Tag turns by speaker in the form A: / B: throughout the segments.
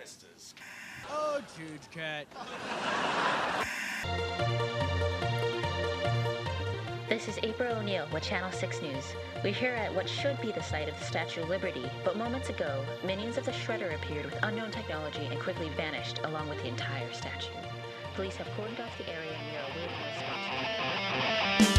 A: sisters.
B: Oh, Jude Cat.
C: This is April O'Neil with Channel 6 News. We're here at what should be the site of the Statue of Liberty, but moments ago, minions of the Shredder appeared with unknown technology and quickly vanished along with the entire statue. Police have cordoned off the area and are awaiting a response.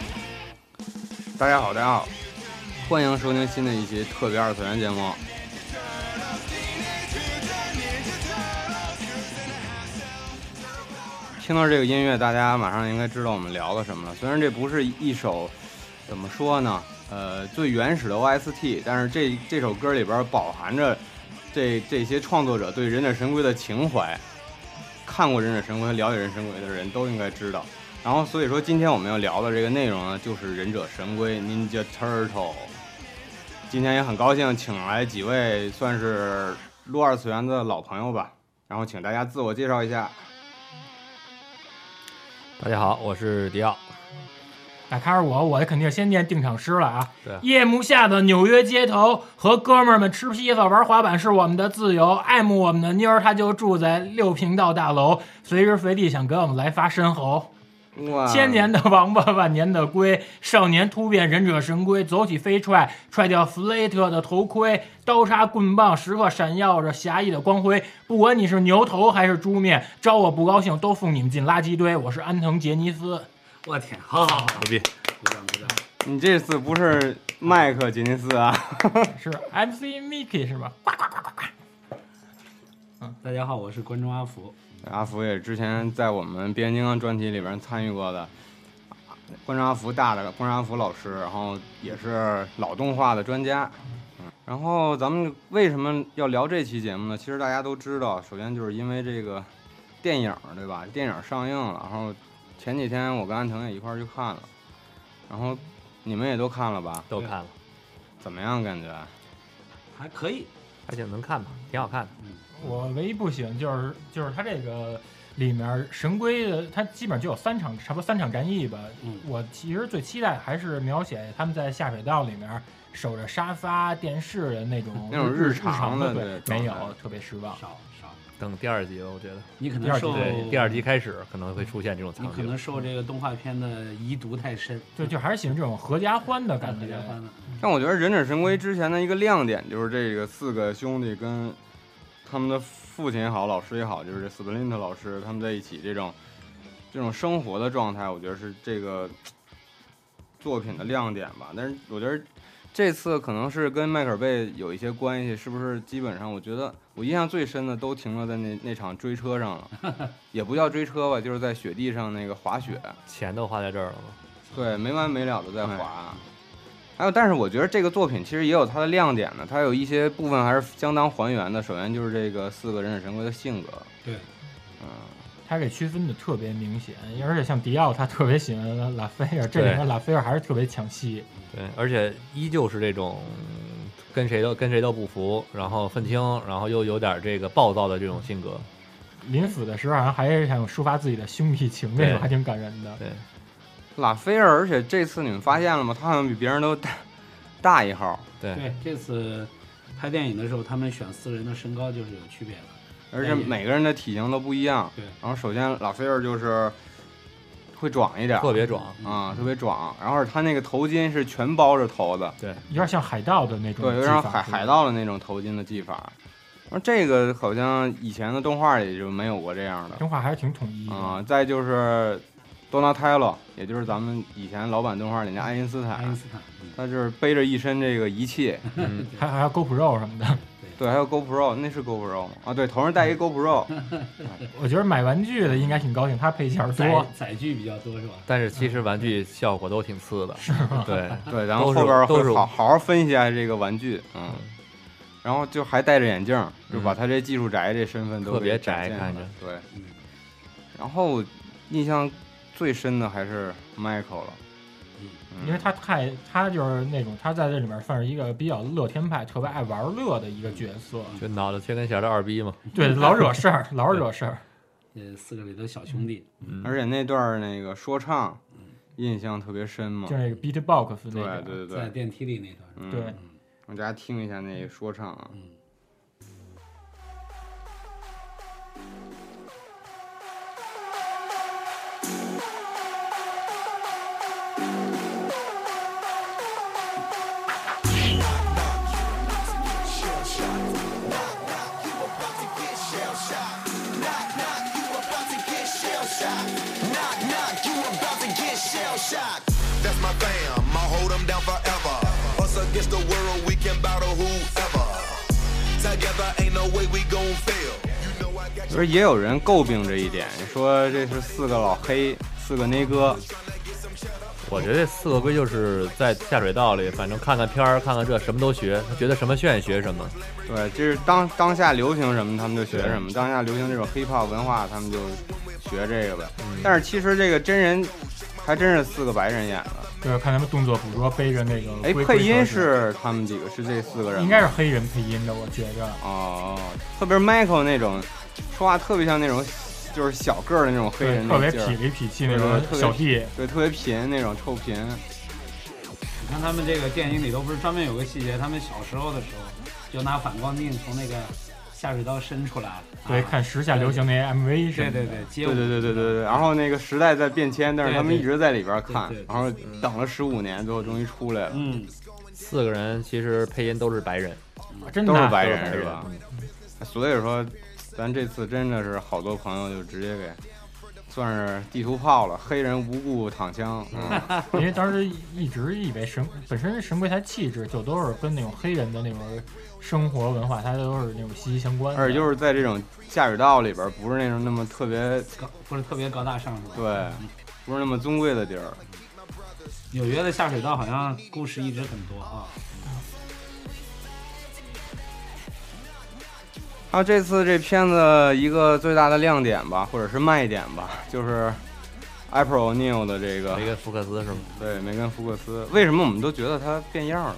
D: Hello，大家好，大家好，欢迎收听新的一期特别二次元节目。听到这个音乐，大家马上应该知道我们聊了什么了。虽然这不是一首怎么说呢，呃，最原始的 OST，但是这这首歌里边饱含着这这些创作者对《忍者神龟》的情怀。看过《忍者神龟》、了解《忍者神龟》的人都应该知道。然后所以说今天我们要聊的这个内容呢，就是《忍者神龟》（Ninja Turtle）。今天也很高兴请来几位算是撸二次元的老朋友吧，然后请大家自我介绍一下。
E: 大家好，我是迪奥。
F: 打开始我，我肯定先念定场诗了啊！
E: 对
F: 夜幕下的纽约街头，和哥们儿们吃披萨、玩滑板是我们的自由。爱慕我们的妞儿，她就住在六平道大楼，随时随地想给我们来发深喉。
D: 哇，
F: 千年的王八，万年的龟，少年突变忍者神龟，走起飞踹，踹掉弗雷特的头盔，刀叉棍棒时刻闪耀着侠义的光辉。不管你是牛头还是猪面，招我不高兴都送你们进垃圾堆。我是安藤杰尼斯。
G: 我天，好好好，
E: 牛逼！
G: 鼓掌鼓掌！
D: 你这次不是麦克吉尼斯啊？
F: 是 MC Mickey 是吧？呱呱呱呱呱！
G: 大家好，我是观众阿福。
D: 阿福也之前在我们变形金刚专题里边参与过的，观察阿福大的观察阿福老师，然后也是老动画的专家。嗯，然后咱们为什么要聊这期节目呢？其实大家都知道，首先就是因为这个电影儿，对吧？电影儿上映了，然后前几天我跟安藤也一块儿去看了，然后你们也都看了吧？
E: 都看了，
D: 怎么样感觉？
G: 还可以，
E: 还行，能看吧，挺好看的。
F: 我唯一不喜欢就是就是它这个里面神龟的，它基本上就有三场，差不多三场战役吧。
G: 嗯
F: 我其实最期待还是描写他们在下水道里面守着沙发、电视的那种
D: 那种日
F: 日
D: 常的
F: 的，对，
D: 那种
F: 没
D: 状
F: 有
D: 态，
F: 特别失望。
G: 少少。
E: 等第二集吧，我觉得，
G: 你可
F: 第
G: 能
F: 二集
G: 受
E: 对，第二集，开始可能会出现这种
G: 你
E: 场
G: 可能
E: 景。
G: 受这个动画片的遗毒太深，
F: 就就还是喜欢这种合家欢的感
G: 感
F: 觉
G: 觉。翻了。
D: 但我觉得《忍者神龟》之前的一个亮点就是这个四个兄弟跟他们的父亲也好，老师也好，就是这 Splint 老师他们在一起这种这种生活的状态，我觉得是这个作品的亮点吧。但是我觉得这次可能是跟迈克尔贝有一些关系，是不是？基本上我觉得我印象最深的都停留在那那场追车上了， 也不叫追车吧，就是在雪地上那个滑雪。
E: 钱都花在这儿了吗？
D: 对，没完没了的在滑。还有，但是我觉得这个作品其实也有它的亮点的，它有一些部分还是相当还原的。首先就是这个四个忍者神龟的性格，
G: 对，
D: 嗯，
F: 他给区分的特别明显，而且像迪奥他特别喜欢拉斐尔，这里面拉斐尔还是特别抢戏。
E: 对，而且依旧是这种嗯跟谁都跟谁都不服，然后愤青，然后又有点这个暴躁的这种性格。
F: 临死的时候好像还是想抒发自己的兄弟情，那
E: 对
F: 种还挺感人的。
E: 对，
D: 拉斐尔，而且这次你们发现了吗？他好像比别人都大大一号，
E: 对，
G: 对，这次拍电影的时候，他们选四人的身高就是有区别的。
D: 而且每个人的体型都不一样。
G: 对
D: 然后首先拉斐尔就是会壮一点，
E: 特别壮。
D: 啊、特别壮。然后他那个头巾是全包着头的，
E: 对，
F: 有点像海盗的那种
D: 对，有
F: 技
D: 点
F: 法
D: 海
F: 是吧
D: 海盗的那种头巾的技法。然后这个好像以前的动画里就没有过这样的。
F: 动画还是挺统一的。
D: 啊、再就是多纳泰罗，也就是咱们以前老版动画里那爱因斯
G: 爱因
D: 坦，
G: 斯坦，嗯
D: 他就是背着一身这个仪器，
E: 嗯，
F: 还还有 GoPro 什么的，
D: 对，还有 GoPro，那是 GoPro 吗？啊，对，头上戴一 GoPro，
F: 我觉得买玩具的应该挺高兴，他配件儿多
G: 载，载具比较多是吧？
E: 但是其实玩具效果都挺次的。是吗？对，
D: 对，然后
E: 都是
D: 后边
E: 都
D: 会
E: 是
D: 好好好分析一下这个玩具，嗯，然后就还戴着眼镜儿，就把他这技术宅这身份都
E: 特别
D: 给展
E: 宅
D: 现
E: 看
D: 了
E: 着
D: 对
G: 嗯，
D: 然后印象最深的还是 Michael 了。
G: 嗯
F: 因为他太他就是那种他在这里面算是一个比较乐天派，特别爱玩乐的一个角色，
E: 就脑子缺根弦的二逼嘛，
F: 对，老惹事儿，老惹事儿。
G: 这四个里的小兄弟，
D: 而且那段儿那个说唱印象特别深嘛
F: 就。是那个 beatbox 那
D: 对
F: 个，
D: 对对
G: 在
D: 对，
G: 电梯里那段，
D: 嗯
F: 对，
D: 让大家听一下那
F: 嗯
D: 说唱啊。
A: That's my fam, I'll hold them down forever. Us against the world, we can battle whoever. Together, ain't no way we gon' fail. You know I got
D: 就是也有人诟病这一点，说这是四个老黑，四个那哥，
E: 我觉得这四个龟就是在下水道里，反正看看片儿，看看这，什么都学，他觉得什么炫学什么。
D: 对，就是当当下流行什么，他们就学什么；当下流行这种 hiphop 文化，他们就学这个呗。
F: 嗯
D: 但是其实这个真人还真是四个白人演的，
F: 就是看他们动作捕捉背着那个
D: 哎，
F: 龟
D: 配音。
F: 龟壳
D: 是他们几个，是这四个人
F: 子
D: 吗，
F: 应该是黑人配音的，我觉着。
D: 哦，特别是 Michael 那种，说话特别像那种就是小个儿的那种黑
F: 对，
D: 人
F: 特
D: 那
F: 别
D: 劲
F: 痞
D: 儿，
F: 里痞气那种小弟，
D: 对，特别贫那种臭贫。
G: 你看他们这个电影里头不是专门有个细节，他们小时候的时候就拿反光镜从那个下水道伸出来，
F: 对，
G: 啊
F: 看时下流行那 MV 什
G: 对对，
F: 么的
G: 对，街
D: 对
G: 舞，
D: 对对对对对。然后那个时代在变迁，但是他们
G: 对对
D: 一直在里边儿看
G: 对对，对
D: 然后等了十五年，最后终于出来了，
G: 嗯，
E: 四个人其实配音都是白人，
F: 真的
D: 都
F: 啊
D: 是白
E: 都
D: 人
E: 是白
D: 是
E: 人嗯
D: 吧？所以说，咱这次真的是好多朋友就直接给。算是地图炮了，黑人无故 躺枪，嗯，
F: 因为当时一直以为神本身神龟台气质就都是跟那种黑人的那种生活文化，它都是那种息息相关的。
D: 而且就是在这种下水道里边儿，不是那种那么特别
G: 高不是特别高大上是吧？
D: 对，不是那么尊贵的地儿。
G: 纽约的下水道好像故事一直很多啊，
D: 还有这次这片子一个最大的亮点吧，或者是卖点吧，就是 April O'Neil 的这个
E: 梅根福克斯是吗？
D: 对梅根福克斯。为什么我们都觉得她变样了？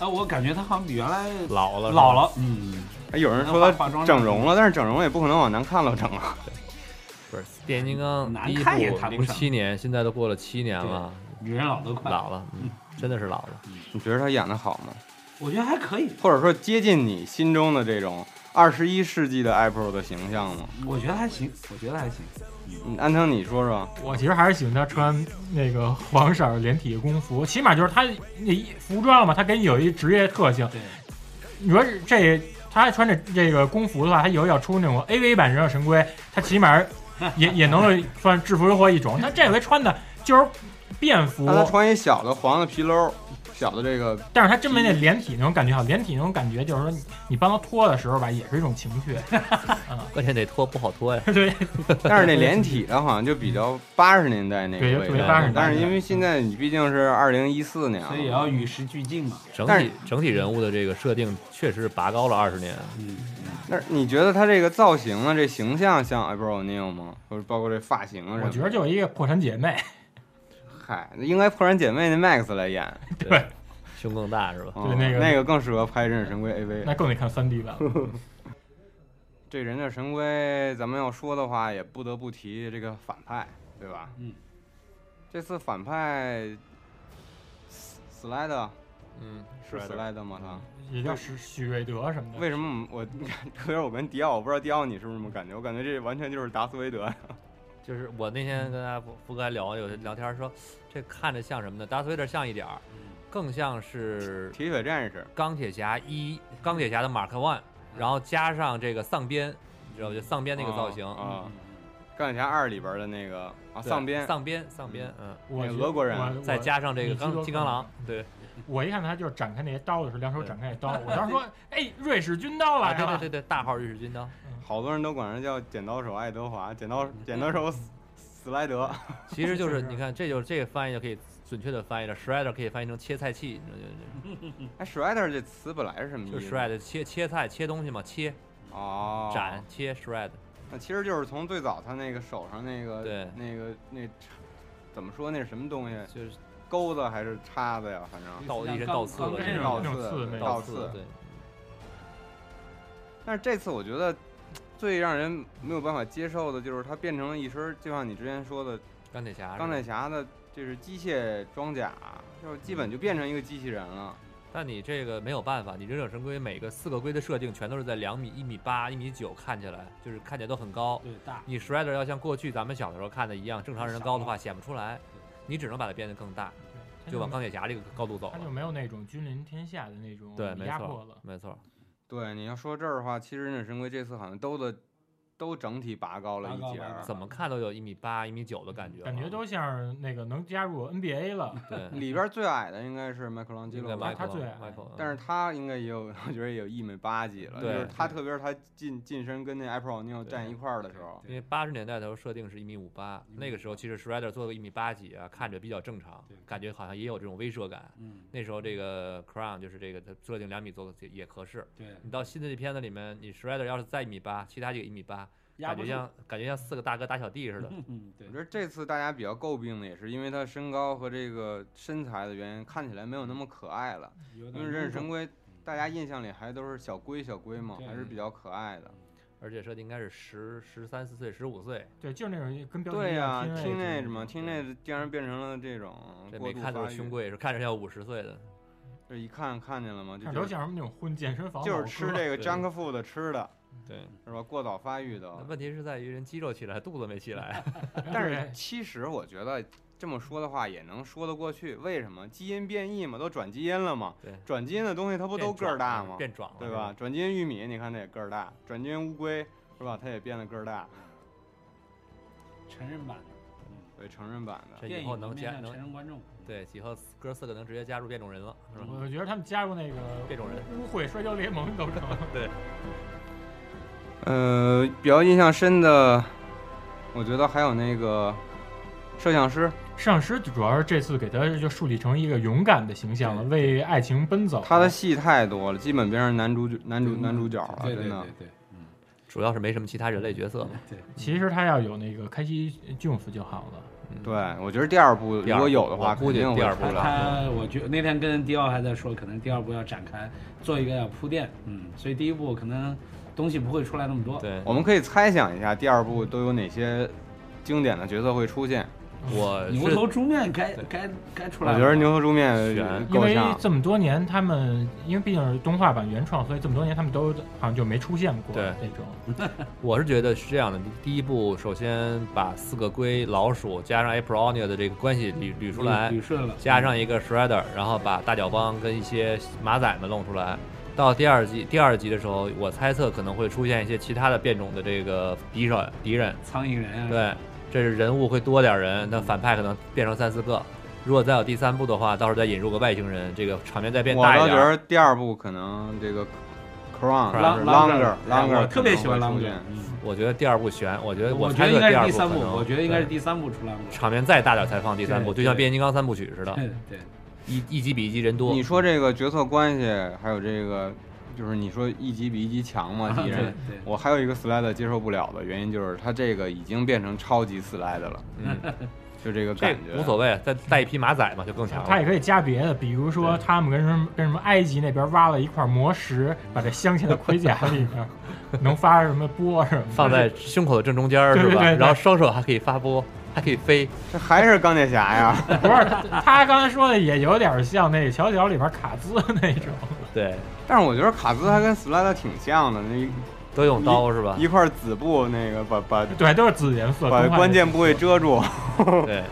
G: 哎，我感觉他好像比原来
E: 老了，
G: 老，了，嗯，
D: 哎有人说
G: 化
D: 她
G: 妆
D: 整容了，但是整容也不可能往难看了整啊。
E: 不是变形金刚
G: 难
E: 第一
G: 看也谈
E: 部
G: 不
E: 零
G: 上
E: 七年，现在都过了七年了，
G: 女人老得快，
E: 老了，嗯，真的是老了。
D: 你觉得她演的好吗？
G: 我觉得还可以，
D: 或者说接近你心中的这种二十一世纪的 April 的形象吗？
G: 我觉得还行，我觉得还行，
D: 嗯安藤，你说说。
F: 我其实还是喜欢他穿那个黄色连体工服，起码就是他那一服装嘛，他给你有一职业特性。
G: 对，
F: 你说这他穿着这个工服的话，他以后要出那种 AV 版忍者神龟，他起码也也能够算制服诱惑一种。他这回穿的就是便服，
D: 让她穿一小的黄的皮褛，小的这个
F: 但是他真没
E: 嗯
F: 那连体那种感觉好，连体那种感觉就是说你你帮他脱的时候吧，也是一种情 趣。
G: 嗯
E: 关键得脱不好脱呀，
F: 对，
D: 但是那连体的好像就比较八十年代那个
F: 对就
D: 味
F: 特别
D: 道
F: 80年代啊
D: 但是因为现在你毕竟是二零一四年了
G: 所，以也要与时俱进嘛，
E: 整
D: 但是
E: 体整体人物的这个设定确实是拔高了二十年。
G: 嗯，
D: 那你觉得他这个造型啊，这形象像 April O'Neil 吗？或者包括这发型啊什么的？
F: 我觉得就是一个破产姐妹，
D: 嗨，那应该破产姐妹那 Max 来演，
E: 对，胸更大是吧？
D: 嗯
F: 那个
D: 那个更适合拍《忍者神龟》AV。
F: 那更得看三 D 版 了。
D: 这《忍者神龟》咱们要说的话，也不得不提这个反派，对吧？
G: 嗯。
D: 这次反派斯斯莱德
E: 嗯，
D: 是斯莱德吗？他？
F: 也叫许许瑞德什么的。
D: 为什么我 特别是我跟迪奥，我不知道迪奥你是不是这么感觉？我感觉这完全就是达斯维德。
E: 就是我那天跟大家不不该聊，有聊天说这看着像什么呢？达斯维德像一点儿，更像是
D: 铁血战士，
E: 钢铁侠一、钢铁侠的马克 One，然后加上这个丧边，你知道吧？就丧边那个造型，嗯
G: 嗯
D: 啊，钢铁侠二里边的那个啊，
E: 对
D: 丧边，
E: 丧边，丧边，嗯，
F: 我
D: 那
F: 觉
D: 俄国人
F: 我
E: 再加上这个
F: 你记得
E: 钢金刚狼， 对，
F: 我一看他就是展开那些刀的时候，两手展开那 刀，我当时说，哎，瑞士军刀
E: 啊，
F: 来
E: 对对
F: 了，
E: 对对，大号瑞士军刀。
D: 好多人都管人叫剪刀手爱德华，剪刀剪
E: 嗯
D: 刀手斯斯莱德，
E: 其实就是
F: 是
E: 你看，这就是这个翻译就可以准确的翻译了，shredder 可以翻译成切菜器，你知道
D: 哎，shredder 这词本来是什么
E: 就
D: 意
E: 就
D: 思？
E: 就 shred 切切菜切东西嘛，切
D: 哦，
E: 斩，切 shred，
D: 那其实就是从最早他那个手上那个
E: 对
D: 那个那怎么说那是什么东西？
E: 就是
D: 钩子还是叉子呀，反正
E: 倒一人倒刺了
G: 刚开
E: 是
G: 始
E: 吧
D: 倒
F: 那种
D: 刺
F: 刺那
D: 对
F: 种
D: 倒
E: 刺
D: 刺。
E: 对，
D: 但是这次我觉得最让人没有办法接受的就是它变成了一身，就像你之前说的
E: 钢铁侠是吧，
D: 钢铁侠的，就是机械装甲，就是基本就变成一个机器人了。
E: 但你这个没有办法，你忍者神龟每个四个龟的设定全都是在两米、一米八、一米九，看起来就是看起来都很高。
G: 对大，
E: 你 Shredder 要像过去咱们小的时候看的一样，正常人高的话显不出来，你只能把它变得更大，
F: 对
E: 就往钢铁侠这个高度走
F: 他就
E: 了。
F: 没有那种君临天下的那种
E: 对，没
F: 压迫
E: 错
F: 了，。
E: 没错。
D: 对，你要说这儿的话，其实忍者神龟这次好像都的都整体拔高了
G: 拔高
D: 一截
G: 拔
D: 儿
G: 高，
E: 怎么看都有一米八、一米九的感觉了，
F: 嗯感觉都像是那个能加入 NBA 了。
E: 对。
D: 里边儿最矮的应该是麦克朗基
E: 应该
D: 罗
F: 吧
D: 吧
F: 他
E: Michael，
F: 最矮
E: Michael，嗯
D: 但是他应该也有， 我觉得也有一米八几了。
E: 对
D: 就是他，
E: 对
D: 特别是他近近身跟那 April O'Neil 站一块儿的时候，
E: 因为八十年代的时候设定是一米五八，那个时候其实 Shredder 做个一米八几啊，看着比较正常
G: 对，
E: 感觉好像也有这种威慑感。
G: 嗯，
E: 那时候这个 Crown 就是这个它设定两米做也合适。
G: 对，
E: 你到新的这片子里面，你 Shredder 要是再一米八，其他几个一米八，
G: 压
E: 感
G: 不
E: 觉
G: 住
E: 像感觉像四个大哥打小弟似的。
G: 嗯，对
D: 我觉，得这次大家比较诟病的也是因为他身高和这个身材的原因，看起来没有那么可爱了。
E: 嗯
G: 有
D: 因
G: 点
D: 为忍者神
G: 种
D: 龟，大家印象里还都是小龟小龟嘛，
G: 对
D: 还是比较可爱的。
E: 而且设定应该是十十三四岁、十五岁，
F: 对，就是那种跟标题
D: 对
F: 一
D: 呀、
F: 样
D: t e e n a
F: teenage
D: g 嘛 t e e n a 竟然变成了这种
E: 这
D: 嗯过
E: 没
D: 度
E: 看
D: 发
E: 着
D: 育，
E: 胸贵，是看着像五十岁的。
D: 这一看看见了吗？就
F: 看
D: 就
F: 着
D: 是
F: 像什么那种混健身房
D: 就
F: 老
D: 是
F: 哥
D: 吃这个
E: 对
D: junk food 的吃的
E: 对，
D: 是吧？过早发育的。
E: 问题是在于人肌肉起来，肚子没起来。
D: 但是其实我觉得这么说的话也能说得过去，为什么？基因变异嘛，都转基因了嘛。
E: 对，
D: 转基因的东西它不都个儿大吗？
E: 变壮了，
D: 对吧？？转基因玉米，你看它也个儿大；转基因乌龟，是吧？它也变得个儿大。
G: 成人版的
D: 对，成人版的
E: 这
G: 电
E: 以
G: 影
E: 后
G: 能
E: 能
G: 面
E: 加
G: 向成
E: 能
G: 人观众，
E: 对，以后哥四个能直接加入变种人了，是吧？
G: 嗯
F: 我觉得他们加入那个
E: 变种人
F: 污秽摔跤联盟都成。
E: 对，
D: 呃，比较印象深的，我觉得还有那个摄像师，
F: 上师主要是这次给他就树立成一个勇敢的形象了，
E: 对
F: 为爱情奔
E: 哦
F: 走。
D: 他的戏太多了，基本变成男主角、男
E: 嗯
D: 主、男主角了，
G: 对对
D: 真的
G: 对。对，嗯，
E: 主要是没什么其他人类角色
D: 嗯
E: 嘛。
G: 对，
F: 其实他要有那个开西 j u n 就好了。
D: 对，我觉得第二部
E: 嗯第
D: 如
E: 二
D: 果
E: 部
D: 有的
E: 我
D: 话，
E: 估计
D: 肯定会
E: 第二部
D: 出来。
G: 他，我觉那天跟迪奥还在说，可能第二部要展开，做一个铺垫，嗯，所以第一部可能东西不会出来那么多，，
E: 对，
D: 我们可以猜想一下第二部都有哪些经典的角色会出现。
E: 我
G: 牛
E: 呃是
G: 头猪面该该该出
D: 我
G: 来了，
D: 觉得牛头猪面
E: 选
F: 因
D: 够
F: 为
D: 呛，
F: 这么多年，他们因为毕竟是动画版原创，所以这么多年他们都好像就没出现过
E: 对
F: 那种。
E: 我是觉得是这样的，第一步首先把四个龟、老鼠加上 April O'Neil 的这个关系捋捋出来
G: 捋，顺了，
E: 加上一个 Shredder，然后把大脚帮跟一些马仔们弄出来。到第二季第二集的时候，我猜测可能会出现一些其他的变种的这个敌人敌人，
G: 苍蝇人啊，
E: 对，这是人物会多点人，那反派可能变成三四个。如果再有第三部的话，到时候再引入个外星人，这个场面再变
D: 我
E: 大一
D: 倒觉
E: 点。
D: 得第二部可能这个 Crown Longer
E: Crown-
G: Longer，
D: Longer，
G: 哎我特别喜欢
D: 可
G: Longer，
D: 能会出现
G: 嗯
E: 我觉得第二部悬，我觉得
G: 我觉
E: 猜
G: 得应该
E: 测第
G: 是
E: 二
G: 第
E: 部可
G: 三部，
E: 能，
G: 我觉得应该是
E: 对
G: 第三部出来过，
E: 场面再大点才放第三部，
G: 对
E: 就像
G: 对
E: 变形金刚三部曲似的，
G: 对 对，
E: 一一集比一集人多。
D: 你说这个角色关系，还有这个就是你说一级比一级强嘛，敌
G: 啊对
D: 人。
G: 对，
D: 我还有一个 slide 接受不了的原因就是他这个已经变成超级 slide 了，
E: 嗯，
D: 就这个
E: 这
D: 感觉。
E: 无所谓，再带一匹马仔嘛，就更强
F: 他也
E: 了。
F: 可以加别的，比如说他们跟什么跟什么埃及那边挖了一块魔石，把这镶嵌到盔甲里 面，能发什么波什么的。
E: 放在胸口的正中间儿
F: 对
E: 是
F: 对
E: 吧？
F: 对对
E: 然后双手还可以发波，还可以飞。
D: 这还是钢铁侠呀。
F: 不是他他刚才说的也有点像那个小脚里面卡兹那种。
E: 对，
D: 但是我觉得卡兹还跟 slide 挺像的，那
E: 都用刀是吧？
D: 一块紫布那个把把
F: 对，都是紫颜色，
D: 把
F: 动画
D: 关键
F: 里
D: 部位遮住。
E: 对，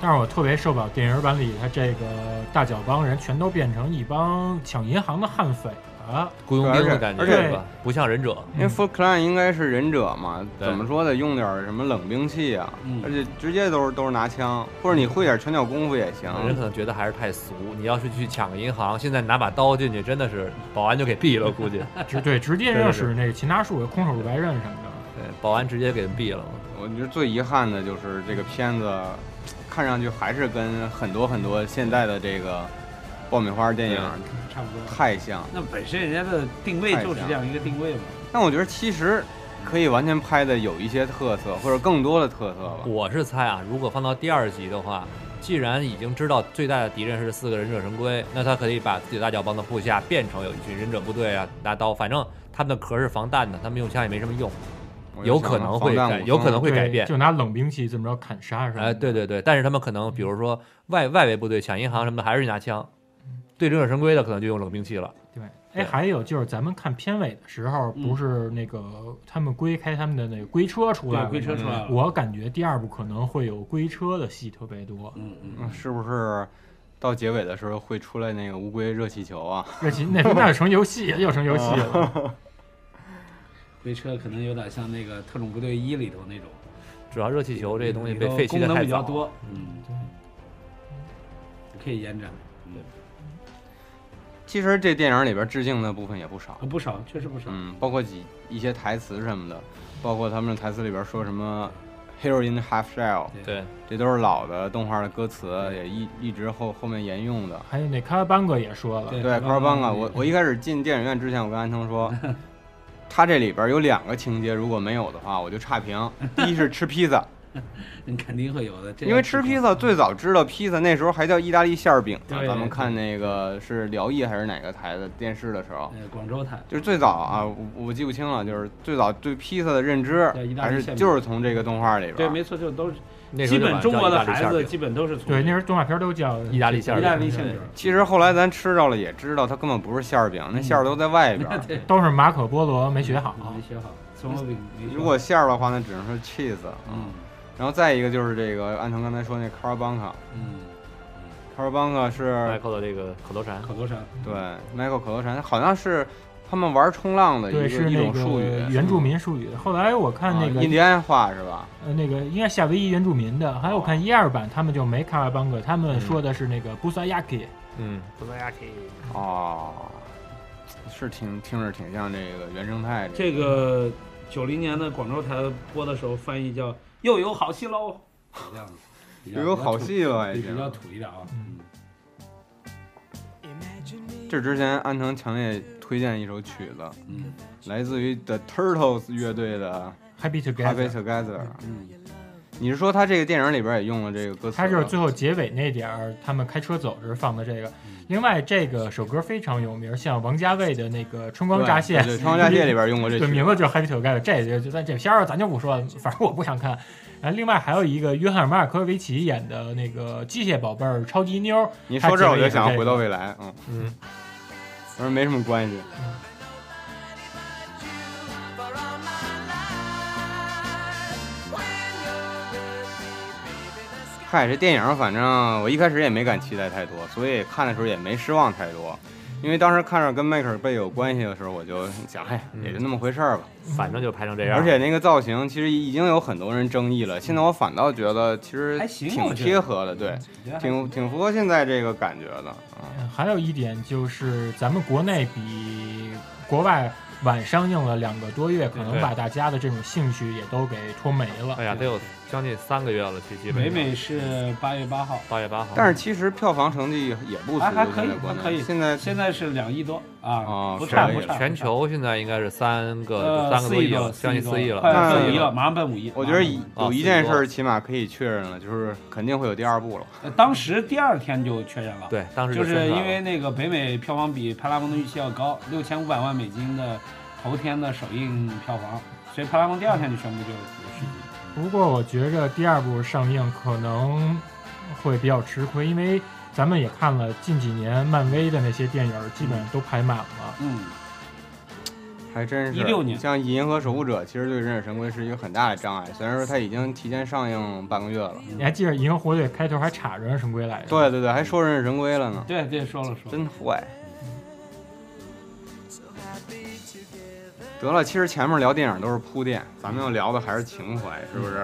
F: 但是我特别受不了电影版里他这个大脚帮人全都变成一帮抢银行的悍匪 了。
E: 雇佣兵
D: 对而
E: 的
D: 且
E: 感觉
D: 而
F: 且
E: 是吧？不像忍者。
D: 因为 f o o Clan 应该是忍者嘛，
E: 对
D: 怎么说得用点儿什么冷兵器啊，
G: 嗯
D: 而且直接都是都是拿枪，或者你会点拳脚功夫也行。
E: 人可能觉得还是太俗，你要是去抢个银行，现在拿把刀进去，真的是保安就给毙了，估 计。
F: 直对，直接就使那个擒拿术、空手入白刃什么的。
E: 对，保安直接给毙了。
D: 我觉得最遗憾的就是这个片子，看上去还是跟很多很多现在的这个爆米花电影
G: 差不多。
D: 太像。
G: 那本身人家的定位就是这样一个定位嘛，
D: 但我觉得其实可以完全拍的有一些特色，或者更多的特色吧。
E: 我是猜啊，如果放到第二集的话，既然已经知道最大的敌人是四个忍者神龟，那他可以把自己的大脚帮的部下变成有一群忍者部队啊，拿刀，反正他们的壳是防弹的，他们用枪也没什么用，
D: 我就
E: 有
D: 想
E: 可
D: 到
E: 能
D: 防
E: 会
D: 弹
E: 改，
D: 武
E: 有可
D: 装
E: 能会改变。
F: 就拿冷兵器这么着砍杀是吧？
G: 呃
E: 哎，对对对，但是他们可能比如说外外围部队抢银行什么的，还是拿枪。对忍者神龟的可能就用冷兵器了。
F: 对，哎，
E: 对
F: 还有就是咱们看片尾的时候，
G: 嗯
F: 不是那个他们龟开他们的那个龟车出来
G: 对，
F: 了
G: 龟车
F: 吗
G: 出来了，
F: 我感觉第二部可能会有龟车的戏特别多，
G: 嗯嗯，
D: 嗯是不是到结尾的时候会出来那个乌龟热气球啊？
F: 那其那那就成 游戏，又成游戏了。
G: 龟车可能有点像那个特种部队一里头那种，
E: 主要热气球这些东西
G: 里
E: 被
G: 头
E: 废弃的
G: 功能
E: 太
G: 比较
E: 早，
G: 多，嗯，可以延展，
D: 其实这电影里边致敬的部分也不少
G: 啊，，不少，确实不少，
D: 嗯，包括几一些台词什么的，包括他们的台词里边说什么 “hero in half shell”，
E: 对，
D: 这都是老的动画的歌词，也一一直后后面沿用的。
F: 还有那卡拉邦哥也说了，
G: 对
D: 对，
G: 卡
D: 科
G: 拉
D: 尔邦啊，
G: 邦
D: 我
G: 那
D: 我一开始进电影院之前，我跟安藤说， 他这里边有两个情节，如果没有的话，我就差评。第一是吃披萨，
E: 嗯
G: 你肯定会有的，这个
D: 因为吃披萨最早知道披萨那时候还叫意大利馅儿饼呢，
G: 嗯对
D: 咱们看那个是辽艺还是哪个台的电视的时候，
G: 呃广州台
D: 就是最早啊，我我记不清了，就是最早对披萨的认知
G: 叫意大利
D: 还是
G: 馅饼
D: 就是从这个动画里边。
G: 对，没错，就都是
E: 那时
G: 基
E: 候就
G: 本
E: 管
G: 中
E: 叫
G: 国
E: 意
G: 的
E: 大利
G: 孩
E: 馅
G: 子
E: 饼
G: 基本都是从
F: 对，那时候动画片都叫
E: 意大利馅儿
G: 意大利
E: 饼
G: 馅
E: 对
G: 饼，
D: 其实后来咱吃到了也知道，它根本不是馅儿饼，那馅
G: 嗯
D: 儿都在 外边。
G: 对，
F: 都是马可波罗没学好，
D: 嗯
E: 啊
G: 没学好，松饼没学好
D: 如果馅儿的话，那只能是 cheese。啊
G: 嗯，
D: 然后再一个就是这个安藤刚才说那 c a r b a n k a
G: 嗯，
D: c a r b a n k a 是
E: Michael 的这个口头禅，
G: 口头禅，
D: 对 Michael 口头禅，好像是他们玩冲浪的一个
F: 对，是
D: 一
F: 那
D: 种
F: 个
D: 术语，
F: 原住民术语。后来我看那
D: 啊
F: 个
D: 印第安话是吧？
F: 呃，那个应该夏威夷原住民的，还有我看一二版他们就没卡拉邦哥，他
D: 嗯
F: 们说的是那个布萨亚克，
E: 嗯，
D: 哦，是挺听着挺像这个原生态这
G: 这个九零年的广州台播的时候，翻译叫“又有好戏 喽”，这样子比较
D: 又有好戏了还
G: 比
D: 行
G: 比较土一点啊。嗯
D: 这之前安藤强烈推荐一首曲子，
G: 嗯
D: 来自于 The Turtles 乐队的
F: 还 Happy
D: 《Happy
F: Together。
D: Together》。
G: 嗯，
D: 你是说他这个电影里边也用了这个歌词？
F: 他就是最后结尾那点儿，他们开车走时放的这个。
D: 嗯
F: 另外，这个首歌非常有名，像王家卫的那个《春光乍泄》，
D: 对，《窗光 乍泄》里边用过这曲
F: 对，
D: 子。
F: 名字就是《Happy Together》，这就就但这片儿咱就不说了，反正我不想看。然后另外还有一个约翰马尔科维奇演的那个《机械宝贝儿超级妞》，
D: 你说这我就想
F: 他结尾也是这
D: 要
F: 个
D: 回到未来，嗯
E: 嗯，
D: 但是没什么关系。嗨，这电影反正我一开始也没敢期待太多，所以看的时候也没失望太多。因为当时看着跟迈克尔贝有关系的时候，我就想，哎，也就
F: 嗯
D: 那么回事儿吧。
E: 反正就拍成
F: 啊
E: 这样。
D: 而且那个造型其实已经有很多人争议了，现在我反倒觉得其实
G: 还行我觉
D: 挺
G: 得
D: 贴合的，对，
G: 我 觉得还
D: 嗯挺挺符合现在这个感觉的。嗯
F: 嗯还有一点就是，咱们国内比国外晚上映了两个多月，可能
E: 对
F: 把大家的这种兴趣也都给拖没了。
E: 哎呀，得有将近三个月了，其实基本
G: 北
E: 上
G: 美是八月八号，
E: 八月八号，
D: 但是其实票房成绩也不俗，
G: 还还
D: 现
G: 可以
D: 在国，
G: 还可
D: 内
G: 以。
D: 现在
G: 现在是两亿多啊
D: 哦，
G: 不差
D: 可以
G: 不差。
E: 全球现在应该是三个
G: 呃
E: 三个
G: 四
E: 多亿
G: 多
E: 了，将近
G: 多
E: 四亿了，
G: 快
D: 那
E: 四
G: 奔五
E: 亿
G: 亿了，马上奔五亿。
D: 我觉得
G: 马上奔五亿
D: 有一件事儿起码可以确认了，就是肯定会有第二部了。
G: 呃当时第二天就确认了。。
E: 对，当时
G: 就是
E: 宣传
G: 因为
E: 了
G: 那个北美票房比派拉蒙的预期要高，六千五百万美金的头天的首映票房，所以派拉蒙第二天就宣布就有续集。
F: 不过我觉着第二部上映可能会比较吃亏，因为咱们也看了近几年漫威的那些电影，基本上都排满了。
G: 嗯，
D: 还真是，
G: 16年
D: 像《银河守护者》其实对《忍者神龟》是一个很大的障碍，虽然说它已经提前上映半个月了。
F: 你还记得《银河护卫队》开头还插着《神龟》来着？
D: 对对对，还说《忍者神龟》了呢，
G: 对对，说了说了。
D: 真坏。得了，其实前面聊电影都是铺垫，咱们要聊的还是情怀，是不是？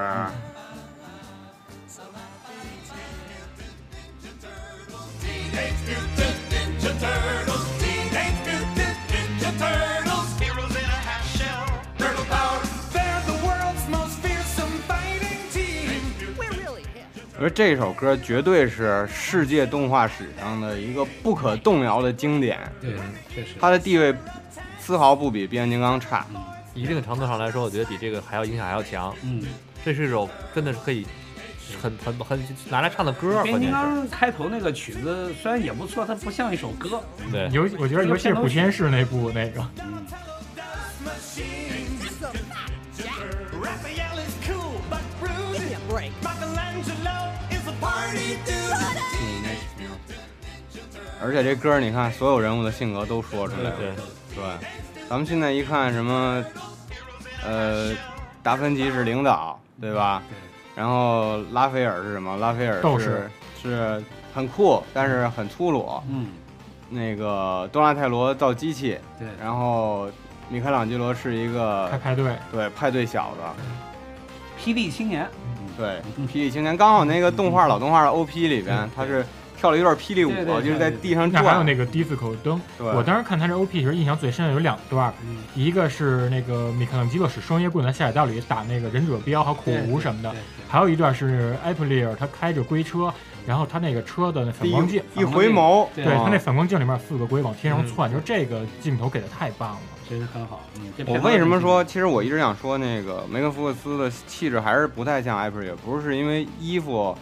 D: 我觉得这首歌绝对是世界动画史上的一个不可动摇的经典，
G: 对，确实。
D: 它的地位丝毫不比变形金刚差。嗯
E: 一定程度上来说，我觉得比这个还要影响还要强。
G: 嗯，
E: 这是一首真的是可以很很很拿来唱的歌，
G: 变
E: 关
G: 形金
E: 键是
G: 刚开头那个曲子虽然也不错，它不像一首歌，
E: 对。
F: 尤我觉得尤其是补天室那部那个，
H: Raphael is cool, but rude. Give me a break. Michelangelo is a party dude.
D: 你那什么而且这歌儿你看，所有人物的性格都说出来了。
E: 对，
D: 对，咱们现在一看什么，呃，达芬奇是领导，对吧？然后拉斐尔是什么？拉斐尔
F: 斗
D: 是
F: 士
D: 是很酷，但是很粗鲁。
G: 嗯，
D: 那个多纳泰罗造机器，
G: 对，
D: 然后米开朗基罗是一
F: 开
D: 个
F: 派对，
D: 对派对小子，
G: 霹雳青年，
D: 对霹雳青年。刚好那个动画老动
F: 嗯
D: 画的 OP 里边，他是跳了一段霹雳舞
G: 对，对
D: 就是在地上
F: 那还有
D: 转。
F: 那个 disco 灯。
D: 对，
F: 我当时看他这 OP 时候，印象最深的有两段，
G: 嗯，
F: 一个是那个米开朗基罗使双截棍在下水道里打那个忍者镖和苦无什么的
G: 对，，
F: 还有一段是埃普利尔他开着龟车，然后他那个车的那
D: 第
F: 反光镜，
D: 一一回眸，
G: 对
F: 对
D: 啊
F: 他那反光镜里面有四个龟往天上
G: 嗯
F: 窜，就是这个镜头给的太棒了。
G: 真是很好。嗯，这
D: 我
G: 片头
D: 为什么说，其实我一直想说，那个梅根·福克斯的气质还是不太像 April，不是因为衣服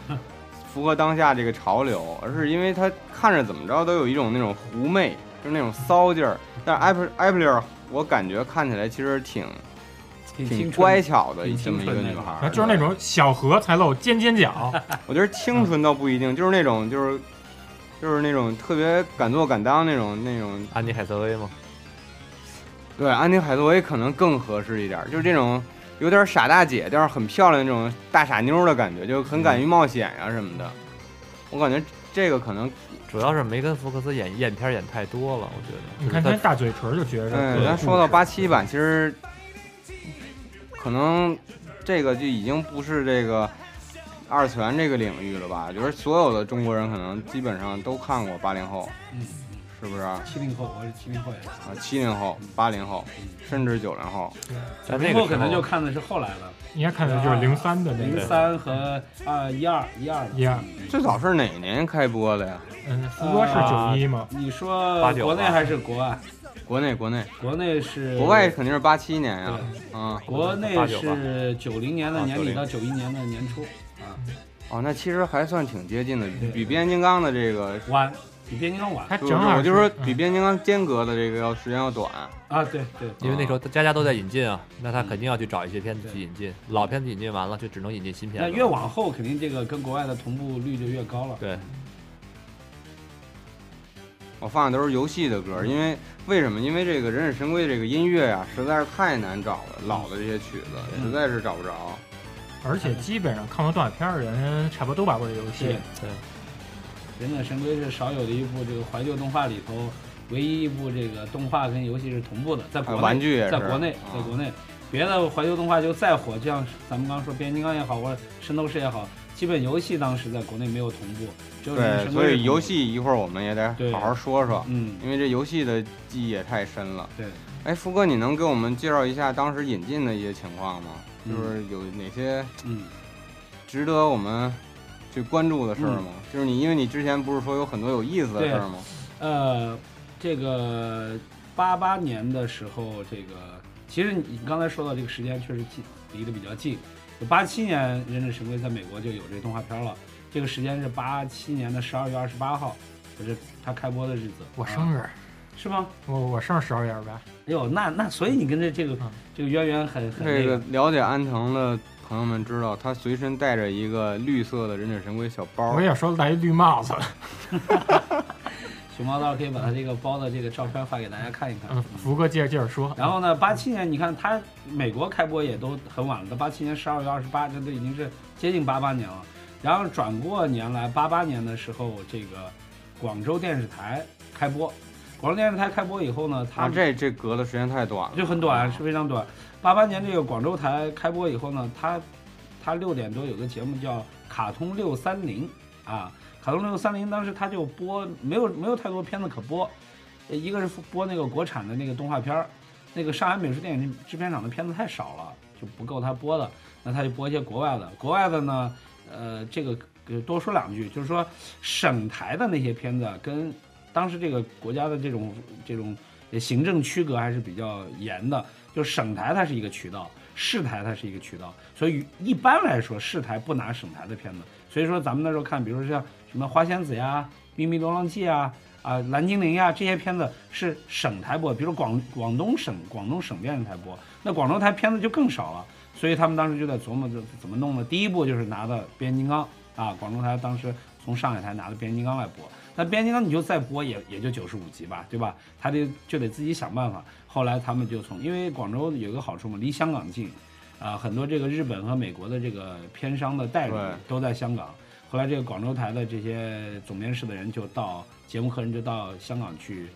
D: 符合当下这个潮流，而是因为她看着怎么着都有一种那种狐媚，就是那种骚劲儿。但是 April April，我感觉看起来其实挺
G: 挺
D: 挺
G: 青春
D: 乖巧的
G: 挺
D: 这么
G: 青
D: 一个
G: 春的
D: 女孩
F: 然
D: 儿，
F: 后就是那啊种小荷才露尖尖角，
D: 我觉得清纯倒不一定，就是那种就是就是那种特别敢做敢当那种那种
E: 安妮海瑟薇嘛，
D: 对，安妮海瑟薇可能更合适一点儿，就是这种有点傻大姐，但是很漂亮那种大傻妞儿的感觉，就很敢于冒险呀、什么的。我感觉这个可能，
E: 主要是梅根·福克斯演艳片演太多了，我觉得。
F: 你看
E: 就
F: 他
E: 是
F: 大嘴唇就觉着。
D: 嗯，咱说到八七版，其实可能这个就已经不是这个二次元这个领域了吧？我觉得所有的中国人可能基本上都看过八零后，
G: 嗯，
D: 是不是？啊，
G: 七零后，我是七零后呀，
D: 七零后、八零后，甚至九零后，
E: 在那
G: 零
E: 个
G: 后
E: 时
G: 可能
E: 候
G: 就看的是后来了，
F: 应该看的就是零三的那
G: 零
F: 个，
G: 三和啊一二一二
F: 12
D: 最早是哪年开播的呀？
F: 嗯，福哥是九一嘛，
G: 你说
E: 89
G: 国内
E: 吧
G: 还是国外？
D: 国内，国内，
G: 国内是
D: 国外肯定是八七年呀、嗯。
G: 国内是九零年的
D: 啊
G: 年底
D: 90
G: 到九一年的年初啊，
D: 哦，那其实还算挺接近的，比
G: 对
D: 比变形金刚的这个，
G: 晚比变形金刚晚
F: 他
D: 不
F: 正
D: 是
F: 好
D: 我就说
F: 是
D: 比变形金刚间隔的这个要时间要短。
G: 啊，对对，
E: 因为那时候家家都在引进啊，那
G: 嗯
E: 他肯定要去找一些片子去引进，老片子引进完了就只能引进新片
G: 那
E: 子。
G: 越往后肯定这个跟国外的同步率就越高了。
E: 对，
D: 我放的都是游戏的歌，因为为什么？因为这个《忍者神龟》这个音乐呀、啊实在是太难找了，老的这些曲子实在是找不着。
F: 而且基本上看过动画片的人，差不多都玩过这游戏
G: 对。忍者神龟是少有的一部这个怀旧动画里头唯一一部这个动画跟游戏是同步的，在国
D: 啊
G: 内，
D: 玩具也是
G: 在国内，
D: 啊
G: 在国内，别的怀旧动画就再火，就像咱们刚刚说变形金刚也好，或者圣斗士也好，基本游戏当时在国内没有同步，只有嗯忍者
D: 对，
G: 神
D: 所
G: 龟是
D: 以
G: 同步
D: 游，戏一会儿我们也得
G: 对
D: 好好说说，
G: 嗯，
D: 因为这游戏的记忆也太深了。
G: 对，
D: 哎，福哥，你能给我们介绍一下当时引进的一些情况吗？就是有哪些
G: 嗯，
D: 值得我们去关注的事儿吗？就是你，因为你之前不是说有很多有意思的事儿吗？
G: 呃，这个八八年的时候，这个其实你刚才说到这个时间确实近，离得比较近。八七年《忍者神龟》在美国就有这动画片了，这个时间是八七年的十二月二十八号，就是它开播的日子。
F: 我生
G: 日、
F: 日，
G: 是吗？
F: 我我生日十二月二十八，
G: 哎呦，那那所以你跟这这个、
F: 嗯
G: 这个渊源很很
D: 这
G: 那
D: 个了解安藤的朋友们知道，他随身带着一个绿色的忍者神龟小包
G: 哦
F: 我。也说戴一绿帽子，
G: 熊猫到时候可以把它这个包的这个照片发给大家看一看。
F: 嗯，福哥接着接着说，
G: 然后呢，八七年你看它美国开播也都很晚了，到八七年十二月二十八，这都已经是接近八八年了。然后转过年来，八八年的时候，这个广州电视台开播，广州电视台开播以后呢，它
D: 他这这隔的时间太短了，
G: 就很短，是非常短。八八年这个广州台开播以后呢，它它六点多有个节目叫《卡通六三零》啊，《卡通六三零》当时它就播，没有没有太多片子可播，呃一个是播那个国产的那个动画片儿，那个上海美术电影制片厂的片子太少了，就不够它播的，那它就播一些国外的，国外的呢，呃，这个呃多说两句，就是说省台的那些片子跟当时这个国家的这种这种行政区隔还是比较严的。就省台它是一个渠道，市台它是一个渠道，所以一般来说市台不拿省台的片子，所以说咱们那时候看，比如说像什么《花仙子》呀、《秘密流浪记》啊、啊《蓝精灵》呀这些片子是省台播，比如广广东省广东省电视台播，那广州台片子就更少了，所以他们当时就在琢磨着怎么弄呢？第一步就是拿的《变形金刚》啊，广州台当时从上海台拿的《变形金刚》来播。那变形金刚你就再播也也就九十五集吧，对吧？他得就得自己想办法。后来他们就从，因为广州有个好处嘛，离香港近，啊、很多这个日本和美国的这个片商的代理
D: 对
G: 都在香港。后来这个广州台的这些总编室的人就到节目客人就到香港去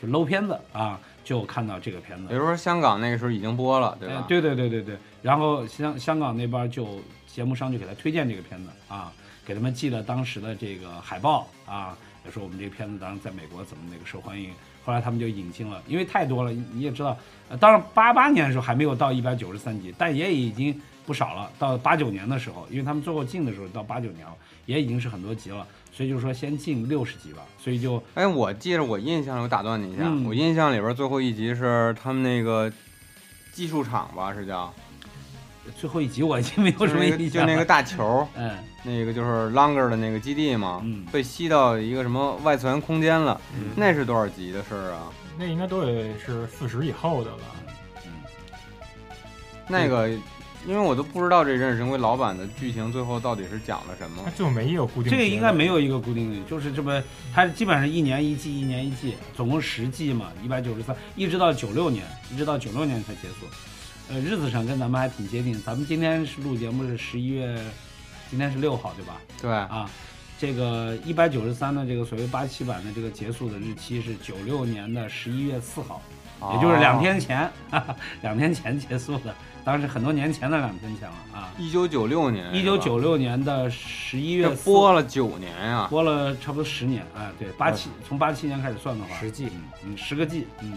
G: 去搂片子啊，就看到这个片子
D: 比。如说香港那个时候已经播了，对
G: 哎
D: 吧？
G: 对对对对对。然后香香港那边儿就节目商就给他推荐这个片子啊，给他们寄了当时的这个海报啊，也说我们这个片子当时在美国怎么那个受欢迎。后来他们就引进了，因为太多了，你你也知道，呃当然八八年的时候还没有到一百九十三集，但也已经不少了。到八九年的时候，因为他们最后进的时候到八九年了，也已经是很多集了，所以就是说先进六十集吧，所以就
D: 哎，我记着我印象里，我打断你一下，
G: 嗯
D: 我印象里边最后一集是他们那个技术厂吧，是叫
G: 最后一集我已经没有
D: 就是
G: 什么
D: 那个
G: 印
D: 就
G: 象了。
D: 那个大球，
G: 嗯
D: 那个就是 Longer 的那个基地嘛，
G: 嗯
D: 被吸到一个什么外次元空间了，
G: 嗯
D: 那是多少集的事儿啊？
F: 那应该都得是四十以后的了。
G: 嗯
D: 那个，因为我都不知道这《忍者神龟》老版的剧情最后到底是讲了什么
F: 它。就没有固定。
G: 这个应该没。有一个固定的，就是这么，它基本上一年一季，一年一季，总共十季嘛，一百九十三，一直到九六年，一直到九六年才结束。呃，日子上跟咱们还挺接近，咱们今天是录节目是十一月，今天是六号对吧？
D: 对，
G: 啊，这个一百九十三的这个所谓八七版的这个结束的日期是九六年的十一月四号，
D: 哦
G: 也就是两天前，哈哈，两天前结束的，当时很多年前的两天前了啊。
D: 哦一九九六年，
G: 一九九六年的十一
D: 这
G: 月4
D: 播了九年啊呀、
G: 播了差不多十年啊，对，八七从八七年开始算的话，
E: 实际
G: 嗯嗯，十个 G，嗯，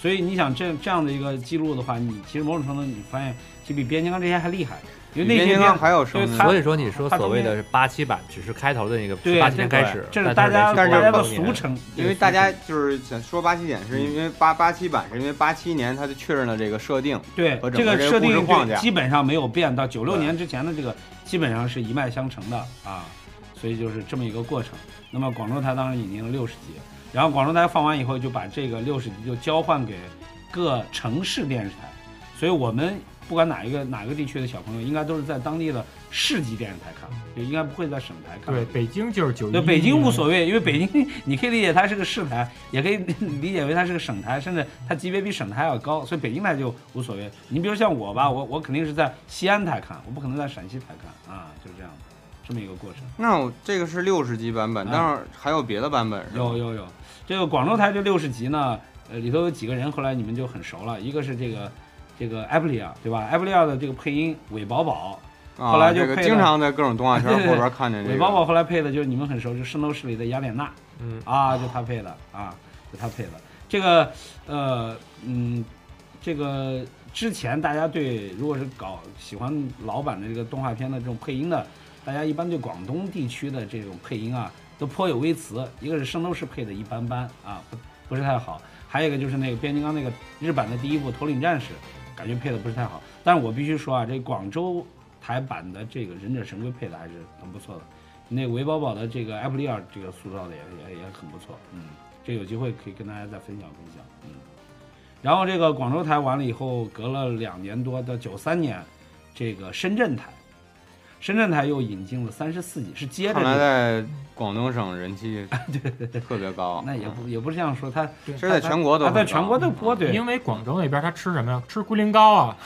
G: 所以你想这这样的一个记录的话，你其实某种程度你发现，其实比变形金刚这些还厉害，因为那
D: 比
G: 些
D: 变形金
G: 片
D: 刚还有声
G: 因为
D: 音
G: 它
E: 嗯所以说，你说
G: 它中
E: 所谓
G: 间
E: 的八七版，只是开头的那个
G: 对
E: 八七年
G: 这个
E: 开始，
G: 这是
E: 但
G: 大家大
E: 它连续播
G: 家
E: 了
G: 的
E: 多年
G: 俗称，
D: 因为大家就是想说八七点，是
G: 嗯
D: 因为八八七版，是因为八七年它就确认了这个设定，
G: 对
D: 和
G: 这
D: 整
G: 个
D: 个这个
G: 设
D: 故事
G: 定
D: 框
G: 对
D: 架
G: 基本上没有变，到九六
D: 对
G: 年之前的这个基本上是一脉相承的啊，所以就是这么一个过程。那么广州台当时引进了六十集，然后广州台放完以后就把这个六十集就交换给各城市电视台，所以我们不管哪一个哪个地区的小朋友，应该都是在当地的市级电视台看，
D: 嗯
G: 就应该不会在省台看。
F: 对，北京就是九一。
G: 对，北京
F: 嗯
G: 无所谓，因为北京你可以理解它是个市台，也可以 理解为它是个省台，甚至它级别比省台要高，所以北京台就无所谓。你比如像我吧，我我肯定是在西安台看，我不可能在陕西台看啊，就是这样，这么一个过程。
D: 那我这个是六十集版本，
G: 嗯
D: 但是还有别的版本是吧
G: 有有有，这个广州台这六十集呢，呃，里头有几个人，后来你们就很熟了，一个是这个这个艾布利亚，对吧？艾布利亚的这个配音韦宝宝，
D: 啊
G: 后来就
D: 这个
G: 配了
D: 经常在各种动画片
G: 对对
D: 后边看见这
G: 韦
D: 个。
G: 宝宝后来配的就是你们很熟，就是《圣斗士》里的雅典娜。
E: 嗯，
G: 啊，就他配的啊，就他配的。这个呃嗯，这个之前大家对如果是搞喜欢老版的这个动画片的这种配音的，大家一般对广东地区的这种配音啊都颇有微词。一个是圣斗士配的一般般啊，不不是太好；还有一个就是那个变形金刚那个日版的第一部《头领战士》，感觉配的不是太好。但是我必须说啊，这广州台版的这个忍者神龟配的还是很不错的。那韦宝宝的这个艾普利尔这个塑造的也也也很不错，嗯，这有机会可以跟大家再分享分享，嗯。然后这个广州台完了以后，隔了两年多到九三年，这个深圳台，深圳台又引进了三十四集，是接着
D: 看来
G: 这
D: 在广东省 人气特别高，
G: 那也不也不是这样说，他
D: 其实在全国都
G: 他嗯
D: 很高嗯啊
G: 在全国都播对，
F: 因为广州那边他吃什么呀？吃龟苓膏啊。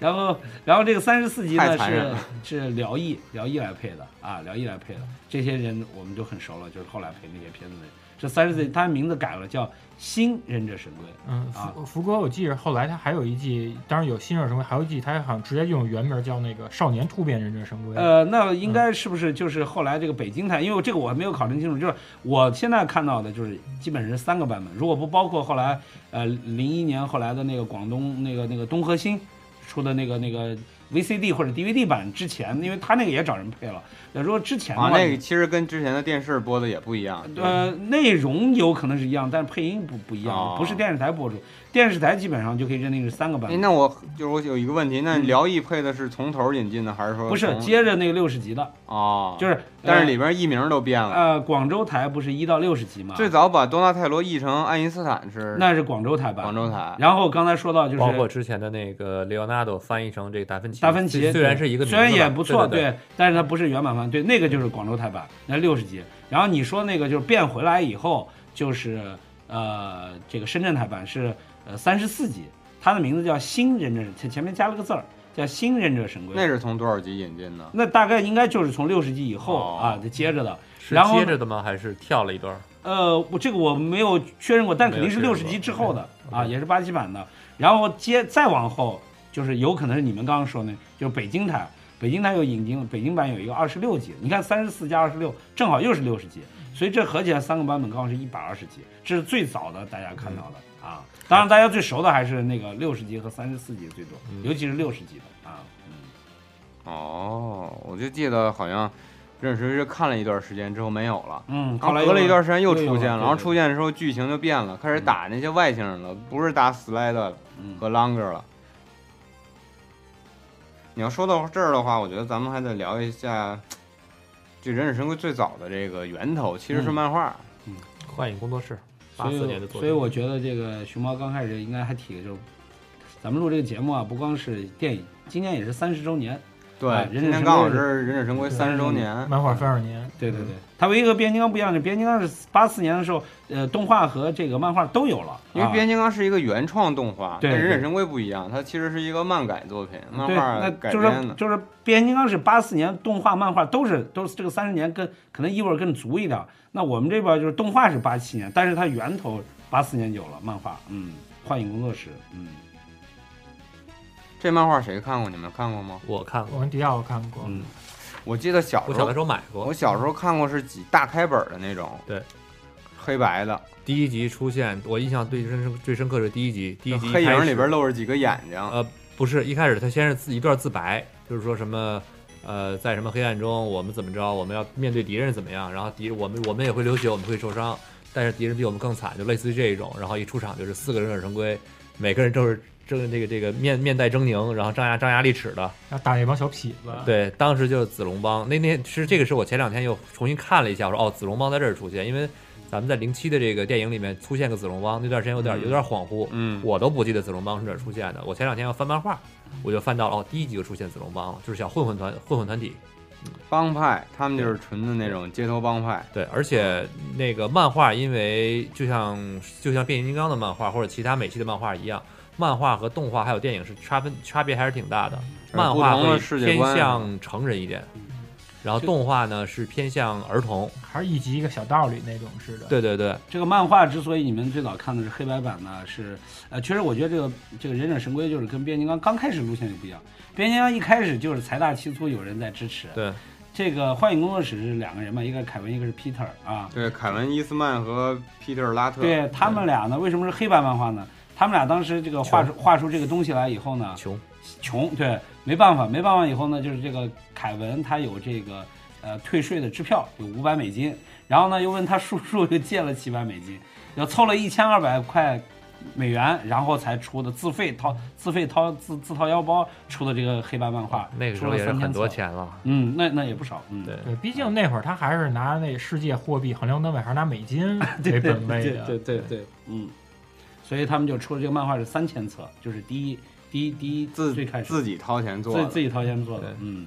G: 然后，然后这个三十四集呢
D: 太残忍
G: 是是
D: 了
G: 辽艺辽艺来配的啊，辽艺来配的，这些人我们就很熟了，就是后来配那些片子的人。这三十四，他名字改了，叫新忍者神龟。
F: 嗯，
G: 啊
F: 福福哥，我记着后来他还有一季，当然有新热神龟，还有一季他好像直接用原名叫那个少年突变忍者神龟。
G: 呃，那应该是不是就是后来这个北京台？因为这个我还没有考证清楚，就是我现在看到的，就是基本上是三个版本，如果不包括后来呃零一年后来的那个广东那个那个东和新出的那个那个 VCD 或者 DVD 版之前，因为他那个也找人配了。呃如果之前的
D: 啊，
G: 话，
D: 那个其实跟之前的电视播的也不一样。
G: 呃，内容有可能是一样，但是配音不不一样，
D: 哦
G: 不是电视台播出。电视台基本上就可以认定是三个版
D: 哎，
G: 本，
D: 那我就是我有一个问题，那辽艺配的是从头引进的，还是
G: 嗯
D: 说
G: 不是
D: 从
G: 接着那个六十集的，
D: 嗯哦？
G: 就，是
D: 但是里边译名都变了。
G: 呃广州台不是一到六十集嘛，
D: 最早把多纳泰罗译成爱因斯坦是
G: 那是广州台版。
D: 广州台，
G: 然后刚才说到就是
E: 包括之前的那个雷奥纳多翻译成这个达芬奇，
G: 达芬奇
E: 虽虽然是一个名字
G: 虽
E: 吧，
G: 然也不错，
E: 对对，
G: 但是它不是原版翻，对，那个就是广州台版，那六十集。然后你说那个就是变回来以后，就是呃，这个深圳台版是呃三十四集，它的名字叫《新忍者》，前前面加了个字儿，叫《新忍者神龟》。
D: 那是从多少集引进的？
G: 那大概应该就是从六十集以后、
D: 哦
G: 啊，就接着的。
E: 是
G: 然后
E: 接着的吗？还是跳了一段？
G: 呃，我这个我没有确认过，但肯定是
E: 没有
G: 六
E: 确
G: 十
E: 认过嗯
G: 集之后的
E: OK，OK
G: 啊，也是八七版的。然后接再往后，就是有可能是你们刚刚说的，就是北京台，北京台有引进，北京版有一个二十六集，你看三十四加二十六，正好又是六十集，
E: 嗯
G: 所以这合起来三个版本刚好是一百二十集，这是最早的大家看到的啊。
E: 嗯
G: 当然，大家最熟的还是那个六十集和三十四集最多，
E: 嗯
G: 尤其是六十集的啊。
D: 哦，我就记得好像认识是看了一段时间之后没有了。
G: 嗯，
D: 然
G: 后
D: 后
G: 来
D: 隔了
G: 有
D: 一段时间又
G: 又有
D: 出现
G: 了
D: 了，然后
G: 对对
D: 出现的时候剧情就变了，开始打那些外星人了，不是打 Slide 了
G: 嗯
D: 和 Longer 了。你要说到这儿的话，我觉得咱们还得聊一下，这《忍者神龟》最早的这个源头其实是
G: 嗯
D: 漫画。
E: 幻影工作室，八
G: 所以
E: 四
G: 我
E: 年的作品，
G: 所以我觉得这个熊猫刚开始应该还提，就是咱们录这个节目啊，不光是电影，今年也是三十周年。啊
D: 对，
G: 忍者
D: 今
G: 神龟
D: 天
G: 嗯
D: 刚好是《忍者神龟》三十周年。
F: 漫画三十年，
G: 对对对，嗯它唯一和变形金刚不一样是，变形金刚是八四年的时候，呃，动画和这个漫画都有了。
D: 因为
G: 啊
D: 变形金刚是一个原创动画，
G: 对
D: 跟《忍者
G: 对
D: 神龟》不一样，它其实是一个漫改作品，漫
G: 对，
D: 画
G: 那
D: 改
G: 就
D: 编
G: 是
D: 的。
G: 就是变形金刚是八四年动画、漫画都是都是这个三十年更可能意味儿更足一点儿。那我们这边就是动画是八七年，但是它源头八四年有了漫画，嗯，幻影工作室，嗯
D: 这漫画谁看过？你们看过吗？
E: 我看
F: 我
E: 过，
F: 跟迪亚我看过，
G: 嗯，
D: 我记得小
E: 我
D: 时
E: 小
D: 候
E: 的时候买过
D: 我。小时候看过是几大开本的那种，
E: 对，
D: 黑白的，
E: 第一集出现，我印象最深最深刻是第一集，第一集一
D: 黑
E: 开
D: 影
E: 始
D: 里边露着几个眼睛，
E: 呃，不是，一开始他先是自一段自白，就是说什么，呃，在什么黑暗中，我们怎么着，我们要面对敌人怎么样，然后敌我们我们也会流血，我们会受伤，但是敌人比我们更惨，就类似于这一种。然后一出场就是四个忍者神龟，每个人都是正这个这个面面带狰狞，然后张牙张牙利齿的。
F: 然后打一帮小痞子，
E: 对，当时就是子龙帮。那天是这个是我前两天又重新看了一下，我说哦，子龙帮在这儿出现，因为咱们在零七的这个电影里面出现个子龙帮，那段时间有点、有点恍惚，
D: 嗯
E: 我都不记得子龙帮是哪儿出现的。我前两天要翻漫画，我就翻到了哦，第一集就出现子龙帮了，就是小混混团混混团体。
D: 帮派，他们就是纯的那种街头帮派，
E: 对，而且那个漫画，因为就像就像变形金刚的漫画或者其他美系的漫画一样，漫画和动画还有电影是差分差别还是挺大的。漫画
D: 不同
E: 会
D: 的世界
E: 偏
D: 观啊嗯
E: 向成人一点，然后动画呢是偏向儿童。
F: 还是一集一个小道理那种似的。
E: 对对对，
G: 这个漫画之所以你们最早看的是黑白版呢，是呃，确实我觉得这个这个忍者神龟就是跟变形金刚刚开始路线就不一样。变形金刚一开始就是财大气粗，有人在支持。
E: 对，
D: 啊
G: 这个幻影工作室是两个人嘛，一个凯文，一个是 Peter 啊。
D: 对，凯文伊斯曼和皮特拉特，
G: 对他们俩呢，为什么是黑白漫画呢？他们俩当时这个画出画出这个东西来以后呢，
E: 穷
G: 穷，对，没办法，没办法以后呢，就是这个凯文他有这个呃退税的支票，有五百美金，然后呢又问他叔叔又借了七百美金，又凑了一千二百块美元，然后才出的自费掏自费掏自自掏腰包出的这个黑白漫画，
E: 那个时
G: 出
E: 候
G: 了
E: 也是
G: 3000
E: 很多
G: 册，
E: 钱了。
G: 嗯，那那也不少，嗯，
E: 对，
F: 对，毕竟那会儿他还是拿那世界货币衡量单位，还是拿美金为
G: 对对
F: 本位
G: 对对
F: 的。
G: 对对，嗯，所以他们就出了这个漫画是三千册，就是第一第一第一
D: 自
G: 最开始
D: 自己掏钱做
G: 自
D: 的，
G: 自己掏钱做的
E: 对，
G: 嗯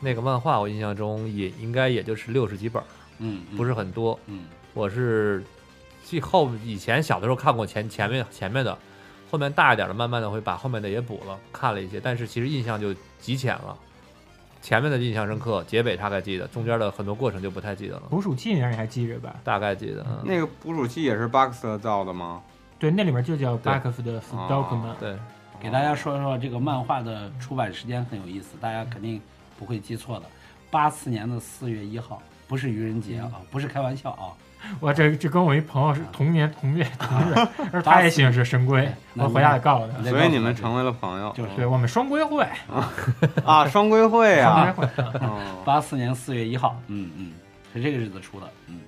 E: 那个漫画我印象中也应该也就是六十几本儿，
G: 嗯，
E: 不是很多。
G: 嗯，
E: 我是记后以前小的时候看过前前面前面的，后面大一点的慢慢的会把后面的也补了，看了一些，但是其实印象就极浅了。前面的印象深刻，结尾大概记得，中间的很多过程就不太记得了，
F: 捕鼠器那你还记着吧？
E: 大概记得。嗯
D: 那个捕鼠器也是巴克斯造的吗？
F: 对，那里面就叫
E: 对
F: Back of the
G: 啊
D: 哦
F: Document。
E: 对，
G: 给大家说说这个漫画的出版时间很有意思，大家肯定不会记错的，八四年的四月一号，不是愚人节啊，不是开玩笑啊。
F: 我这这跟我一朋友是同年同 月同日，而他也喜欢吃神龟，
G: 那
F: 我回家给告诉
G: 你
F: 他。
G: 再
D: 所以你
G: 告诉我
D: 们成为了朋友，
G: 就是
F: 对我们双规会，
D: 啊，双规会
F: 双规
D: 啊，
F: 会，
D: 哦
G: 八四年四月一号，嗯嗯，是这个日子出的，嗯，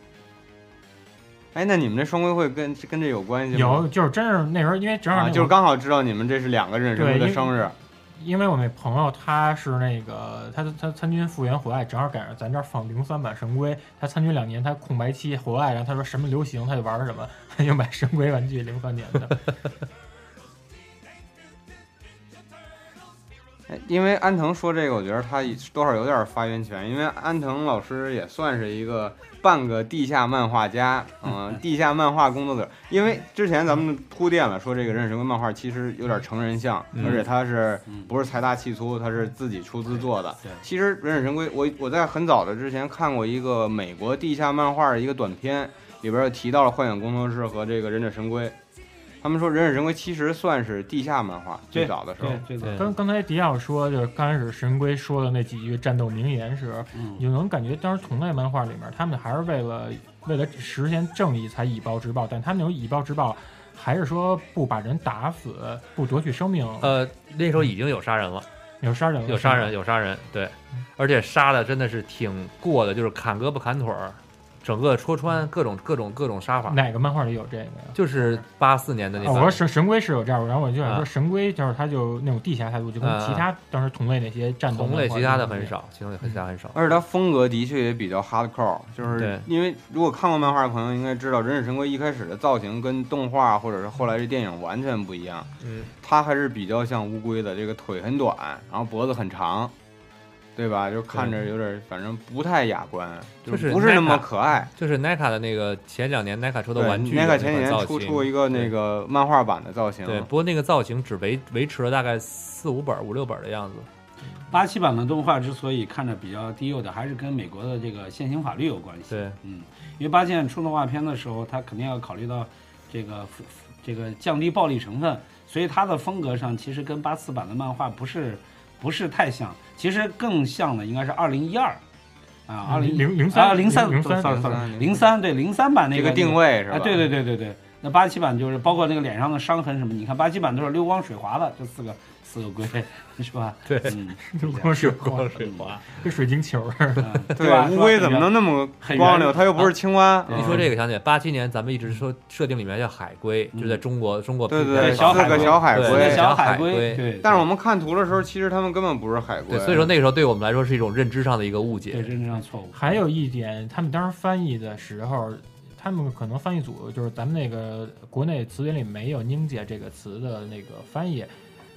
D: 哎，那你们这双规会跟跟这有关系吗？
F: 有就是真是那时候，因为正好
D: 啊，
F: 那
D: 就是
F: 会儿
D: 刚好知道你们这是两个人生日
F: 对因
D: 的
F: 为
D: 生日，
F: 因为我那朋友他是那个他他参军复员回来，正好赶上咱这儿放零三版神龟，他参军两年，他空白期回来，然后他说什么流行他就玩什么， 他就买神龟玩具，零三年的。
D: 哎因为安藤说这个，我觉得他多少有点发言权，因为安藤老师也算是一个半个地下漫画家，嗯、 地下漫画工作者。因为之前咱们铺垫了，说这个认识龟漫画其实有点成人像，
E: 嗯
D: 而且他是
G: 嗯
D: 不是财大气粗，他是自己出资做的
G: 对。
D: 其实《忍者神龟》，我我在很早的之前看过一个美国地下漫画的一个短片，里边儿提到了幻想工作室和这个《忍者神龟》，他们说《忍者神龟》其实算是地下漫画，最
G: 对
D: 早的时候。
G: 对对对，
F: 刚刚才迪奥说，就是刚开始神龟说的那几句战斗名言时，
G: 嗯
F: 你就能感觉当时同类漫画里面，他们还是为了为了实现正义才以暴制暴，但他们那种以暴制暴，还是说不把人打死，不夺取生命，
E: 呃，那时候已经有杀人了，
F: 有杀人，
E: 有杀人，，有杀人，对，
F: 嗯
E: 而且杀的真的是挺过的，就是砍胳膊砍腿儿，整个戳穿各种各种各种杀法，
F: 哪个漫画里有这个呀？
E: 就是八四年的那
F: 哦，我
E: 版
F: 说神神龟是有这样，然后我就想
E: 啊
F: 说神龟就是他就那种地下态度，就跟
E: 啊
F: 其他当时同类那些战斗
E: 同类
F: 漫画
E: 其他的
F: 不一
E: 很
F: 样，
E: 少，其他的其
F: 嗯
E: 他很少。
D: 而且它风格的确也比较 hardcore，就是
E: 对
D: 因为如果看过漫画的朋友应该知道，《忍者神龟》一开始的造型跟动画或者是后来这电影完全不一样，
E: 嗯，
D: 它还是比较像乌龟的，这个腿很短，然后脖子很长，对吧？就看着有点，反正不太雅观，
E: 就是
D: 不是那么
E: NECA
D: 可爱。
E: 就是 NECA 的那个前两年 NECA 出的
D: 对
E: 玩具，
D: ，NECA 前几年
E: 造
D: 出
E: 型，
D: 出过一个嗯那个漫画版的造型，
E: 对，不过那个造型只维维持了大概四五本儿、五六本儿的样子。
G: 八七版的动画之所以看着比较低幼的，还是跟美国的这个现行法律有关系。
E: 对，
G: 嗯，因为八七版出动画片的时候，他肯定要考虑到这个这个降低暴力成分，所以它的风格上其实跟八四版的漫画不是不是太像，其实更像的应该是二零一二啊，二零
F: 零零
G: 啊
F: 三
G: 零三
F: 零三
G: ，sorry
D: 03
G: sorry，零三对零三版那
D: 这
G: 个
D: 个
G: 那
D: 定位是吧？
G: 啊，对对对对对，那八七版就是包括那个脸上的伤痕什么，你看八七版都是溜光水滑的，这四个四个龟 是吧？
E: 对
G: 嗯，
F: 就 光水 光
E: 水滑。
F: 跟水晶球似的。
G: 嗯
D: 对
G: 吧？
D: 乌龟怎么能那么
G: 很
D: 光
G: 圆
D: 溜？它又不是青蛙。嗯
G: 对
E: 一说这个想起来，八七年咱们一直说设定里面叫海龟，
G: 嗯
E: 就在中国中国
D: 对
E: 平台
D: 对，
G: 小
E: 上
D: 四
G: 海
D: 个
G: 龟
D: 小海
E: 对
G: 四
D: 龟
G: 个，小
E: 海
G: 龟？
E: 龟
G: 对，
D: 但是我们看图的时候，其实他们根本不是海龟。
E: 对，所以说那个时候对我们来说是一种认知上的一个误
G: 对
E: 解。
G: 认知上错误。
F: 还有一点，他们当时翻译的时候，他们可能翻译组就是咱们那个国内词典里没有“宁姐”这个词的那个翻译，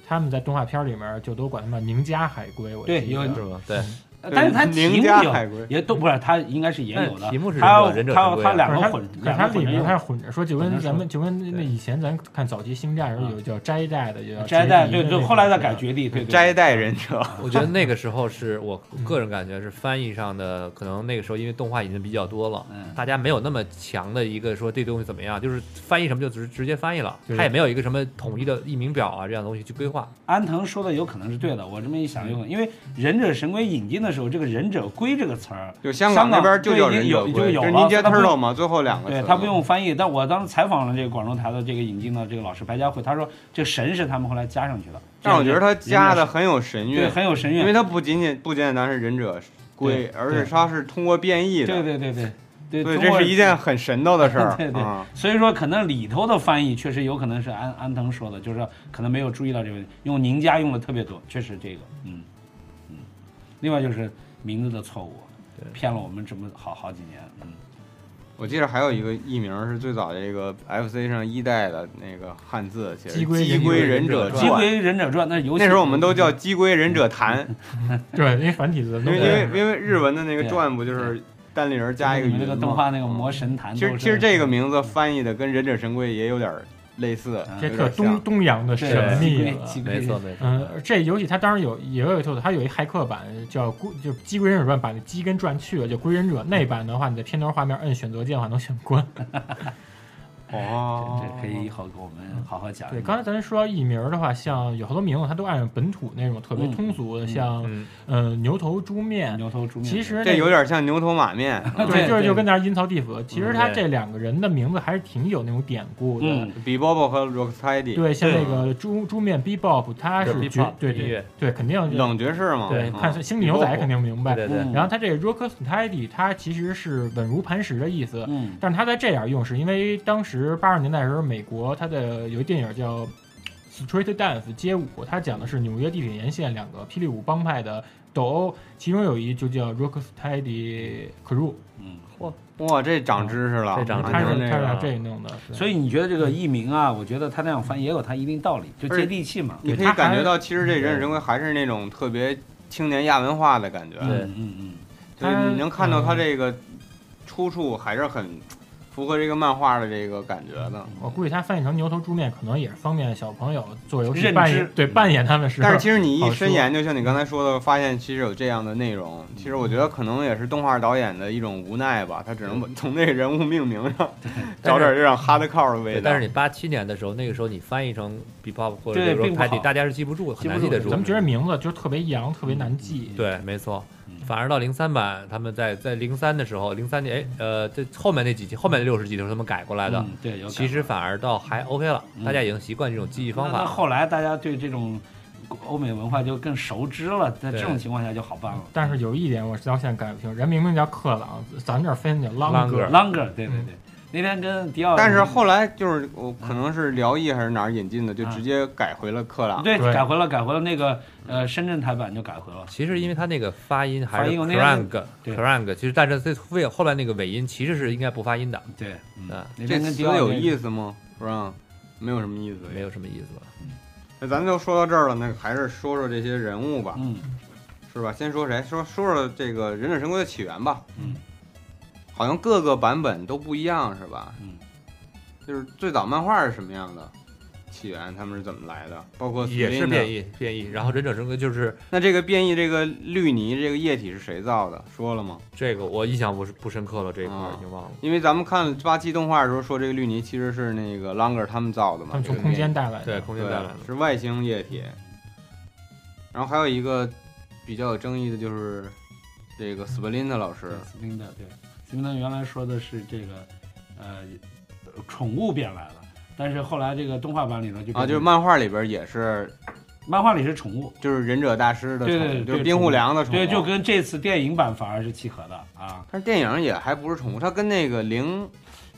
F: 他们在动画片里面就都管他们宁家海龟。我
G: 对
F: 记得
G: 有
E: 是吗？对，
G: 呃
D: 呃
G: 但是它题
D: 宁
G: 目
D: 家
G: 有
D: 海龟。
G: 也都不是，它应该是也有的。
E: 但题目是
G: 它
E: 忍者
G: 它
E: 神龟
G: 它
E: 啊
G: 两
F: 可
G: 个
F: 是它
G: 混，
F: 可是
G: 两
F: 它
G: 个
F: 里
G: 混着
F: 面它是
G: 用。
F: 混着说，就
G: 混
F: 跟
G: 着
F: 咱
G: 说
F: 们就跟那
E: 对
F: 以前咱看早期星战时候有叫斋代的，有叫
G: 摘带对
F: 绝地
G: 对，
F: 的
G: 后来再
F: 那
G: 改
F: 个
G: 绝地，对对。
D: 斋
G: 对
D: 代忍者，
E: 我觉得那个时候是我个人感觉是翻译上的，可能那个时候因为动画已经比较多了，
G: 嗯
E: 大家没有那么强的一个说这东西怎么样，就是翻译什么就直直接翻译了，
F: 对
E: 它也没有一个什么统一的译名表啊这样东西去规划。
G: 安藤说的有可能是对的，我这么一想有可能，因为忍者神龟引进的时候，这个忍者龟这个词儿，
D: 就香港那边就叫忍者
G: 香港对
D: 龟，
G: 已经有
D: 是
G: 就有
D: 您
G: 了
D: 接
G: 它不
D: turtle 嘛，最后两个
G: 对
D: 词
G: 他不用翻译，但我当时采访了这个广州台的这个引进的这个老师白佳慧，他说这神是他们后来加上去的。
D: 但我觉得他加的
G: 人
D: 很有神
G: 家是对
D: 韵，
G: 很有神
D: 因为
G: 韵。
D: 它不仅仅不简单是忍者龟，
G: 对
D: 而且它是通过变异
G: 对
D: 的，
G: 对对对对
D: 对，
G: 中
D: 这
G: 国
D: 是一件很神道的事儿
G: 对对
D: 啊。
G: 所以说可能里头的翻译确实有可能是安安藤说的，就是说可能没有注意到这个问题，用宁家用的特别多，确实这个，嗯嗯。另外就是名字的错误，骗了我们这么好好几年，嗯。
D: 我记得还有一个译名是最早这个 FC 上一代的那个汉字，写
F: 鸡龟
D: 鸡龟忍者
G: 《鸡
D: 传》，
G: 龟忍者传》那游戏
D: 那时候我们都叫鸡龟忍者谭，
F: 对，因为繁体字的
D: 因
F: 都
D: 为
F: 是
D: 因为因为日文的那个
G: 对
D: 传不就是单立人加一个
G: 你们
D: 云
G: 那个
D: 吗
G: 动画那个魔神坛都
D: 其
G: 是，
D: 实其实这个名字翻译的跟《忍者神龟》也有点类似，
F: 这
D: 有
F: 特
D: 点
F: 东
D: 像。
F: 东洋的
G: 对
F: 神秘
G: 对
D: 啊
F: 了。
G: 鸡龟
E: 没错没错，
F: 嗯，这游戏它当然有也有一个特色，它有一骇客版叫龟，就鸡龟忍者传，把那鸡跟转去了，就龟忍者那版的话，你在片头画面摁选择键的话能选关。
D: 哦
G: 这可以以后给我们好好讲一讲。
F: 对，刚才咱说艺名儿的话，像有好多名字，它都按本土那种特别
G: 嗯
F: 通俗的，像
E: 嗯
F: 呃牛头猪面，
G: 牛头猪面，
F: 其实
D: 这
F: 那
D: 有点像牛头马面，啊
G: 对
F: 对，就是
G: 对
F: 就跟那儿阴曹地府。其实他
E: 对
F: 这两个人的名字还是挺有那种典故的。
G: 嗯，
D: 比 Bobo 和 Rocksteady，
F: 对，像那个猪猪面 Bebop，他
E: 对
F: 是
E: bebop，
F: 绝对
E: 音
F: 对
E: 乐
F: 对，肯定就
D: 冷爵士嘛，
F: 对，
D: 嗯
F: 看《星际牛仔》肯定明白。
E: 对对
G: 嗯
F: 然后他这个 Rock Steady，它其实是稳如磐石的意思。
G: 嗯
F: 但是他在这样用，是因为当时八十年代的时候，美国它的有一电影叫《Street Dance》街舞，它讲的是纽约地铁沿线两个霹雳舞帮派的斗殴，其中有一就叫 Rocksteady Crew，
G: 嗯，
D: 哇，这长知识了，
E: 这长知识
F: 它
D: 啊
F: 是
D: 您这
F: 它是
D: 个，
F: 这弄的，
G: 所以你觉得这个译名啊，我觉得他那样翻也有他一定道理，就接地气嘛。
D: 你可
F: 它
D: 以
F: 还
D: 感觉到，其实这人与人为还是那种特别青年亚文化的感觉，
E: 对
G: 嗯嗯嗯，
D: 对，
F: 它
D: 你能看到他
F: 嗯
D: 这个出处还是很符合这个漫画的这个感觉的。
F: 我估计它翻译成牛头猪面，可能也是方便小朋友做游戏
G: 认
F: 扮
G: 知
F: 演对扮演他们 时候。
D: 但是其实你
F: 好
D: 一
F: 说
D: 深研，就像你刚才说的，发现其实有这样的内容。其实我觉得可能也是动画导演的一种无奈吧，他只能从那个人物命名上 找点这种哈德靠的味
E: 对，
D: 道。
E: 但是你八七年的时候，那个时候你翻译成 Bebop 或者
G: 对并
E: Rock
G: 不
E: p a d y
G: 好
E: 大家是记不住，很
G: 记不
E: 难记
G: 住
E: 得住
F: 咱。们觉得名字就特别洋，特别难记。
E: 对，没错
G: 嗯。
E: 反而到零三版，他们在在零三的时候，零三年哎呃，这后面那几集，后面六十集的时候，他们改过来的。
G: 嗯对，有感
E: 其实反而倒还 OK 了，
G: 嗯
E: 大家已经习惯这种记忆方
G: 那
E: 法
G: 那
E: 了。
G: 后来大家对这种欧美文化就更熟知了，在这
E: 对
G: 种情况下就好办了。
F: 但是有一点我到现在改不清，人明明叫克朗，咱这儿非得叫朗
E: 朗
F: 格
E: 格。
G: Longer，对对对，那天跟迪奥，嗯
D: 但是后来就是我可能是辽艺还是哪儿引进的，就
G: 啊
D: 直接改回了克朗。
G: 对
F: 对
G: 改回了，改回了那个呃深圳台版就改回了。
E: 其实因为它那个发音还
G: 发
E: 是
G: 音有那
E: krang
G: 对
E: krang，其实但是最尾后面那个尾音其实是应该不发音的，
G: 对，嗯
E: 啊，
G: 那
D: 这
G: 天跟
D: 词
G: 迪奥
D: 有
G: 那
D: 意思吗？不让，没有什么意思。
E: 没有什么意思了。
D: 那咱就说到这儿了，那还是说说这些人物吧，
G: 嗯
D: 是吧？先说谁？说说说这个忍者神龟的起源吧。
G: 嗯，
D: 好像各个版本都不一样，是吧？
G: 嗯，
D: 就是最早漫画是什么样的，起源他们是怎么来的，包括
E: 也是
D: Slim 的
E: 变。异变异，然后忍者神龟就是
D: 那这个变异这个绿泥这个液体是谁造的？说了吗？
E: 这个我印象不是不深刻了，这一块儿
D: 啊
E: 已经忘了。
D: 因为咱们看八七动画的时候说这个绿泥其实是那个 Longer 他们造的嘛
F: 他，们从空间带来
E: 对，
F: 的，
E: 空
D: 对
E: 间带来的，
D: 是外星液体。然后还有一个比较有争议的就是这个斯 p 林 l 老师
G: 对，斯宾的对，斯宾的原来说的是这个呃宠物变来了，但是后来这个动画版里头就
D: 啊，
G: 变
D: 就是
G: 成
D: 漫画里边也是
G: 漫画里是宠物，
D: 就是忍者大师的宠
G: 对
D: 物，
G: 对对
D: 就是
G: 对
D: 冰护良的宠物，啊
G: 对，就跟这次电影版反而是契合的啊。
D: 但是电影也还不是宠物，它跟那个零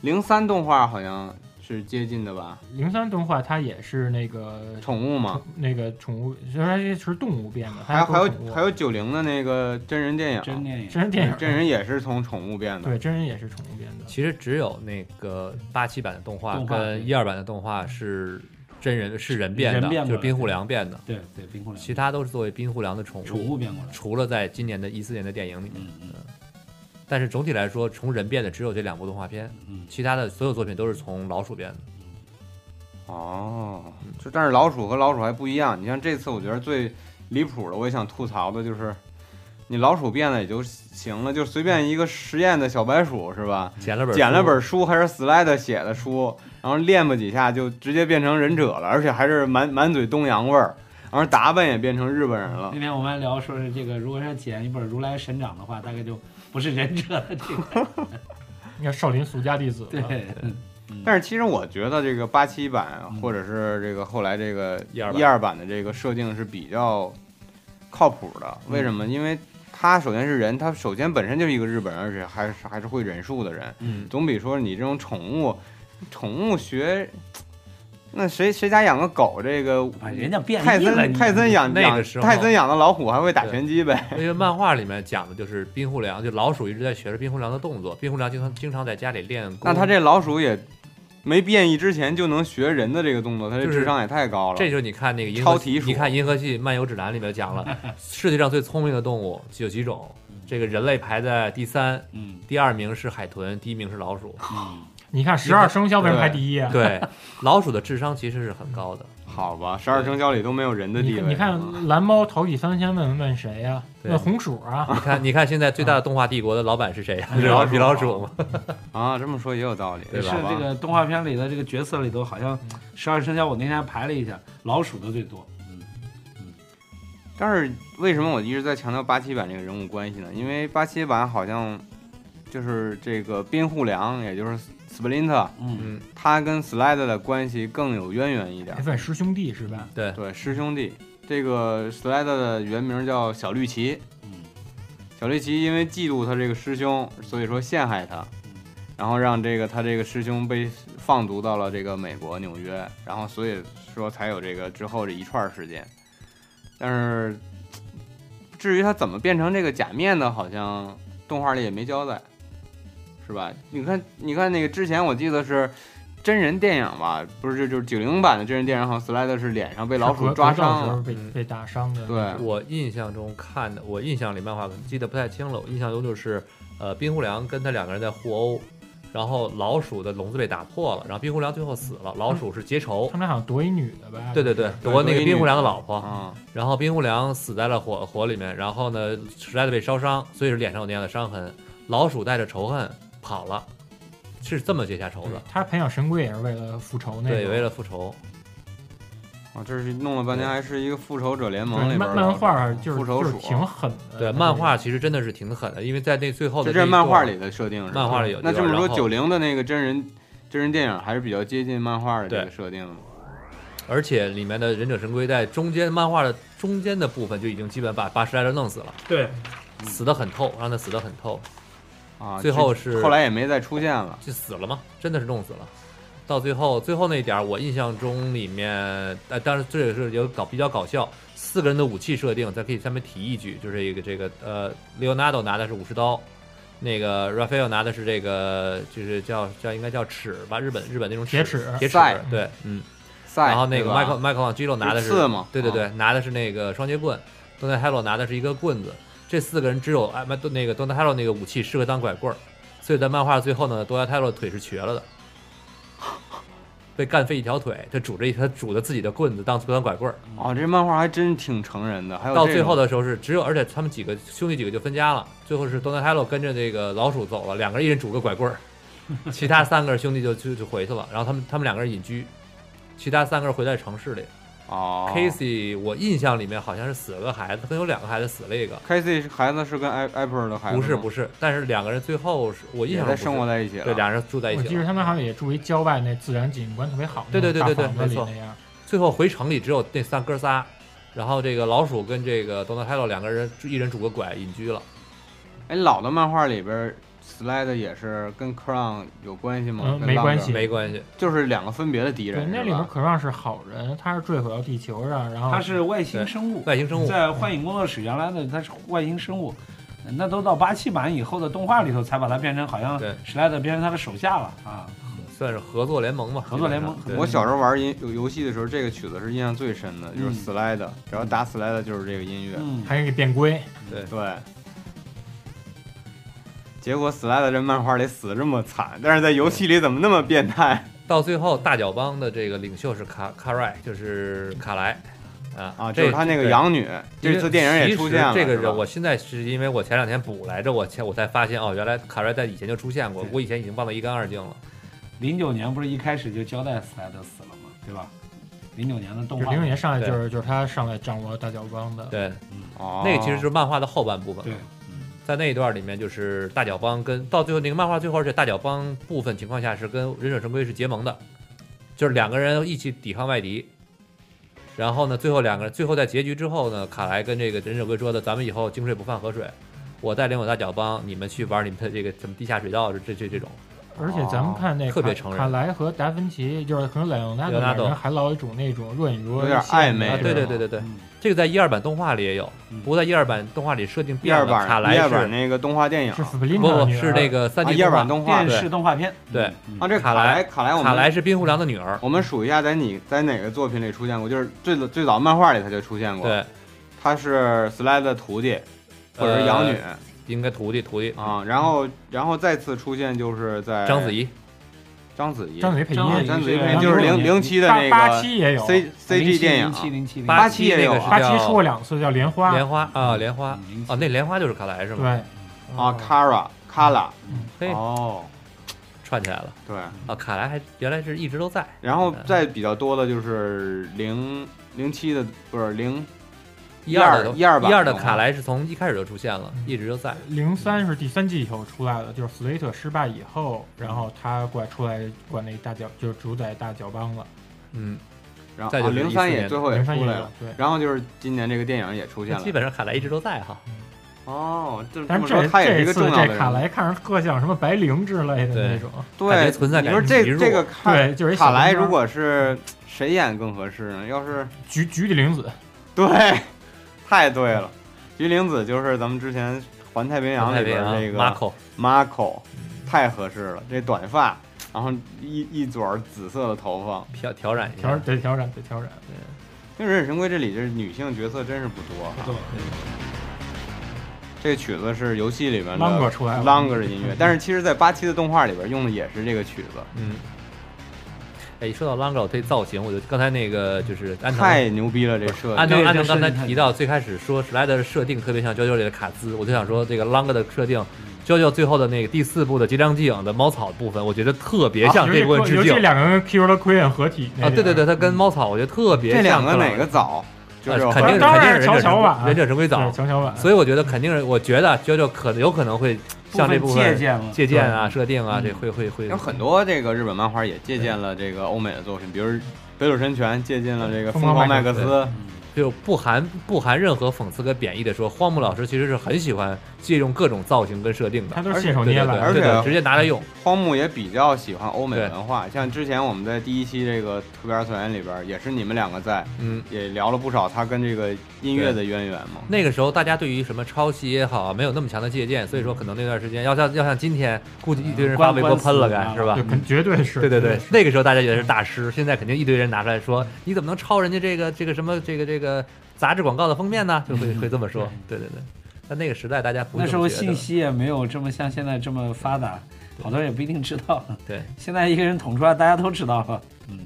D: 零三动画好像是接近的吧？
F: 零三动画它也是那个
D: 宠 物嘛，
F: 那个宠物，虽然它是动物变的，
D: 还有还
F: 还
D: 有还有九零的那个真人电影，
G: 真电影，
F: 真人电影，
D: 真人也是从宠物变的。
F: 对真人也是宠物变的。
E: 其实只有那个八七版的动画
G: 动画对
E: 跟一二版的动画是真人是人变
G: 人
E: 的，
G: 变过
E: 就是
G: 来
E: 冰护良变的，
G: 对对，冰火两
E: 其他都是作为冰护良的宠
G: 宠物变过来，
E: 除了在今年的一四年的电影里面
G: 嗯。嗯
E: 但是总体来说，从人变的只有这两部动画片，
G: 嗯，
E: 其他的所有作品都是从老鼠变的。
D: 哦，就但是老鼠和老鼠还不一样，你像这次我觉得最离谱的，我也想吐槽的就是。你老鼠变了也就行了，就随便一个实验的小白鼠是吧？
E: 捡了本，
D: 捡了本，书，还是 Slide 写的书，然后练吧几下就直接变成忍者了，而且还是满满嘴东洋味儿，然后打扮也变成日本人了
G: 那。天我们还聊说是这个，如果要捡一本《如来神掌》的话，大概就不是忍者的这 个。
F: 你看少林俗家弟子，
G: 对，
E: 嗯
G: 嗯
D: 但是其实我觉得这个八七版或者是这个后来这个
E: 12版
D: 一二版的这个设定是比较靠谱的，为什么？因为他首先是人，他首先本身就是一个日本人，而且还是还是会忍术的人，
E: 嗯，
D: 总比说你这种宠物，宠物学，那谁谁家养个狗，这个
G: 啊，人家变
D: 泰
G: 异了，
D: 森
G: 你
D: 泰森养
E: 那个
D: 养
E: 时候
D: 泰森养的老虎还会打拳击呗？
E: 因为漫画里面讲的就是冰护良，就老鼠一直在学着冰护良的动作，冰护良经常经常在家里练功。
D: 那他这老鼠也没变异之前就能学人的这个动作，他这
E: 就是
D: 智商也太高了。
E: 这就是你看那个银
D: 超
E: 河
D: 体鼠
E: 你看《银河系漫游指南》里面讲了， 世界上最聪明的动物有几种？这个人类排在第三，
G: 嗯
E: 第二名是海豚，第一名是老 鼠。
G: 嗯，
F: 你看十二生肖为什么排第一啊？
E: 对，老鼠的智商其实是很高的，
D: 好吧，十二生肖里都没有人的
F: 你
D: 地位。
F: 看你看蓝猫头几三先问问谁呀、
E: 对哎
F: 问红薯啊
E: 你，看，你看现在最大的动画帝国的老板是谁呀、
D: 米 老鼠
E: 米老鼠嘛。
D: 啊，这么说也有道理，
E: 对
G: 是
E: 吧
D: 好
G: 这个动画片里的这个角色里头，好像十二生肖，我那天还排了一下，老鼠的最多。嗯，
D: 但是为什么我一直在强调八七版这个人物关系呢？因为八七版好像就是这个边护良，也就是 Splinter，
G: 嗯，
D: 他跟 Slide 的关系更有渊源一点
F: 哎。问师兄弟是吧？
E: 对，
D: 对，师兄弟，这个 Slide 的原名叫小绿旗。
G: 嗯，
D: 小绿旗因为嫉妒他这个师兄，所以说陷害他，然后让这个他这个师兄被放逐到了这个美国纽约，然后所以说才有这个之后这一串事件。但是，至于他怎么变成这个假面的，好像动画里也没交代，是吧？你看，你看那个之前我记得是。真人电影吧，不是就就是九零版的真人电影，好像 Slide 是脸上被老
F: 是
D: 鼠
F: 格
D: 抓
F: 格斗
D: 伤
F: 时候
D: 了，
F: 被
E: 嗯
F: 被打伤的。
D: 对，
E: 我印象中看的，我印象里漫画可能记得不太清了，我印象中就是，呃，冰护良跟他两个人在互殴，然后老鼠的笼子被打破了，然后冰护良最后死了，老鼠是结仇
F: 他。们俩好像夺一女的吧？
E: 对对对，
D: 嗯对
E: 夺那
D: 所以
E: 个
D: 你
E: 冰护良的老婆，
D: 啊，
E: 然后冰护良死在了火火里面，然后呢，实在的被烧伤，所以是脸上有那样的伤痕。老鼠带着仇恨跑了，是这么结下仇
F: 对
E: 的，
F: 他培养神龟也是为了复
D: 嗯
F: 仇那个。
E: 对，为了复仇。
D: 啊，这是弄了半天，还是一个复仇者联盟
F: 对
D: 里边
F: 漫
D: 儿
F: 漫画
D: 老
F: 儿
D: 鼠
F: 就是
D: 复仇
F: 就是
D: 鼠，
F: 挺狠的。
E: 对，漫画其实真的是挺狠的，因为在那最后的
D: 就这
E: 那
D: 是
E: 一
D: 漫画
E: 段
D: 里的设定是吧，
E: 漫画里有
D: 那
E: 这
D: 这
E: 段
D: 么说，
E: 然后
D: 九零的那个真人真人电影还是比较接近漫画的这个
E: 对
D: 设定的嘛。
E: 而且里面的忍者神龟在中间漫画的中间的部分就已经基本把巴什莱德弄死了，
G: 对，
E: 死得很透，让他死得很透，
D: 啊，
E: 最
D: 就
E: 后是
D: 后来也没再出现了。
E: 就死了嘛，真的是弄死了。到最后最后那一点儿，我印象中里面，呃，当然这也是有搞比较搞笑，四个人的武器设定，咱可以下面提一句，就是一个这个呃，Leonardo 拿的是武士刀。那个 Raphael 拿的是这个，就是叫叫应该叫尺吧，日本日本那种
F: 铁
E: 尺
F: 尺
E: 铁尺
D: 塞，
E: 对，嗯，
D: 赛，
E: 然后那
D: 对
E: 个
D: 吧
E: Michael Michael Angelo 拿的是
D: 刺嘛
E: 对对对，
D: 啊
E: 拿的是那个双截棍，Donatello 拿的是一个棍子。这四个人只有哎，不那个 Donatello 那个武器适合当拐棍儿，所以在漫画最后呢，Donatello 的腿是瘸了的，被干废一条腿，他拄着一他拄着自己的棍子当当拐棍儿。
D: 哦，这漫画还真挺成人的。还有
E: 到
D: 这
E: 最后
D: 种
E: 的时候是只有，而且他们几个兄弟几个就分家了。最后是 Donatello 跟着这个老鼠走了，两个人一人拄个拐棍儿，其他三个兄弟就就就回去了。然后他们他们两个人隐居，其他三个人回在城市里。
D: 哦
E: Casey，我印象里面好像是死了个孩子，可能有两个孩子死了一个，
D: Casey 是孩子是跟 a p p l e 的孩子
E: 不是
D: 吗
E: 不是，但是两个人最后是我印
D: 也
E: 象
D: 在
E: 中不是
D: 生活在一起了。
E: 对，俩人住在一
F: 我
E: 起
F: 记得
E: 了。
F: 他们好像也住一郊外那自然景观特别好，
E: 对对对对对
F: 那种大房子
E: 没错
F: 里那样。
E: 最后回城里只有那三哥仨，然后这个老鼠跟这个 Donatello 两个人一人拄个拐隐居了。
D: 哎，老的漫画里边 Slide 也是跟 Crown 有关系吗？
F: 嗯
D: 跟
F: 没
D: Langer
F: 关系
E: 没关系，
D: 就是两个分别的敌
F: 对，
D: 人。
F: 那
D: 是
F: 里边
D: 吧
F: 可让是好人，他是坠毁到地球上，然后
G: 它是外星生物，
E: 哦外星生物
G: 在幻影工作室原来的它是外星生物，那都到八七版以后的动画里头才把它变成好像
E: 对
G: 史莱德变成他的手下了啊。
E: 算是合作联盟嘛，
G: 合作联盟
E: 基本上
D: 我小时候玩音有游戏的时候，这个曲子是印象最深的，就是
G: 嗯
D: Slide，只要打 Slide 就是这个音乐。
G: 嗯，
F: 还有一个变龟，
E: 对对
D: 对。结果 Slide 这漫画里死这么惨，但是在游戏里怎么那么变态
E: 到最后大脚帮的这个领袖是卡卡瑞，就是卡莱啊
D: 啊？就
E: 这
D: 是他那个
E: 对
D: 养女，这次电影也
E: 其
D: 出
E: 实
D: 现了。
E: 这个
D: 是吧
E: 人，我现在是因为我前两天补来着，我前我才发现哦，原来卡瑞在以前就出现过，我以前已经忘得一干二净了。
G: 零九年不是一开始就交代史莱德死了吗？对吧？零九年的动
F: 就是
G: 画
F: 零九年上来
E: 对
F: 就是就是他上来掌握大脚帮的，
E: 对，
D: 哦
E: 那个其实就是漫画的后半部分。
G: 对，
E: 在那一段里面，就是大脚帮跟到最后那个漫画最后，而且大脚帮部分情况下是跟忍者神龟是结盟的，就是两个人一起抵抗外敌。然后呢，最后两个人最后在结局之后呢，卡莱跟这个忍者龟说的：“咱们以后井水不犯河水，我带领我大脚帮，你们去玩你们的这个什么地下水道，这这这种。”
F: 而且咱们看那
E: 哦
F: 个
E: 特别
F: 卡
E: 成人
F: 卡莱和达芬奇，就是可能莱昂纳多
E: Leonardo
F: 两人还老一种那种若隐若
D: 有点
F: 现的
D: 暧昧
E: 啊，对对对对对，
G: 嗯
E: 这个在一二版动画里也有，
G: 嗯
E: 不过在一二版动画里设定
D: 第
E: 变
D: 二
E: 了，
D: 版
E: 卡莱
D: 第
E: 是
D: 二版那个动画电影
F: 是
D: 啊，
F: 斯普林
E: 不
F: 特
E: 不
F: 女儿
E: 是那个三 D
D: 一二版动画
G: 电视动画片。
E: 对
G: 嗯，
D: 啊，这
E: 卡莱
D: 莱卡莱我
E: 卡莱
D: 们
E: 是冰壶良的女儿，
D: 我们数一下，在你在哪个作品里出现过？就是最早最早漫画里他就出现过，
E: 对，
D: 他是 Slide 的徒弟或者是养
E: 呃
D: 女
E: 应该徒弟徒弟
D: 啊
F: 嗯
D: 啊，然后然后再次出现就是在
E: 章子怡，
D: 章子怡，啊
F: 章子怡配音
G: 章子怡
D: 章子怡
G: 是
D: 配音就
G: 06
D: 是零
G: 年
D: 零七的
F: 八
D: 那个
F: 八七也有
D: C C G 电
G: 零七
D: 影，
G: 零七零
D: 八
E: 七
D: 七也有
E: 那
D: 啊
E: 个是
F: 八七
E: 叫
F: 出过两次，叫《莲花》。
E: 莲花啊，莲花
G: 嗯
E: 哦，那莲花就是卡莱是吗？
F: 对嗯
D: 啊
F: 哦
D: ，Kara Kara
E: 嘿，
D: 哦，
E: 串起来了
D: 对，
E: 啊！卡莱还原来是一直都在，嗯
D: 然后再比较多的就是零零七的不是零
E: 一二的
D: 一二
E: 一二的卡
D: 莱
E: 莱是从一开始就出现
D: 嗯
E: 了，一直就在。
F: 零三是第三季以后出来的，就是弗雷特失败以后，然后他过来出来管那大脚，就是主宰大脚帮了。
E: 嗯，
D: 然后啊
E: 再就是
D: 零三
E: 14
D: 也
E: 年
D: 最后也
F: 零
D: 出
F: 三也
D: 来
F: 有
D: 了，，
F: 对。
D: 然后就是今年这个电影也出现了
E: 基，本上卡莱一直都在哈。
D: 哦，这这
F: 但
D: 么
F: 是
D: 说
F: 这
D: 他也是一
F: 这
D: 个
F: 次
D: 重要的
F: 这
D: 人
F: 卡莱看着特像什么白灵之类的
E: 对
F: 那种，
E: 感
D: 对
E: 觉存在
D: 你
E: 感
D: 说这
E: 极弱
D: 这个卡
F: 对，就是一小
D: 卡莱
F: 公园
D: 如果是谁演更合适呢？要是
F: 菊菊地玲子，
D: 对，太对了，菊灵子就是咱们之前《环太平洋》
E: 太
D: 里
E: 平
D: 边
E: 洋嗯
D: 那个
E: 啊 Marco，
D: Marco，太合适了，这短发，然后一一撮儿紫色的头发，
E: 调调染一
F: 调
E: 下，
F: 得调染得调染，
D: 因为《忍者神龟》这里就是女性角色真是不多哈。
G: 对，
D: 这个曲子是游戏里面的
F: Lango 出来了
D: Lango 的音乐，但是其实在八七的动画里边用的也是这个曲子，
E: 嗯。哎，一说到 Lango 这造型，我就刚才那个就是安藤
D: 太牛逼了，这设
E: 按
D: 计。
E: 照
G: 对
E: 按照
G: 这
E: 刚才
G: 设计太
E: 提到最开始说史莱德的设定特别像《JoJo》里的卡兹，我就想说这个 Lang 的设定，《JoJo》最后的那个第四部的激将技影的猫草部分，我觉得特别像
F: 啊尤
E: 这
F: 其
E: 部分致
F: 尤
E: 敬
F: 其两个跟 Kiro 的 Queen 合体那
E: 啊！对对对，
F: 点儿，
E: 它跟猫草我觉得特别
D: 这两
E: 像。
D: 个哪个？早？就
E: 呃
D: 是
E: 肯定
F: 当
E: 肯定
F: 然
E: 是
F: 是乔
E: 忍者
F: 乔
E: 神
F: 吧
E: 龟忍者神
F: 对
E: 龟早，
F: 乔乔版，
E: 所以我觉得肯定是，我觉得 JoJo 可有可能会像这部
G: 部分
E: 分
G: 借鉴了
E: 借鉴啊、设定啊，这会会会
D: 有很多这个日本漫画也借鉴了这个欧美的作品，比如《北斗神拳》借鉴了这个《疯
F: 疯狂
D: 狂麦
F: 麦
D: 克
F: 克
D: 斯
E: 斯》，就不含不含任何讽刺和贬义的说，荒木老师其实是很喜欢借用各种造型跟设定的
F: 他。都是信手捏
E: 对
F: 来
E: 对
D: 而
F: 的，
E: 对
D: 且
E: 对直接拿来用。
D: 荒木也比较喜欢欧美
E: 对
D: 文化，像之前我们在第一期这个《特别二次元》里边，也是你们两个在
E: 嗯，
D: 也聊了不少他跟这个音乐的渊源嘛。
E: 那个时候大家对于什么抄袭也好，没有那么强的借鉴，所以说可能那段时间要像要像今天，估计一堆人
F: 嗯
E: 发微博喷了该是吧
F: 对，？肯绝啊对是，
E: 对对
F: 绝
E: 对
F: 是，
E: 那个时候大家觉得是大师，现在肯定一堆人拿出来说，你怎么能抄人家这个这个什么这个这个杂志广告的封面呢？就会会这么
F: 嗯
E: 说。对对对，但那个时代大家不
G: 那时候
E: 是这么
G: 信
E: 觉得
G: 息也没有这么像现在这么发达，好多人也不一定知道。
E: 对，
G: 现在一个人捅出来，大家都知道了。嗯，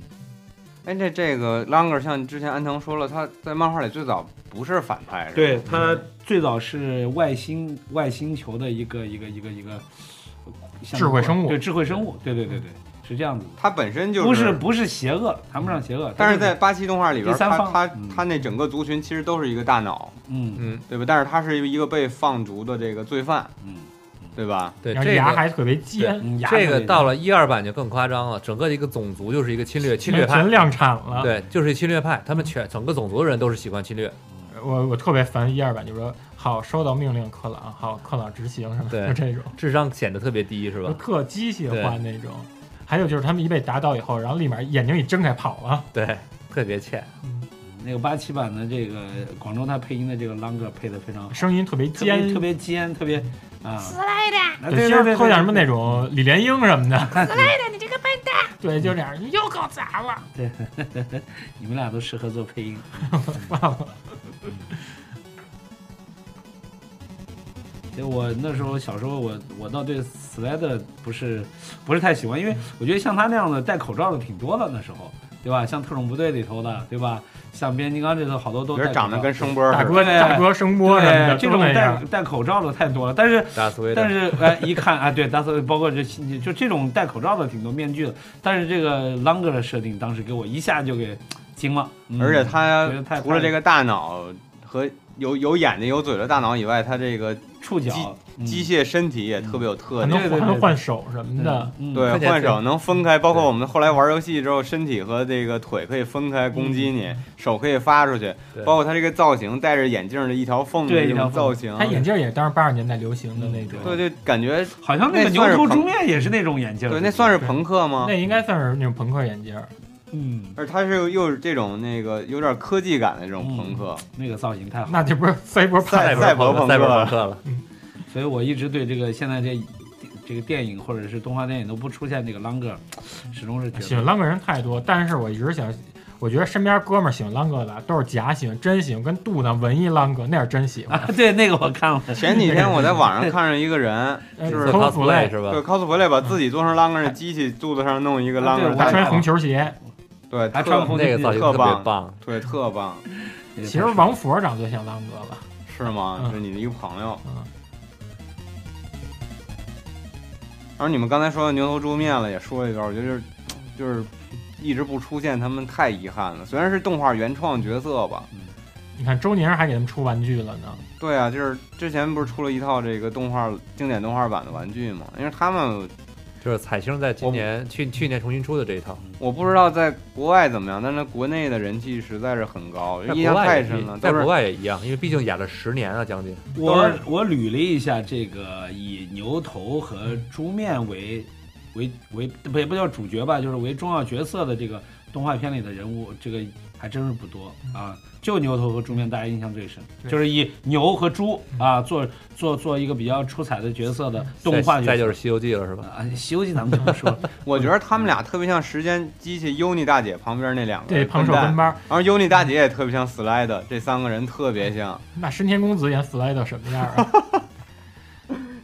D: 哎，这这个 Langer 像之前安藤说了，他在漫画里最早不是反派，是吧
G: 对，他嗯最早是外星外星球的一个一个一个一个像
F: 智慧生物
G: 对智慧生物，对对对对，是这样子的。
D: 他本身就
G: 不是不是邪恶，谈不上邪恶，
D: 但是
G: 他就
D: 在八七动画里边，
G: 第三
D: 他
G: 方
D: 他
G: 嗯
D: 他那整个族群其实都是一个大脑，
G: 嗯
E: 嗯
D: 对吧？但是他是一个被放逐的这个罪犯，
G: 嗯
D: 对吧？
E: 对
F: 然后
E: 这
F: 牙
E: 个。
F: 还特别尖，
G: 嗯，牙
E: 这
G: 特
E: 个
G: 别
E: 到了一二版就更夸张了，整个一个种族就是一个侵略侵略派
F: 全，量产
G: 啊
F: 了，
E: 对，就是侵略派，他们全整个种族的人都是喜欢侵略，
F: 我我特别烦一二版，就是说好收到命令，克朗，好克朗执行什么
E: 对
F: 的，就这种
E: 智商显得特别低，是
F: 就
E: 吧？
F: 特机械化那种。还有就是他们一被打倒以后，然后立马眼睛一睁开跑了，
E: 对，特别欠。
G: 那个八七版的这个广州台配音的这个啷哥配的非常好，
F: 声音特别
G: 特别
F: 尖，
G: 特别尖，特别啊，死来 的，
F: 对，
G: 对
F: 就
G: 对
F: 是
G: 对，
F: 特像什么
G: 对
F: 那种李莲英什么的，
I: 你这个笨蛋！
F: 对，就这样，你又给我砸了，
G: 你们俩都适合做配音。所以我那时候小时候我，我倒对 Slade 不是不是太喜欢，因为我觉得像他那样的戴口罩的挺多的那时候，对吧？像特种部队里头的，对吧？像变形金刚这头好多
D: 觉
G: 都戴
D: 得
G: 口
D: 长得
G: 罩
D: 跟声波
F: 大
D: 似的。
F: 哥
G: 对
F: 大哥声波什么的，
G: 对这
F: 都
G: 种
F: 那
G: 戴
F: 样。
G: 戴口罩的太多了，但是
E: 大斯威的
G: 但是呃，一看啊，对，达斯包括这新就这种戴口罩的挺多面具的，但是这个 Longer 的设定当时给我一下就给惊了，嗯
D: 而且他
G: 觉得太
D: 除了这个大脑和有有眼睛有嘴的大脑以外，他这个
G: 触角
D: 机械身体也特别有特
F: 还
D: 点。
F: 能
G: 对对
F: 还
G: 对
F: 能换手什么的，，
G: 嗯嗯
D: 对，
E: 看起来
D: 换手
E: 是
D: 能分开，包括我们后来玩游戏之后，身体和这个腿可以分开攻击你，
G: 嗯
D: 手可以发出去，
E: 对
D: 包括他这个造型，戴着眼镜的一条缝的
G: 对
D: 这
G: 一条
D: 种
G: 缝
D: 造型，
F: 他眼镜也当时八十年代流行的那种，
D: 对，就感觉
G: 好像那个
D: 那
G: 牛
D: 算是
G: 头
D: 朋
G: 猪面也是那种眼镜儿，
D: 对，那算是朋克吗
F: 那？应该算是那种朋克眼镜儿，
G: 嗯，
D: 而他是又是这种那个有点科技感的这种
G: 嗯
D: 朋克，
G: 那个造型太好了。
F: 那就不是赛博
D: 赛
F: 派
E: 赛
F: 了
E: 博朋克，赛博
D: 赛博朋
E: 朋克了。
G: 所以我一直对这个现在这这个电影或者是动画电影都不出现这个啷个，始终是觉
F: 喜
G: 得
F: 欢浪漫人太多，但是我一直想，我觉得身边哥们儿喜欢浪哥的都是假喜欢，真喜欢跟杜的文艺浪哥那是真喜欢，
G: 啊， 对，那个我看了，
D: 前几天我在网上看着一个人，
G: 哎
F: 呃
D: 就
E: 做
D: 是
F: 抠
E: cosplay
F: cosplay
E: 是吧
D: 对？cosplay 把自己做成啷个儿的机器，肚子上弄一个啷个
G: 对
D: 儿
G: 我
F: 还
D: 大
G: 看
F: 穿
D: 小，
F: 红球鞋。
D: 对，
G: 啊还
D: 特
G: 穿红
E: 那个造型
D: 特
E: 特别
D: 棒
E: 棒，
D: 对特棒，
F: 其实王佛长最像浪哥吧，
D: 是吗？
F: 嗯
D: 是你的一个朋友。
F: 嗯，
D: 然后你们刚才说到牛头猪面了，也说了一段，我觉得就是就是一直不出现，他们太遗憾了。虽然是动画原创角色吧，
E: 嗯
F: 你看周宁还给他们出玩具了呢。
D: 对啊，就是之前不是出了一套这个动画经典动画版的玩具嘛？因为他们
E: 就是彩星在今年去去年重新出的这一套，
D: 我不知道在国外怎么样，但是国内的人气实在是很高，
E: 在
D: 印
E: 国
D: 象
E: 外
D: 太
E: 也
D: 深
E: 一
D: 了。
E: 在
D: 都是
E: 国外也一样，因为毕竟演了十年了啊将近。
G: 我我捋了一下这个以牛头和猪面为为为不也不叫主角吧，就是为重要角色的这个动画片里的人物，这个还真是不多啊。就牛头和猪面，大家印象最深，
F: 对
G: 就是以牛和猪啊做做做一个比较出彩的角色的动画角色。
E: 再再就是《西游记》了是吧？
G: 啊，《西游记》咱们就不说了，
D: 我觉得他
E: 嗯
D: 们俩特别像时间机器 UNI 大姐旁边那两个
F: 对，胖瘦
D: 笨蛋
F: 跟班儿，
D: 然后 UNI 大姐也特别像 Slide，这三个人特别像
F: 那深田恭子演 Slide 到什么样啊？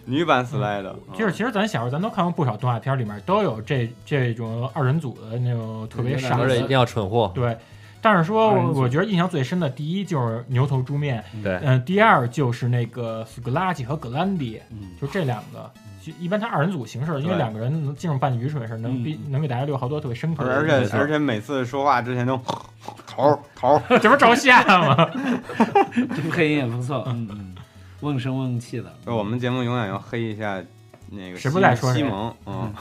D: 女版 Slide，、嗯
F: 就是其实咱小时候咱都看过不少动画片，里面都有这这种二人组的那种特别傻
G: 当
E: 而且一
F: 的
E: 定要蠢货，
F: 对，但是说
G: 二人
F: 我
G: 组
F: 我觉得印象最深的第一就是牛头猪面，
E: 对
F: 嗯、第二就是那个斯格拉奇和格兰迪，
G: 嗯，
F: 就这两个。就一般他二人组形式，因为
D: 对
F: 两个人能进入办愚蠢事，
E: 嗯
F: 能比能给大家留好多特别深刻的
D: 而
F: 印
D: 且
F: 象。
D: 而且而且每次说话之前都 头儿头儿，
F: 这不是照相吗？
G: 这部配音也不错，嗯嗯，瓮声瓮气的。
D: 我们节目永远要黑一下那个
F: 谁
D: 西
F: 不在说
D: 西
F: 谁
D: 蒙，嗯。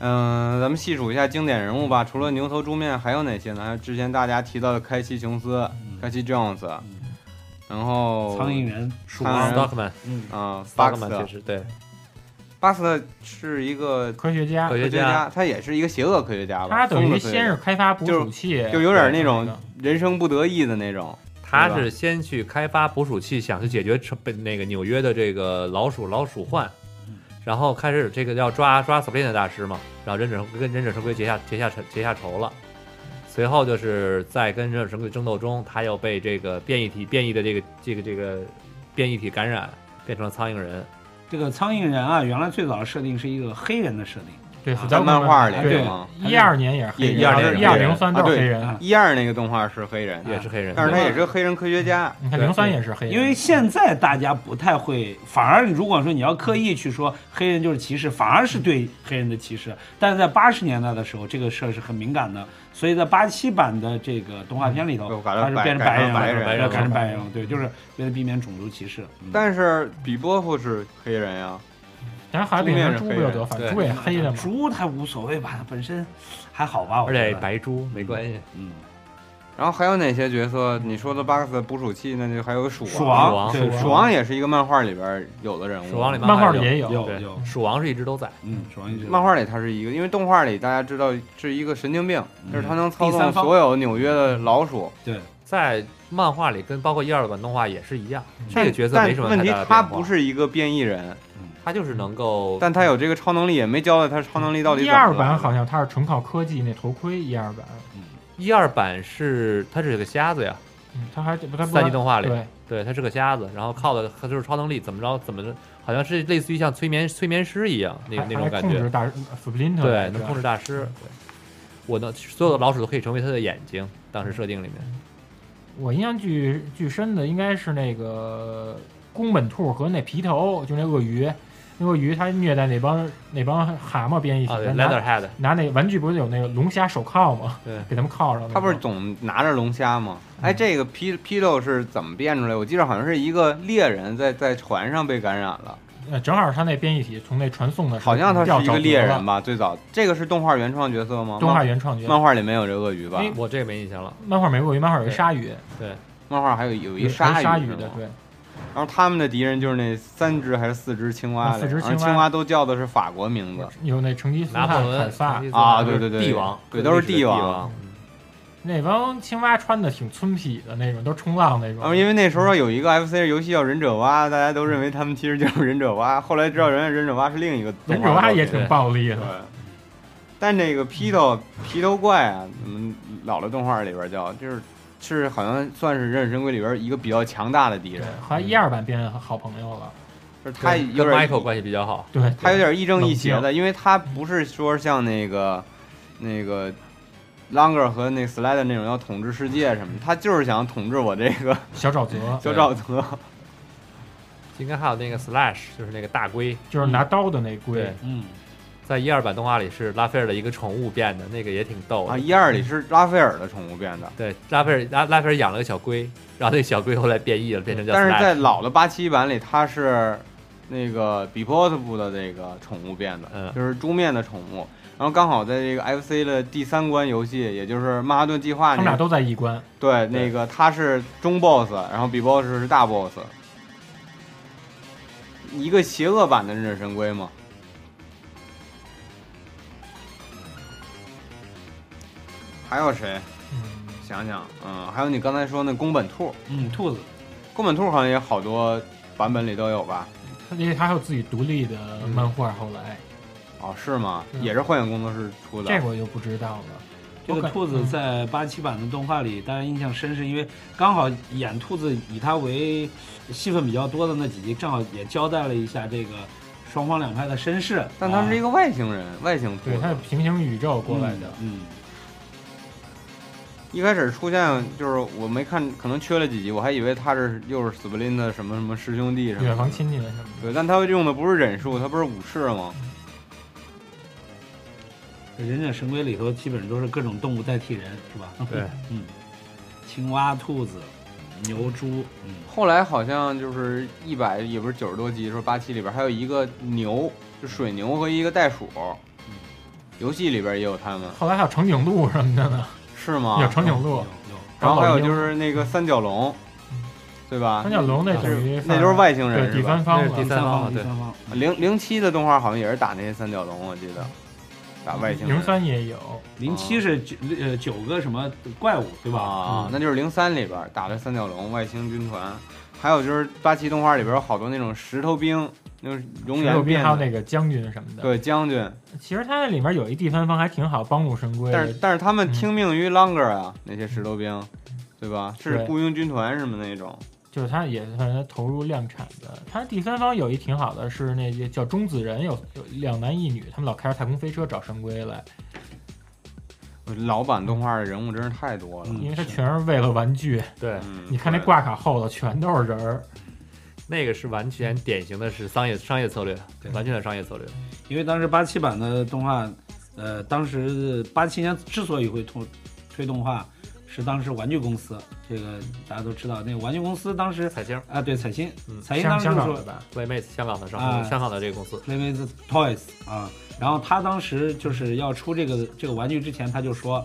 D: 嗯，咱们细数一下经典人物吧。除了牛头猪面，还有哪些呢？还有之前大家提到的开西琼斯、开西 Jones，然
E: 哦
D: 后
G: 苍蝇人，
D: 鼠
E: 啊
D: 王
E: Stockman，
G: 嗯，
D: 啊
E: s t o c k m a n
D: ，Box
E: 其实对，
D: 巴斯是一个
F: 科学家
E: 科，
D: 科学
E: 家
D: 家，他也是一个邪恶科学家吧？
F: 他等
D: 疯
F: 于
D: 子科学
F: 先
D: 家
F: 是开发捕
D: 就是
F: 鼠器，
D: 就有点那
F: 对
D: 种人生不得意的那种。
E: 他
D: 对吧
E: 是先去开发捕鼠器，想去解决成本那个纽约的这个老鼠老鼠患，然后开始这个要抓抓 Splint 大师嘛，然后忍者跟忍者神龟结下结下仇结下仇了。随后就是在跟忍者神龟争斗中，他又被这个变异体变异的这个这个这个变异体感染，变成了苍蝇人。
G: 这个苍蝇人啊，原来最早设定是一个黑人的设定，
F: 对，
G: 啊
F: 复
D: 在
F: 杂
D: 漫画里
G: 对
F: 对
D: 是，吗？
F: 一二年也是黑
D: 也
F: 人，
D: 12年
F: 一
D: 也是黑
F: 二零
D: 人
F: 三都
D: 啊
F: 是
D: 对
F: 黑人，
G: 啊
D: 一二那个动画是黑人，
E: 也是黑人，
D: 啊但是他也是黑人科学家。
F: 你看
E: 对
F: 零三也是黑人，
G: 因为现在大家不太会，反而如果说你要刻意去说黑人就是歧视，反而是对黑人的歧视。但是在八十年代的时候，这个事儿是很敏感的，所以在八七版的这个动画片里头，
D: 嗯
G: 他是变成
D: 改
G: 人
D: 成
G: 了，
D: 白
E: 人
G: 对
E: 了
G: 改成白人了，对，就是为了避免种族歧视。嗯
D: 但是比波夫是黑人呀，
F: 咱还比成猪不就得，反
E: 对
F: 正猪也黑的嘛。
G: 猪它无所谓吧，它本身还好吧，我
E: 而
G: 觉
E: 且
D: 啊
G: 得，
E: 白猪没关系。
G: 嗯，
D: 然后还有哪些角色？你说的巴克斯捕鼠器，那就还有鼠
G: 鼠
E: 鼠王
G: 王，对，
D: 鼠王也是一个漫画里边有的人物。
E: 鼠王里
F: 漫画里
E: 有
F: 也有，
G: 有
E: 对
G: 有，
E: 鼠王是一直都在，
G: 嗯，鼠王一直有
D: 漫画里他是一个，因为动画里大家知道是一个神经病，
G: 嗯
D: 就是他能操
G: 第三
D: 纵
G: 方
D: 所有纽约的老鼠。
G: 对。
E: 在漫画里跟包括一二版动画也是一样，嗯这个角色
D: 但
E: 没什么太
D: 问
E: 大
D: 题
E: 的，
D: 他
E: 变化
D: 不是一个变异人，
E: 他就是能够
D: 但他有这个超能力，也没交代他超能力到底
F: 一
D: 怎么来
F: 二
D: 的。
F: 版好像它是纯靠科技那头盔，一二版，
E: 一二版是他是个瞎子呀，
F: 嗯，它还不它不
E: 三级动画里，
F: 对，
E: 对他是个瞎子，然后靠的他就是超能力，怎么着怎么着，好像是类似于像催眠催眠师一样那
F: 还
E: 那种
F: 还
E: 感
F: 控制
E: 觉，
F: 大呃 Splint
E: 对，能控制大师，对，我
F: 嗯
E: 能所有的老鼠都可以成为他的眼睛，当时设定里面，
F: 我印象巨巨深的应该是那个宫本兔和那皮头，就那鳄鱼，那鳄鱼它虐待那帮那帮蛤蟆编一起
E: 啊，对
F: 拿
E: ，Leatherhead，
F: 拿嗯那玩具不是有那个龙虾手铐吗？
E: 对
F: 给他们铐上了吗。
D: 他不是总拿着龙虾吗？
F: 嗯
D: 哎，这个皮皮豆是怎么变出来？我记得好像是一个猎人在在船上被感染了，
F: 呃，正好他那编译体从那传送的时候
D: 好像他
F: 掉
D: 是一
F: 沼
D: 个
F: 泽
D: 猎
F: 了
D: 人吧？最早这个是动画原创角色吗？
F: 动画
D: 漫
F: 原创角色
D: 漫画里没有这鳄鱼吧？
E: 我这个没印象了，
F: 漫画没过，漫画有一鲨鱼，
E: 对，
D: 漫画还有有一
F: 有鲨
D: 鲨
F: 鱼
D: 是
F: 的
D: 吗，
F: 对，
D: 然后他们的敌人就是那三只还是四只青蛙
F: 啊
D: 来着，
F: 四只
D: 然后
F: 青蛙
D: 青蛙都叫的是法国名字
F: 有那成吉思
E: 拿破
F: 汗、
E: 仑
F: 凯撒
E: 成吉思汗
D: 啊！对对对，
E: 帝王，
D: 对都是
E: 帝
D: 王。
F: 那帮青蛙穿的挺村痞的那种，都冲浪那
D: 然后
F: 种。
D: 啊因为那时候有一个 FC 游戏叫忍者蛙，大家都认为他们其实就是忍者蛙，后来知道人家忍者蛙是另一个动
F: 忍
D: 画
F: 者蛙也
D: 作品
F: 挺暴力
D: 对
F: 的，
D: 但那个披头披头怪啊，我们老的动画里边叫，就是是好像算是忍者神龟里边一个比较强大的敌
F: 对
D: 人，，
F: 好像一二版变好朋友了。
D: 就是他
F: 对
D: 有
E: 跟
D: 点
E: Michael 关系比较好。
F: 对，
D: 他有点亦正亦邪
F: 冷
D: 的，因为他不是说像那个那个 Longer 和那 Slide 那种要统治世界什么，他就是想统治我这个
F: 小沼泽，
D: 小沼泽。
E: 应该还有那个 Slash，就是那个大龟，
F: 就是拿刀的那龟
E: 对，，
G: 嗯，
E: 在一二版动画里是拉斐尔的一个宠物变的，那个也挺逗的
D: 啊，。一二里是拉斐尔的宠物变的，
E: 对，拉斐尔拉拉斐尔养了个小龟，然后那小龟后来变异了，变成叫
D: 但是
E: Slash。
D: 在老的八七版里，它是那个比波特部的这个宠物变的，
E: 嗯
D: 就是猪面的宠物。然后刚好在这个 FC 的第三关游戏，也就是曼哈顿计划
F: 他们
D: 那
F: 俩
D: 个，
F: 都在一关。
D: 对那个它是中 BOSS，然后比 BOSS 是大 BOSS，一个邪恶版的忍者神龟嘛。还有谁？
F: 嗯，
D: 想想，嗯，还有你刚才说那宫本兔，
G: 嗯，兔子，
D: 宫本兔好像也好多版本里都有吧？
F: 而且他还有自己独立的漫画，后来
D: 哦，是吗？
F: 嗯
D: 也是幻影工作室出的。
F: 这个我就不知道了。
G: 这个兔子在八七版的动画里，大家印象深是因为刚好演兔子以他为戏份比较多的那几集，正好也交代了一下这个双方两派的身世。啊
D: 但他是一
G: 个
D: 个外星人，外星兔
F: 哦对，他是
D: 子。
F: 平行宇宙过来的。
G: 嗯，
D: 一开始出现就是我没看，可能缺了几集，我还以为他是又是 Splint 的什么什么师兄弟什么的
F: 远房亲戚什么的，
D: 对，但他用的不是忍术，他不是武士吗？
G: 嗯忍者神龟里头基本都是各种动物代替人，是吧？
E: 对，
G: 嗯， 青蛙、兔子、牛、猪，嗯，
D: 后来好像就是一百也不是九十多集的时候，八七里边还有一个牛，就水牛和一个袋鼠，
F: 嗯
D: 游戏里边也有他们，
F: 后来还有长颈鹿什么的呢，
D: 是吗
F: 有？长颈
G: 有
F: 鹿，
G: 有。
D: 然后还有就是那个三角龙，对吧
F: 嗯三？角龙那
D: 那
F: 等于
D: 是那都是外星人，
F: 对
D: 是
F: 第
D: 吧
F: 三方
E: 那是第
F: 了。
E: 三方
G: 第
E: 对
G: 三方，嗯
D: 零零七的动画好像也是打那些三角龙，我记得打外星人
F: 零三也有，
G: 零七是九呃九个什么怪物对吧？
F: 嗯
D: 啊，那就是零三里边打的三角龙外星军团，还有就是八七动画里边有好多那种石头兵，就是熔
F: 还有
D: 岩变
F: 还有
D: 的
F: 那个将军什么的。，
D: 对将军，
F: 其实它里面有一第三方还挺好，帮助神龟。
D: 但是但是他们
F: 嗯
D: 听命于 Longer 啊，那些石头兵，对吧？是
F: 对
D: 雇佣军团什么那种，
F: 就是它也算是投入量产的。它第三方有一挺好的是那个叫中子人，有有两男一女，他们老开着太空飞车找神龟来，
D: 老版动画的人物真是太多了。
G: 嗯
F: 因为它全是为了玩具。
E: 对，
D: 嗯，
F: 你看那
D: 对，
F: 挂卡后头全都是人儿，
E: 那个是完全典型的是商业商业策略，完全的商业策略。
G: 因为当时八七版的动画，呃，当时八七年之所以会推推动画，是当时玩具公司，这个大家都知道，那个玩具公司当时
E: 彩星、
G: 啊，对彩星
E: 嗯，
G: 彩星当
F: 香
G: 时就
F: 香港
G: 说
F: 的吧？
E: Playmates 香港的上、
G: 啊
E: 香港的这个公司，
G: Play with Toys 啊，然后他当时就是要出这个这个玩具之前，他就说，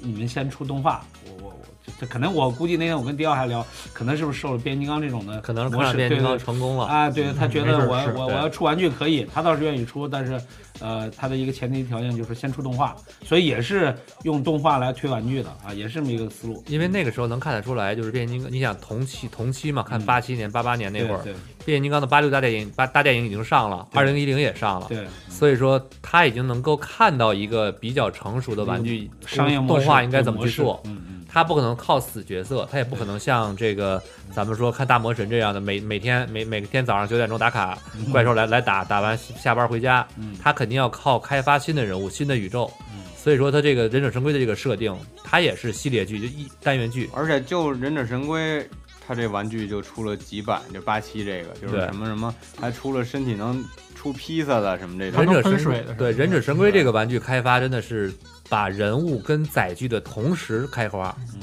G: 你们先出动画，我我我，这这可能我估计那天我跟迪奥还聊，可能是不是受了变形金刚这种的
E: 可能是
G: 模
E: 看上
G: 式，
E: 变
G: 对
E: 形金
G: 对
E: 刚成功了。
G: 啊，对他觉
F: 没
G: 得
F: 准
G: 我
F: 是
G: 我我
E: 对
G: 要出玩具可以，他倒是愿意出，但是呃，他的一个前提条件就是先出动画，所以也是用动画来推玩具的啊，也是这么一个思路。
E: 因为那个时候能看得出来，就是变形金刚，你想同期同期嘛，看
G: 嗯
E: 八七年、八八年那
G: 对
E: 会儿，啊
G: 对
E: 变形金刚的八六大电影、八大电影已经上了，
G: 对
E: 二零一零也上了，
G: 对，
E: 所以说他已经能够看到一个比较成熟的玩具
G: 嗯商业模
E: 动
G: 式
E: 画应该
G: 这
E: 怎么
G: 模
E: 去
G: 式
E: 做。
G: 嗯嗯，
E: 他不可能靠死角色，他也不可能像这个咱们说看大魔神这样的，每每天每每天早上九点钟打卡，怪兽来来打，打完下班回家
G: 嗯，
E: 他肯定要靠开发新的人物、新的宇宙
G: 嗯。
E: 所以说他这个忍者神龟的这个设定，它也是系列剧，就一单元剧。
D: 而且就忍者神龟，它这玩具就出了几版，就八七这个就是
E: 对
D: 什么什么，还出了身体能出披萨的什么这种
E: 忍。者
F: 喷
E: 神
F: 水的是吧
E: 对忍者神龟这个玩具开发真的是把人物跟载具的同时开花，
D: 嗯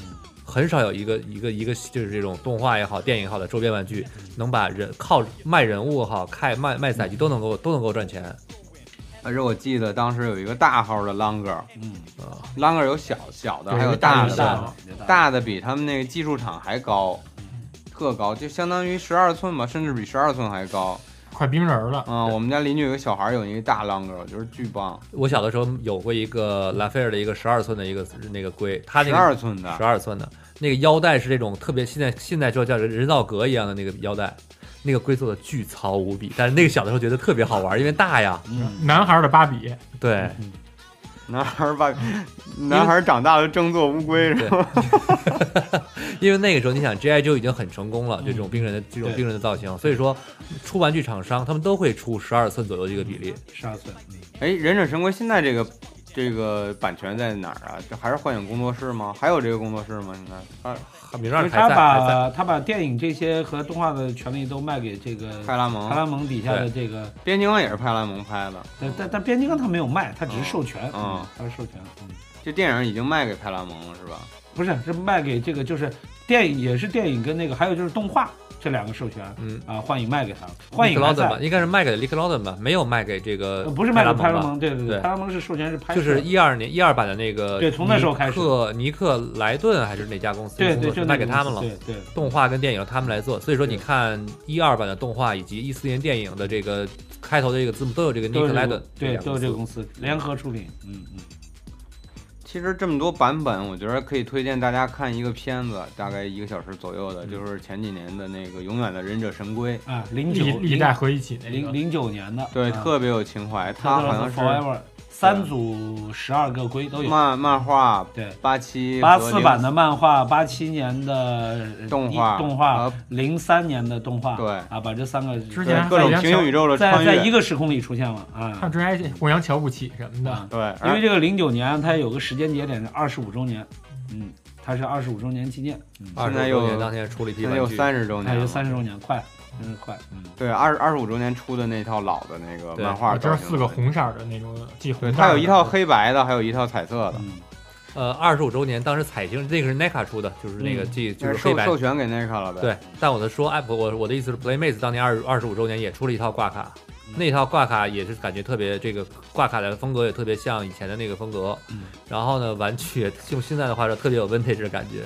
E: 很少有一个一个一个就是这种动画也好、电影也好的周边玩具
D: 嗯
E: 能把人靠卖人物也好、开卖卖载具都能够都能够赚钱
D: 而且我记得当时有一个大号的 Longer，
E: 啊。
D: Longer 有小小的，
F: 对
D: 还
F: 有
D: 有
F: 一大
D: 大
F: 有
D: 的，
F: 小
D: 大
E: 嗯
D: 的比他们那个技术厂还高，特高，就相当于十二寸吧，甚至比十二寸还高。
F: 快冰人儿了。
D: 嗯，我们家邻居有个小孩有一个大 Longer，就是巨棒，
E: 我小的时候有过一个拉斐尔的一个十二寸的一个那个龟，它那
D: 十二
E: 个
D: 寸啊
E: 十
D: 的，
E: 二寸的那个腰带是这种特别现在现在就叫人造革一样的那个腰带，那个龟做的巨糙无
D: 嗯
E: 比，但是那个小的时候觉得特别好玩，因为大呀，
G: 嗯
F: 男孩儿的芭比，
E: 对。
D: 男孩儿把男孩儿长大了争做乌龟是吧？
E: 因为那个时候你想 G.I. Joe 已经很成功了，就这种冰人的这种
G: 对
E: 冰人的造型，所以说出玩具厂商他们都会出十二寸左右这个比例。
G: 十二寸，嗯
D: 哎，忍者神龟现在这个这个版权在哪儿啊？这还是幻影工作室吗？还有这个工作室吗？现在啊，
E: 米
G: 因
E: 让
G: 为
E: 还
G: 他
E: 在还在，
G: 把他把电影这些和动画的权利都卖给这个
D: 派拉
G: 嗯
D: 蒙
G: 派拉蒙底下的这个，
D: 边境也是派拉蒙拍的，
G: 但但但变形金刚他没有卖，他
E: 哦
G: 只是授权，
D: 嗯
G: 嗯，他是授权，嗯，
D: 这电影已经卖给派拉蒙了是吧？
G: 不是是卖给这个就是电影也是电影跟那个还有就是动画这两个授权，
E: 嗯
G: 啊，幻影卖给他了，幻
E: 克
G: 影
E: 劳
G: 还在
E: 顿吧，，应该是卖给 Lick l a w d o n 吧，没有卖给这个
G: 呃不是卖给派拉
E: 吧
G: 蒙，对对
E: 对
G: 派拉蒙是授权是拍摄，
E: 就是一二年一二版的那个，
G: 对从那时候开始
E: 尼克尼克莱顿还是哪家公司？
G: 对
E: 工
G: 对，
E: 作室
G: 就
E: 卖
G: 那
E: 给
G: 个
E: 他
G: 公
E: 们
G: 司
E: 了。
G: 对对。
E: 动画跟电影他们来做，所以说你
G: 对
E: 看一二版的动画以及一四年电影的这个开头的这个字幕都有这个尼
G: 都
E: 克
G: 是
E: 莱
G: 这个
E: 顿，
G: 对，都是这个
E: 个。
G: 公司联合出品，嗯嗯，
D: 其实这么多版本，我觉得可以推荐大家看一个片子，大概一个小时左右
G: 嗯
D: 的，就是前几年的那个《永远的忍者神龟》，
G: 啊，零九
F: 历历代回忆起那
G: 零
F: 个，
G: 零九年的，
D: 对，
G: 啊
D: 特别有情怀。它好像是
G: Forever 三组十二个龟都有。
D: 漫漫画
G: 对，
D: 八七
G: 八
D: 和
G: 四
D: 零
G: 版的漫画，八七年的呃
D: 动画
G: 一动画
D: 啊，
G: 零三年的动画，
D: 对
G: 啊，把这三个
F: 之前
D: 对各种平行宇宙的
G: 在
D: 穿
G: 在一
D: 越，
G: 个时空里出现了
F: 上
G: 啊。
F: 之前还互相瞧不起什么的
G: 啊。
D: 对，
G: 因为
D: 而
G: 这个零九年它有个时间节点是二十五周年，嗯，它是二十五周年纪念，嗯，
E: 二
D: 现
E: 十
D: 在
E: 周
D: 又
E: 年当天出了一批
D: 现在
E: 玩
D: 又
E: 具，
D: 三十周
G: 它
D: 年
G: 哎有
D: 了，
G: 三十周年，快，真是快，嗯，
D: 对，二十二十五周年出的那套老的那个
E: 对
D: 漫
F: 我
D: 画，
F: 知道四个，红色儿的那种，记红
D: 对，
F: 色儿
D: 它
F: 的
D: 有一套黑白的，还有一套彩色的，
G: 嗯
E: 呃，二十五周年当时彩星那个是 NECA 出的，就是那个
G: 嗯
E: 这就
D: 就是是
E: 黑
D: 授
E: 白
D: 授权给 NECA 了呗。
E: 对，，但我的说，哎，我我的意思是，Playmates 当年二二十五周年也出了一套挂卡
G: 嗯，
E: 那套挂卡也是感觉特别，这个挂卡的风格也特别像以前的那个风格。
G: 嗯
E: 然后呢，玩具也用现在的话说，特别有 vintage 的感觉。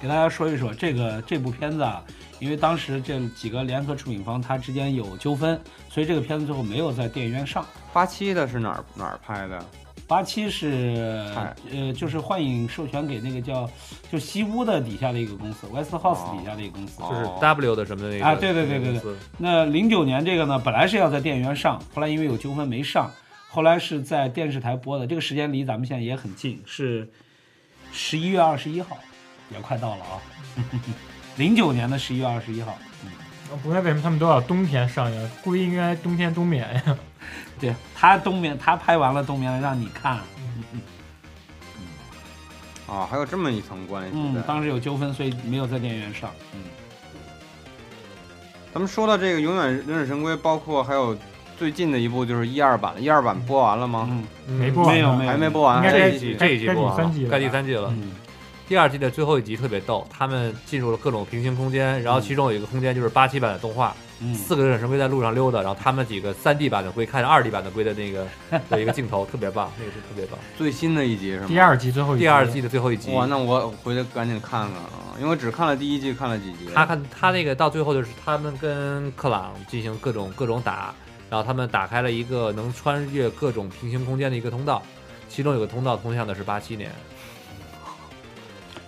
G: 给大家说一说这个这部片子啊，因为当时这几个联合出品方它之间有纠纷，所以这个片子最后没有在电影院上。
D: 八七的是哪儿哪儿拍的？
G: 八七是
D: 嗨
G: 呃，就是幻影授权给那个叫就西屋的底下的一个公司，Westhouse
D: 哦
G: 底下的一个公司。
E: 就是
D: 哦
E: W 的什么的那个
G: 啊对对对对对
E: 公司
G: 那零九年这个呢，本来是要在电影院上，后来因为有纠纷没上，后来是在电视台播的。这个时间离咱们现在也很近，是十一月二十一号，也快到了啊。零九年的十一月二十一号，嗯。
F: 我呃不明白为什么他们都要冬天上映，估计应该冬天冬眠呀。
G: 对他冬眠，他拍完了冬眠了，让你看。
D: 哦，还有这么一层关系
G: 嗯，
D: 在。
G: 当时有纠纷，所以没有在电影院上。嗯，
D: 咱们说到这个《永远忍者神龟》，包括还有最近的一部就是一二版，一二版播完了吗？
G: 嗯，
F: 没播完
G: 没有
F: 呢
G: 没有，
D: 还没播完，
F: 应该
D: 还有
F: 这
D: 一集
E: 这一季
F: 该
E: 播
F: 第
E: 完
F: 三
E: 了
F: 季了
E: 该
F: 吧
E: 第三季了。
G: 嗯，
E: 第二季的最后一集特别逗，他们进入了各种平行空间，然后其中有一个空间就是八七版的动画，
G: 嗯
E: 四个忍者神龟在路上溜达，然后他们几个三 D 版的龟看着二 D 版的龟的 那个的一个镜头，特别棒，那个是特别棒。
D: 最新的一集是吗？
F: 第二季
G: 嗯
F: 最后一集
E: 第二季的最后一集，
D: 哇，那我回去赶紧看看啊，因为我只看了第一季，看了几集。
E: 他看他那个到最后就是他们跟克朗进行各种各种打，然后他们打开了一个能穿越各种平行空间的一个通道，其中有个通道通向的是八七年，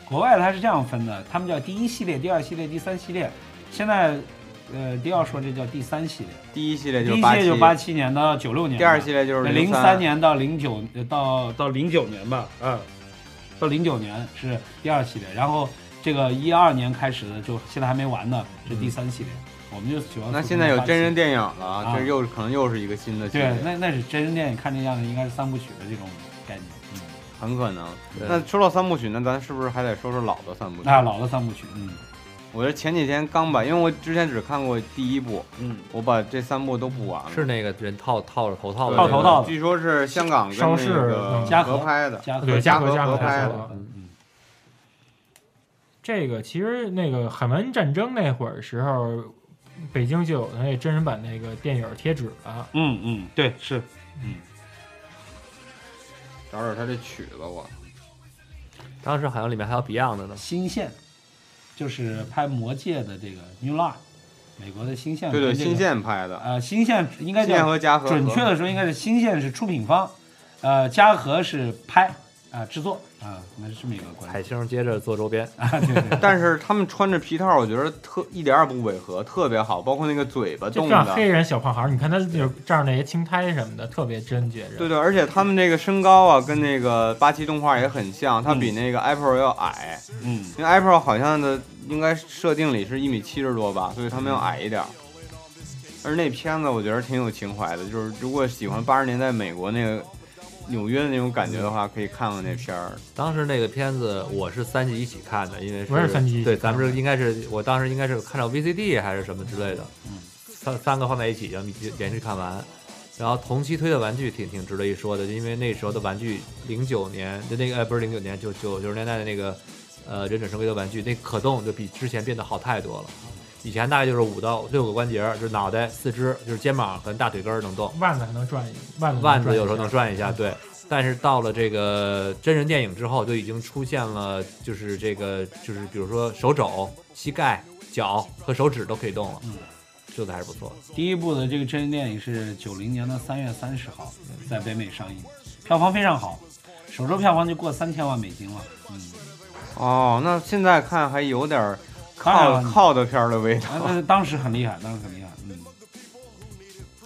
G: 国外它是这样分的，他们叫第一系列、第二系列、第三系列。现在，呃，迪奥说这叫第三系列，
D: 第一系列
G: 第
D: 就
G: 一
D: 是
G: 系
D: 八
G: 列
D: 七，
G: 就八七年到九六年的，
D: 第二系列就是
G: 零
D: 三
G: 三。年到零九呃到到零九年吧，嗯，到零九年是第二系列，然后这个一二年开始的就现在还没完呢，是第三系列。我们就喜欢
D: 嗯那现在有真人
G: 电
D: 电影了，这又可能又是一个新的系
G: 啊对
D: 列，，
G: 那那是真人电影，看这样子应该是三部曲的这种概念。嗯，
D: 很可能。
E: 对
D: 那说到三部曲，那咱是不是还得说说老的三部曲？
G: 那老的三部曲，嗯
D: 我这前几天刚把，因为我之前只看过第一部，
G: 嗯，
D: 我把这三部都补完了。
E: 是那个人套套着头套的
D: 对
E: 那
G: 啊套
E: 个
G: 头套的
D: 据说是香港跟
F: 邵
D: 那
F: 氏
D: 个
F: 嗯
G: 嘉
D: 合
G: 禾
D: 拍的。
G: 加
F: 对
D: 嘉
F: 嘉
D: 禾
F: 禾
D: 合
F: 合
D: 拍啊
F: 的
G: 嗯嗯
F: 这个其实那个海湾战争那会儿时候，北京就有那真人版那个电影贴纸了。
G: 嗯嗯，对是。
D: 找找他这曲子，我
E: 当时好像里面还有 Beyond 的呢，
G: 新线，就是拍《魔戒》的这个 New Line，美国的新线。
D: 对对，
G: 嗯跟这个
D: 新线拍的，
G: 呃，新线应该
D: 新线
G: 叫
D: 和嘉禾合
G: 准确的说应该是新线是出品方，呃，嘉禾是拍啊制作啊，那是这么一个关
E: 海
G: 系
E: 星接着做周边，
G: 啊，对对对
D: 但是他们穿着皮套，我觉得特一点儿也不违和，特别好，包括那个嘴巴
F: 就
D: 动
F: 像
D: 的，
F: 黑人小胖孩儿，你看他就是这样那些青苔什么的，特别真觉着。
D: 对对，而且他们这个身高啊，跟那个八七动画也很像，它比
G: 嗯
D: 那个 Apple 要矮，
G: 嗯，
D: 因为 Apple 好像的应该设定里是一米七十多吧，所以他
G: 嗯
D: 们要矮一点儿。而那片子我觉得挺有情怀的，就是如果喜欢八十年代美国那个纽约的那种感觉的话，可以看看那片儿。
E: 当时那个片子我是三集一起看的，因为
F: 我也是三集一起
E: 对，
F: 看
E: 咱
F: 的
E: 们是应该是我当时应该是看到 VCD 还是什么之类的，
G: 嗯
E: 三三个放在一起，然后一连续看完。然后同期推的玩具挺挺值得一说的，因为那时候的玩具，零九年就那个呃不是零九年，就九九十年代的那个呃忍者神龟的玩具，那可动就比之前变得好太多了。以前大概就是五到六个关节，就是脑袋、四肢，就是肩膀跟大腿根儿能动，
F: 腕子还能转一，腕子
E: 腕
F: 转一
E: 子有时候能
F: 下
E: 转一下，对。但是到了这个真人电影之后，就已经出现了，就是这个就是比如说手肘、膝盖、脚和手指都可以动了，
F: 嗯
E: 这个还是不错的。
G: 第一部的这个真人电影是九零年的三月三十号在北美上映，票房非常好，首周票房就过三千万美金了。嗯，
D: 哦，那现在看还有点儿
G: 当然
D: 靠
G: 了
D: 靠的片儿的味道。
G: 啊，但是当时很厉害，当时很厉害。嗯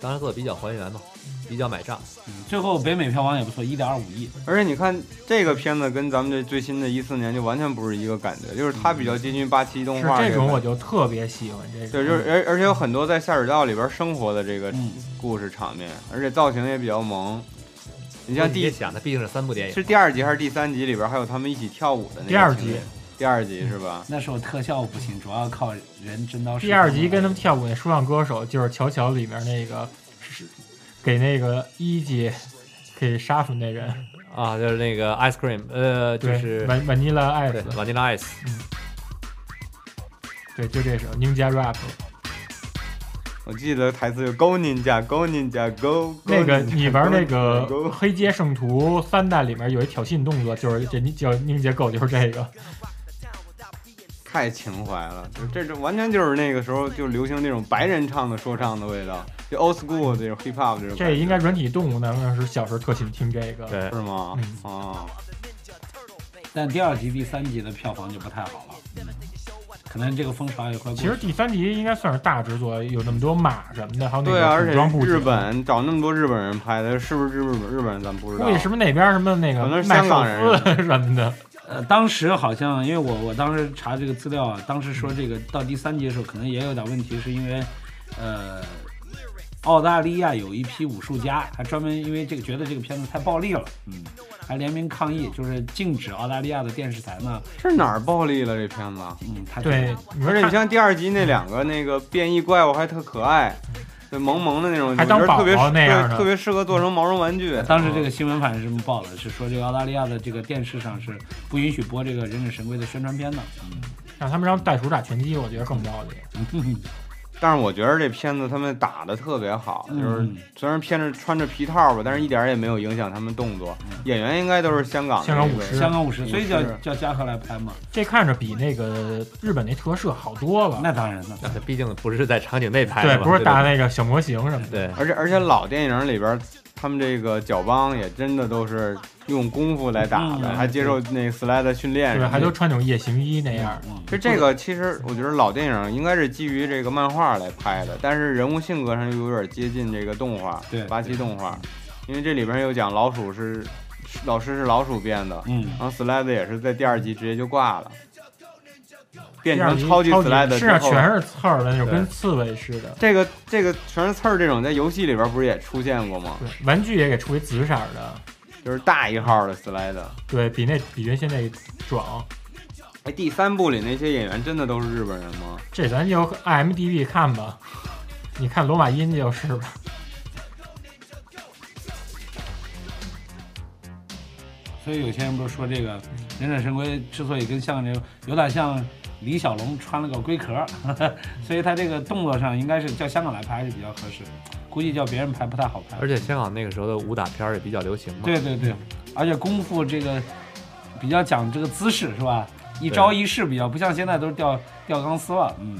E: 当然做的比较还原嘛，比较买账。
G: 嗯，最后北美票房也不错，一点二五亿。
D: 而且你看这个片子跟咱们这最新的一四年就完全不是一个感觉，就是它比较接近八七动画
F: 是这
D: 个
F: 种
D: 感
F: 我
D: 觉
F: 就特别喜欢这种。
D: 对，就是而而且有很多在下水道里边生活的这个
G: 嗯
D: 故事场面，而且造型也比较萌。你像
E: 别
D: 第
E: 想，它毕竟是三部电影，
D: 是第二集还是第三集里边还有他们一起跳舞的那个
F: 第二
D: 情节
F: 集，
D: 第二集是吧？
G: 那时候特效不行，主要靠人真刀实
F: 第二
G: 枪
F: 集
G: 啊
F: 跟他们跳舞那说唱歌手就是《乔乔》里面那个是给那个一姐给杀死那人，
E: 啊，就是那个 ice cream，呃，就
F: 对，
E: 是
F: Van Vanilla
E: 对
F: Ice，
E: vanilla ice。
F: 对，就这首 Ninja Rap。
D: 我记得台词就 “Go Ninja Go Ninja Go”。
F: 那个你玩那个《
D: Go
F: 黑街圣徒三代》里面有一挑衅动作，就是这叫宁杰狗，就是这个。
D: 太情怀了，就这这完全就是那个时候就流行那种白人唱的说唱的味道，就 old school 这种 hip hop 这种感觉。
F: 这应该软体动物呢，那是小时候特喜欢听这个。
E: 对
D: 是吗？
F: 嗯
D: 哦，
G: 但第二集、第三集的票房就不太好了，嗯，可能这个风潮也快过去
F: 其实第三集应该算是大制作，有那么多马什么的，还有那
D: 对啊，
F: 个
D: 而
F: 古
D: 且
F: 装布景。
D: 日本找那么多日本人拍的，是不是日本日本人咱不知道
F: 估计？是不是那边什么那个
D: 可能是
F: 卖
D: 香港
F: 寿司什么的，
G: 呃，当时好像因为我我当时查这个资料啊，当时说这个到第三集的时候可能也有点问题，是因为呃，澳大利亚有一批武术家还专门因为这个觉得这个片子太暴力了，嗯，还联名抗议，就是禁止澳大利亚的电视台呢，
D: 这哪儿暴力了这片子？
G: 嗯，他
F: 对，你说
D: 而且你
F: 这
D: 像第二集那两个那个变异怪物还特可爱，就萌萌的那种，
F: 还当
D: 我觉得特别
F: 宝宝那样
D: 对
F: 呢
D: 特别适合做成毛绒玩具。
G: 当时这个新闻反正是这么报的，是说这个澳大利亚的这个电视上是不允许播这个《忍者神龟》的宣传片的，
F: 让他们让袋鼠打拳击，我觉得更道理。
G: 嗯，
D: 但是我觉得这片子他们打的特别好，
G: 嗯
D: 就是虽然片子穿着皮套吧，但是一点儿也没有影响他们动作。演员应该都是香港的
F: 嗯香港
D: 那个
F: 武士
G: 香港武士，所以叫
D: 是
G: 叫嘉禾来拍嘛，
F: 这看着比那个日本那特摄好多了。
G: 那当然了。
E: 那它毕竟不是在场景内拍的
F: 对，
E: 嘛，
F: 不是
E: 对
F: 打
E: 吧
F: 那个小模型什么的。
E: 对，
D: 而且而且老电影里边，他们这个脚帮也真的都是用功夫来打的，
G: 嗯
D: 还接受那个 slide 的训练什么
F: 对，
D: 的，
F: 还都穿那种夜行衣那样。
D: 就这个，其实我觉得老电影应该是基于这个漫画来拍的，但是人物性格上又有点接近这个动画，
G: 对
D: 八七动画，因为这里边有讲老鼠是老师是老鼠变的，
G: 嗯
D: 然后 Slide 也是在第二集直接就挂了，变
F: 第二
D: 成
F: 集
D: 超级
F: 超级
D: Slide
F: 身
D: 之
F: 上
D: 后，
F: 全是刺儿的那种，
E: 对
F: 跟刺猬似的。
D: 这个这个全是刺儿这种，在游戏里边不是也出现过吗？
F: 对，玩具也给出一紫色儿的，
D: 就是大一号的 Slide。
F: 对比那比原先那爽。
D: 哎，第三部里那些演员真的都是日本人吗？
F: 这咱就 IMDB 看吧，你看罗马音就是吧。
G: 所以有些人不是说这个《忍者神龟》之所以跟像这有点像李小龙穿了个龟壳， 所以他这个动作上应该是叫香港来拍还是比较合适，估计叫别人拍不太好拍。
E: 而且香港那个时候的武打片儿也比较流行嘛，
G: 对对对，而且功夫这个比较讲这个姿势是吧？一招一式比较不像现在都是吊吊钢丝了，嗯，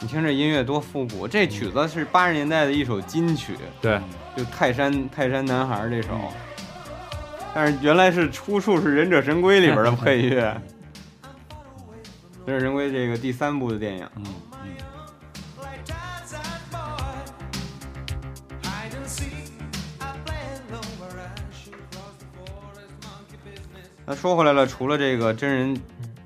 D: 你听这音乐多复古，这曲子是八十
F: 嗯
D: 年代的一首金曲，
E: 对，
D: 就泰山泰山男孩这首。但是原来是出处是《忍者神龟》里边的配乐，《忍者神龟》这个第三部的电影，
G: 嗯嗯。
D: 那说回来了，除了这个真人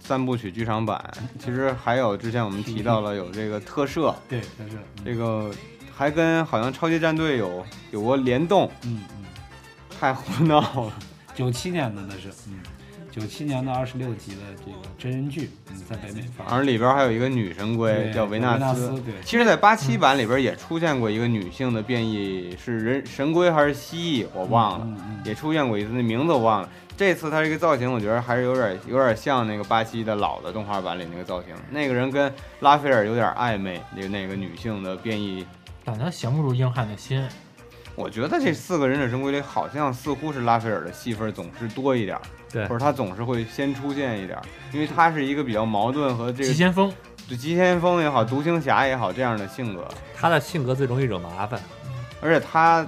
D: 三部曲剧场版，其实还有之前我们提到了有这个特摄，
G: 对，但是嗯
D: 这个还跟好像超级战队有有过联动，
G: 嗯嗯，
D: 太胡闹了。
G: 九七年的那是，嗯，九七年的二十六集的这个真人剧，嗯，在北美
D: 好
G: 放。
D: 像里边还有一个女神龟
G: 对
D: 叫维纳
G: 维纳
D: 斯
G: 斯对
D: 其实，在八七版里边也出现过一个女性的变异，是人神龟还是蜥蜴，我忘了，
G: 嗯嗯嗯
D: 也出现过一次，那名字我忘了。这次它这个造型，我觉得还是有点有点像那个巴西的老的动画版里那个造型。那个人跟拉斐尔有点暧昧，那那个女性的变异，
F: 但他降不住硬汉的心。
D: 我觉得这四个忍者神龟里好像似乎是拉斐尔的戏份总是多一点儿，
E: 对
D: 或者他总是会先出现一点儿，因为他是一个比较矛盾和这
F: 急
D: 个
F: 先锋，
D: 就急先锋也好，独行侠也好，这样的性格，
E: 他的性格最容易惹麻烦。
D: 而且他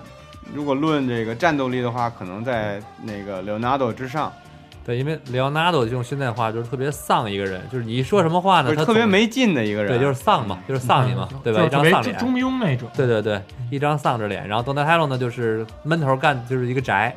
D: 如果论这个战斗力的话，可能在那个 Leonardo 之上，
E: 对，因为莱昂纳多这种现代化就是特别丧一个人，就是你一说什么话
D: 就
E: 呢，
D: 是
E: 他
D: 特别
E: 总
D: 没劲的一个人。啊
E: 对，就是丧嘛，就是丧你嘛，对吧？
F: 嗯就
E: 一
F: 是特
E: 张
F: 别
E: 丧
F: 中
E: 脸，
F: 中庸那种。
E: 对对对，一张丧着脸。然后 Donatello 呢，就是闷头干，就是一个宅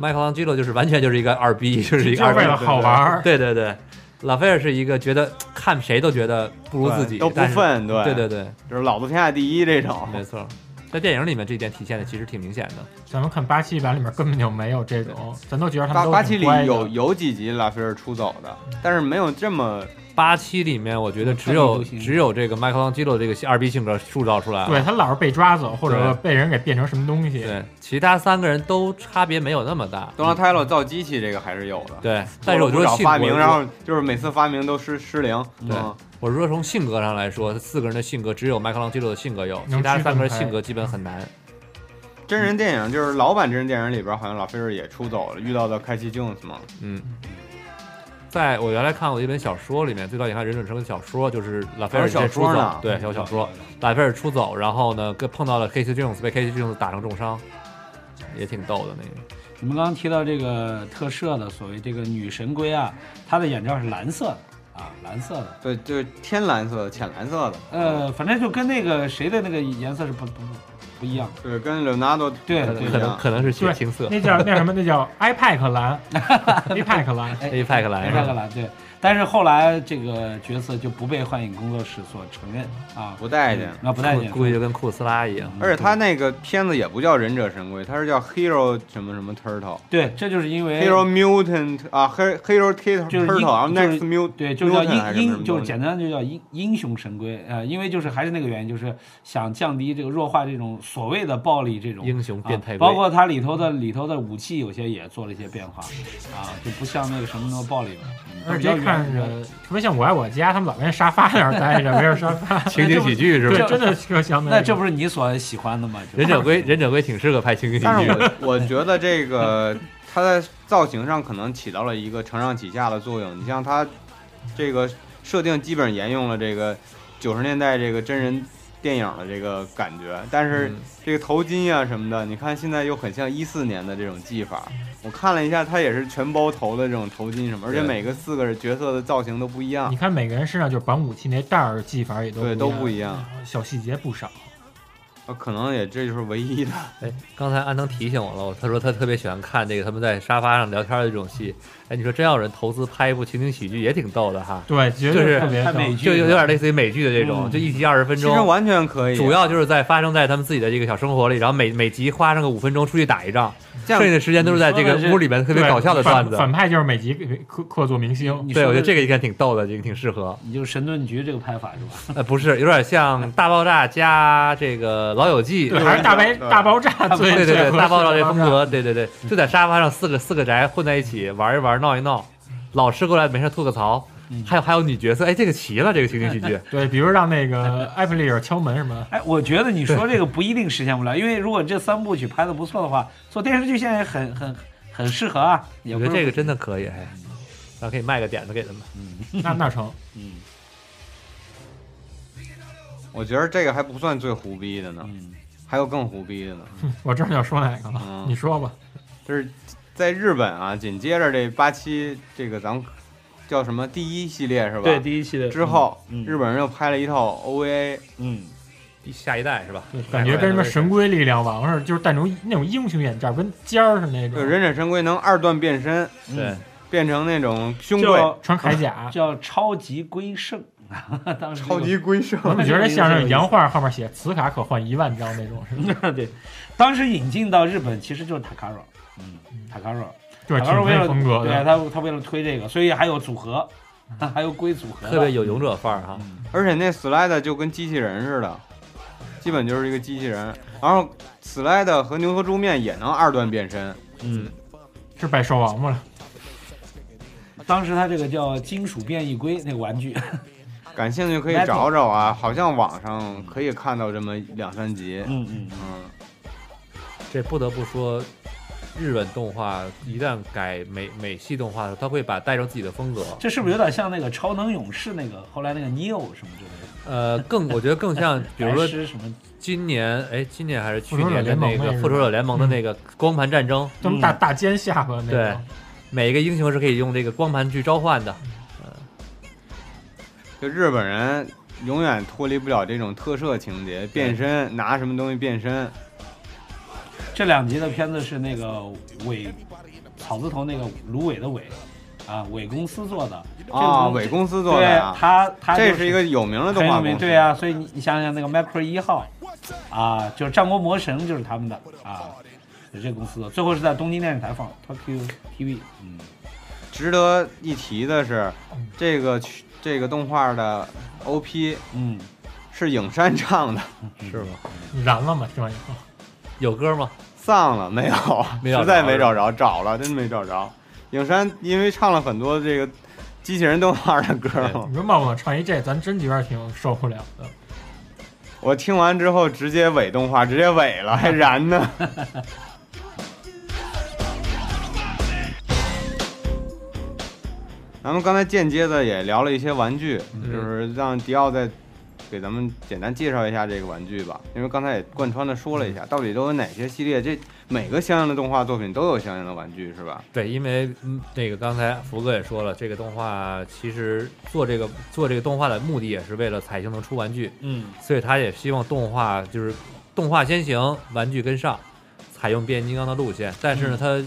E: ；Michelangelo 就是完全就是一个二逼，就是一个
F: 就
E: 二
F: 是
E: 逼
F: 为了好玩儿，
E: 对对对，拉斐尔是一个觉得看谁都觉得不如
D: 对
E: 自己，
D: 都不
E: 但是
D: 忿，对哦
E: 对对对，
D: 就是老子天下第一这种。
E: 没错，在电影里面这一点体现的其实挺明显的。
F: 咱们看八七版里面根本就没有这种，咱都觉得他们
D: 八
F: 都
D: 八
F: 挺
D: 七里
F: 乖的
D: 有有几集拉斐尔出走的，但是没有这么
E: 八七里面，我觉得只有只有这个 Michelangelo 这个二逼性格塑造出来了，
F: 对他老是被抓走，或者
E: 对
F: 被人给变成什么东西。
E: 对，其他三个人都差别没有那么大。
D: d o n a t e l l o 造机器这个还是有的。，
E: 对，但是我觉得
D: 找
E: 性格
D: 发明，
E: 我
D: 然后就是每次发明都失失灵。
E: 对
D: 嗯，
E: 我是说从性格上来说，四个人的性格只有麦克朗基罗的性格有，
F: 能
E: 其他
F: 区分
E: 三个人
F: 开
E: 性格基本很难。
D: 真人电影就是老版真人电影里边，好像拉斐尔也出走了，遇到的开西 Jones 嘛。
E: 嗯，在我原来看过一本小说里面，最早也看《忍者神龟》小说，就是拉斐尔
D: 还有小
E: 出
D: 说
E: 走
D: 呢，
G: 嗯
E: 对，小小说，拉斐尔出走，然后呢，跟碰到了 K C Jones，被 K C Jones 打成重伤，也挺逗的那个。
G: 你们刚刚提到这个特摄的所谓这个女神龟啊，它的眼罩是蓝色的啊，蓝色的。
D: 对，就是天蓝色的、浅蓝色的，
G: 呃，反正就跟那个谁的那个颜色是不不不一样的。
D: 对，跟 Leonardo
G: 对
D: 不
G: 对
D: 一
E: 可能
D: 样。
E: 可能是血
F: 对
E: 青色
F: 那叫那什么？那叫 iPad 蓝 ，iPad 蓝。
E: ，A 派克
G: 莱
E: 兰
G: 克
E: 上，
G: 兰对，但是后来这个角色就不被幻影工作室所承认啊，
D: 不待见
G: 那不待见，
E: 估计就跟库斯拉一样。
D: 嗯
G: 嗯
D: 而且他那个片子也不叫忍者神龟，他是叫 Hero 什么什么 Turtle。
G: 对，这就是因为
D: Hero Mutant 啊，Hero Hero
G: 哎就是
D: Turtle，
G: 英
D: 然后
G: 就是
D: Next Mutant
G: 对，就叫
D: 还
G: 英
D: 什么什
G: 英，
D: 么
G: 就是
D: 东西
G: 简单就叫英英雄神龟，呃，因为就是还是那个原因，就是想降低这个弱化这种所谓的暴力这种
E: 英雄变态
G: 啊
E: 龟
G: 包括它里头的里头的武器有些也做了一些变化，啊，就不像那个什么那么暴力了，嗯
F: 而
G: 比
F: 且
G: 较
F: 这
G: 远
F: 看着特别像《我爱我家》，他们老跟沙发那儿待着，围着沙发。
E: 情景喜 剧是
F: 对，
E: 吧？
F: 真的特像
G: 那这
F: 种
G: 不是你所喜欢的吗？就
E: 忍 者龟，忍者龟挺适合拍 情景喜
D: 但
E: 剧
D: 是
E: 的。
D: 我我觉得这个它在造型上可能起到了一个承上启下的作用。你像它这个设定，基本沿用了这个九十年代这个真人电影的这个感觉，但是
E: 嗯
D: 这个头巾啊什么的，你看现在又很像一四年的这种技法。我看了一下，它也是全包头的这种头巾什么，而且
E: 对
D: 每个四个角色的造型都不一样
F: 你，看每个人身上就是绑武器那带儿技法也都
D: 对，都不
F: 一
D: 一样。
F: 样，小细节不少。
D: 啊可能也这就是唯一的。
E: 哎，刚才安能提醒我了，他说他特别喜欢看这个他们在沙发上聊天的这种戏。哎，你说真要有人投资拍一部情景喜剧，也挺逗的哈，
F: 对，绝
E: 就
F: 对
E: 是
F: 特别
G: 看
F: 逗
G: 美剧嗯
E: 就有有点类似于美剧的这种，就一集二十分
D: 其实
E: 钟，
D: 完全可以，
E: 主要就是在发生在他们自己的这个小生活里，然后每每集花上个五分钟出去打一仗，
D: 这
E: 剩
D: 样
E: 下的时间都是在这
G: 你
E: 个
G: 说的是
E: 屋里面特别
F: 对
E: 搞笑的段子
F: 反。反派就是美籍客客座明星，
G: 你
E: 对，
G: 说
E: 我觉得
G: 的
E: 这个应该挺逗的，这个挺适合。
G: 你就是神盾局这个拍法是吧？
E: 呃，不是，有点像《大爆炸》加这个《老 友记》
F: 对，还是大白
D: 对
F: 大爆炸最
E: 对对
F: 最
E: 对，
F: 合
E: 大爆
F: 适
E: 炸这
F: 的
E: 风格，对对对，就在沙发上四个四个宅混在一起玩一玩闹一闹，老师过来没事吐个槽，
F: 嗯
E: 还有还有女角色，哎，这个齐了，这个情景喜 剧
F: 对，比如让那个艾弗利尔敲门什么的，
G: 哎，我觉得你说这个不一定实现不了，因为如果这三部曲拍的不错的话，做电视剧现在也很很很适合啊。也
E: 我
G: 不
E: 觉
G: 是
E: 得这个真的可以，哎，咱可以卖个点子给他们。
F: 那那成。
D: 我觉得这个还不算最胡逼
E: 嗯
D: 的呢，还有更胡逼的呢。
F: 我正要说哪个了，
D: 嗯
F: 你说吧。
D: 就是在日本啊，紧接着这八七这个咱们叫什么第一系列是吧？
I: 对，第一系列
D: 之后，
I: 嗯嗯
D: 日本人又拍了一套 OVA，
I: 嗯，
E: 下一代是吧？
F: 感觉跟什么神龟力量王似的，就是带那种那种英雄眼罩跟尖儿似的那
D: 就
F: 种，
D: 忍者神龟能二段变身，
I: 嗯
E: 对，
D: 变成那种胸
G: 叫
D: 贵
F: 穿铠甲。
G: 叫超级龟圣， 当时这个
D: 超级龟 圣。
F: 我怎么觉得像是洋画后面写“此卡可换一万张”那种似的，
G: 对，当时引进到日本其实就是 Takara，嗯，Takara，
F: 就是挺
G: 为
F: 非
G: 了
F: 风格
G: 对
F: 的。
G: 他他为了推这个，所以还有组合，还有龟组合的，
E: 特别有勇者范儿哈。
F: 嗯
I: 嗯
D: 而且那 Slide 就跟机器人似的，基本就是一个机器人。然后 Slide 和牛和猪面也能二段变身，
I: 嗯，
F: 是百兽王吗？
E: 嗯
G: 当时他这个叫金属变异龟那个玩具，
D: 感兴趣可以
G: Metal
D: 找找啊，好像网上可以看到这么两三集。
I: 嗯嗯，
D: 嗯，
E: 这不得不说，日本动画一旦改美美系动画的时候，他会把带上自己的风格。
G: 这是不是有点像那个超能勇士那个后来那个 Neo 什么之类的？
E: 呃，更我觉得更像，比如说
G: 白狮什么，
E: 今年，哎，今年还是去
F: 复仇者
E: 年的
F: 联盟那嗯
E: 那个
F: 是
E: 复仇者联盟的那个光盘战争，
F: 这么大大尖下巴那
E: 对
F: 种。
E: 每一个英雄是可以用这个光盘去召唤的。
D: 就日本人永远脱离不了这种特摄情节，变身拿什么东西变身，
G: 这两集的片子是那个尾草字头那个芦苇的苇，啊，伪公司做的，这个
D: 啊
G: 公
D: 伪公司做的
G: 对
D: 啊，
G: 他他
D: 这
G: 就是
D: 一个有名的动
G: 很
D: 画
G: 有
D: 公
G: 名，
D: 司。
G: 对啊，所以你你想想那个 Micro 一号，啊，就是战国魔神就是他们的啊，是这个公司的，最后是在东京电视台放 Tokyo TV，嗯，
D: 值得一提的是，这个曲这个动画的 OP
G: 嗯，
D: 是影山唱的，
E: 是吗？
F: 你燃了吗？听完以
E: 哦
F: 后，
E: 有歌吗？
D: 丧了没有？
E: 没找着
D: 实在没找着，找了真没找着。影山因为唱了很多这个机器人动画的歌嘛，
F: 你说冒我唱一这，咱真觉得挺受不了的。
D: 我听完之后直接伪动画，直接伪了，还燃呢。咱们刚才间接的也聊了一些玩具，就是让迪奥再给咱们简单介绍一下这个玩具吧，因为刚才也贯穿的说了一下，到底都有哪些系列？这每个相应的动画作品都有相应的玩具，是吧？
E: 对，因为嗯，这个刚才福哥也说了，这个动画其实做这个做这个动画的目的也是为了彩星能出玩具，
I: 嗯，
E: 所以他也希望动画就是动画先行，玩具跟上，采用变形金刚的路线。但是呢，他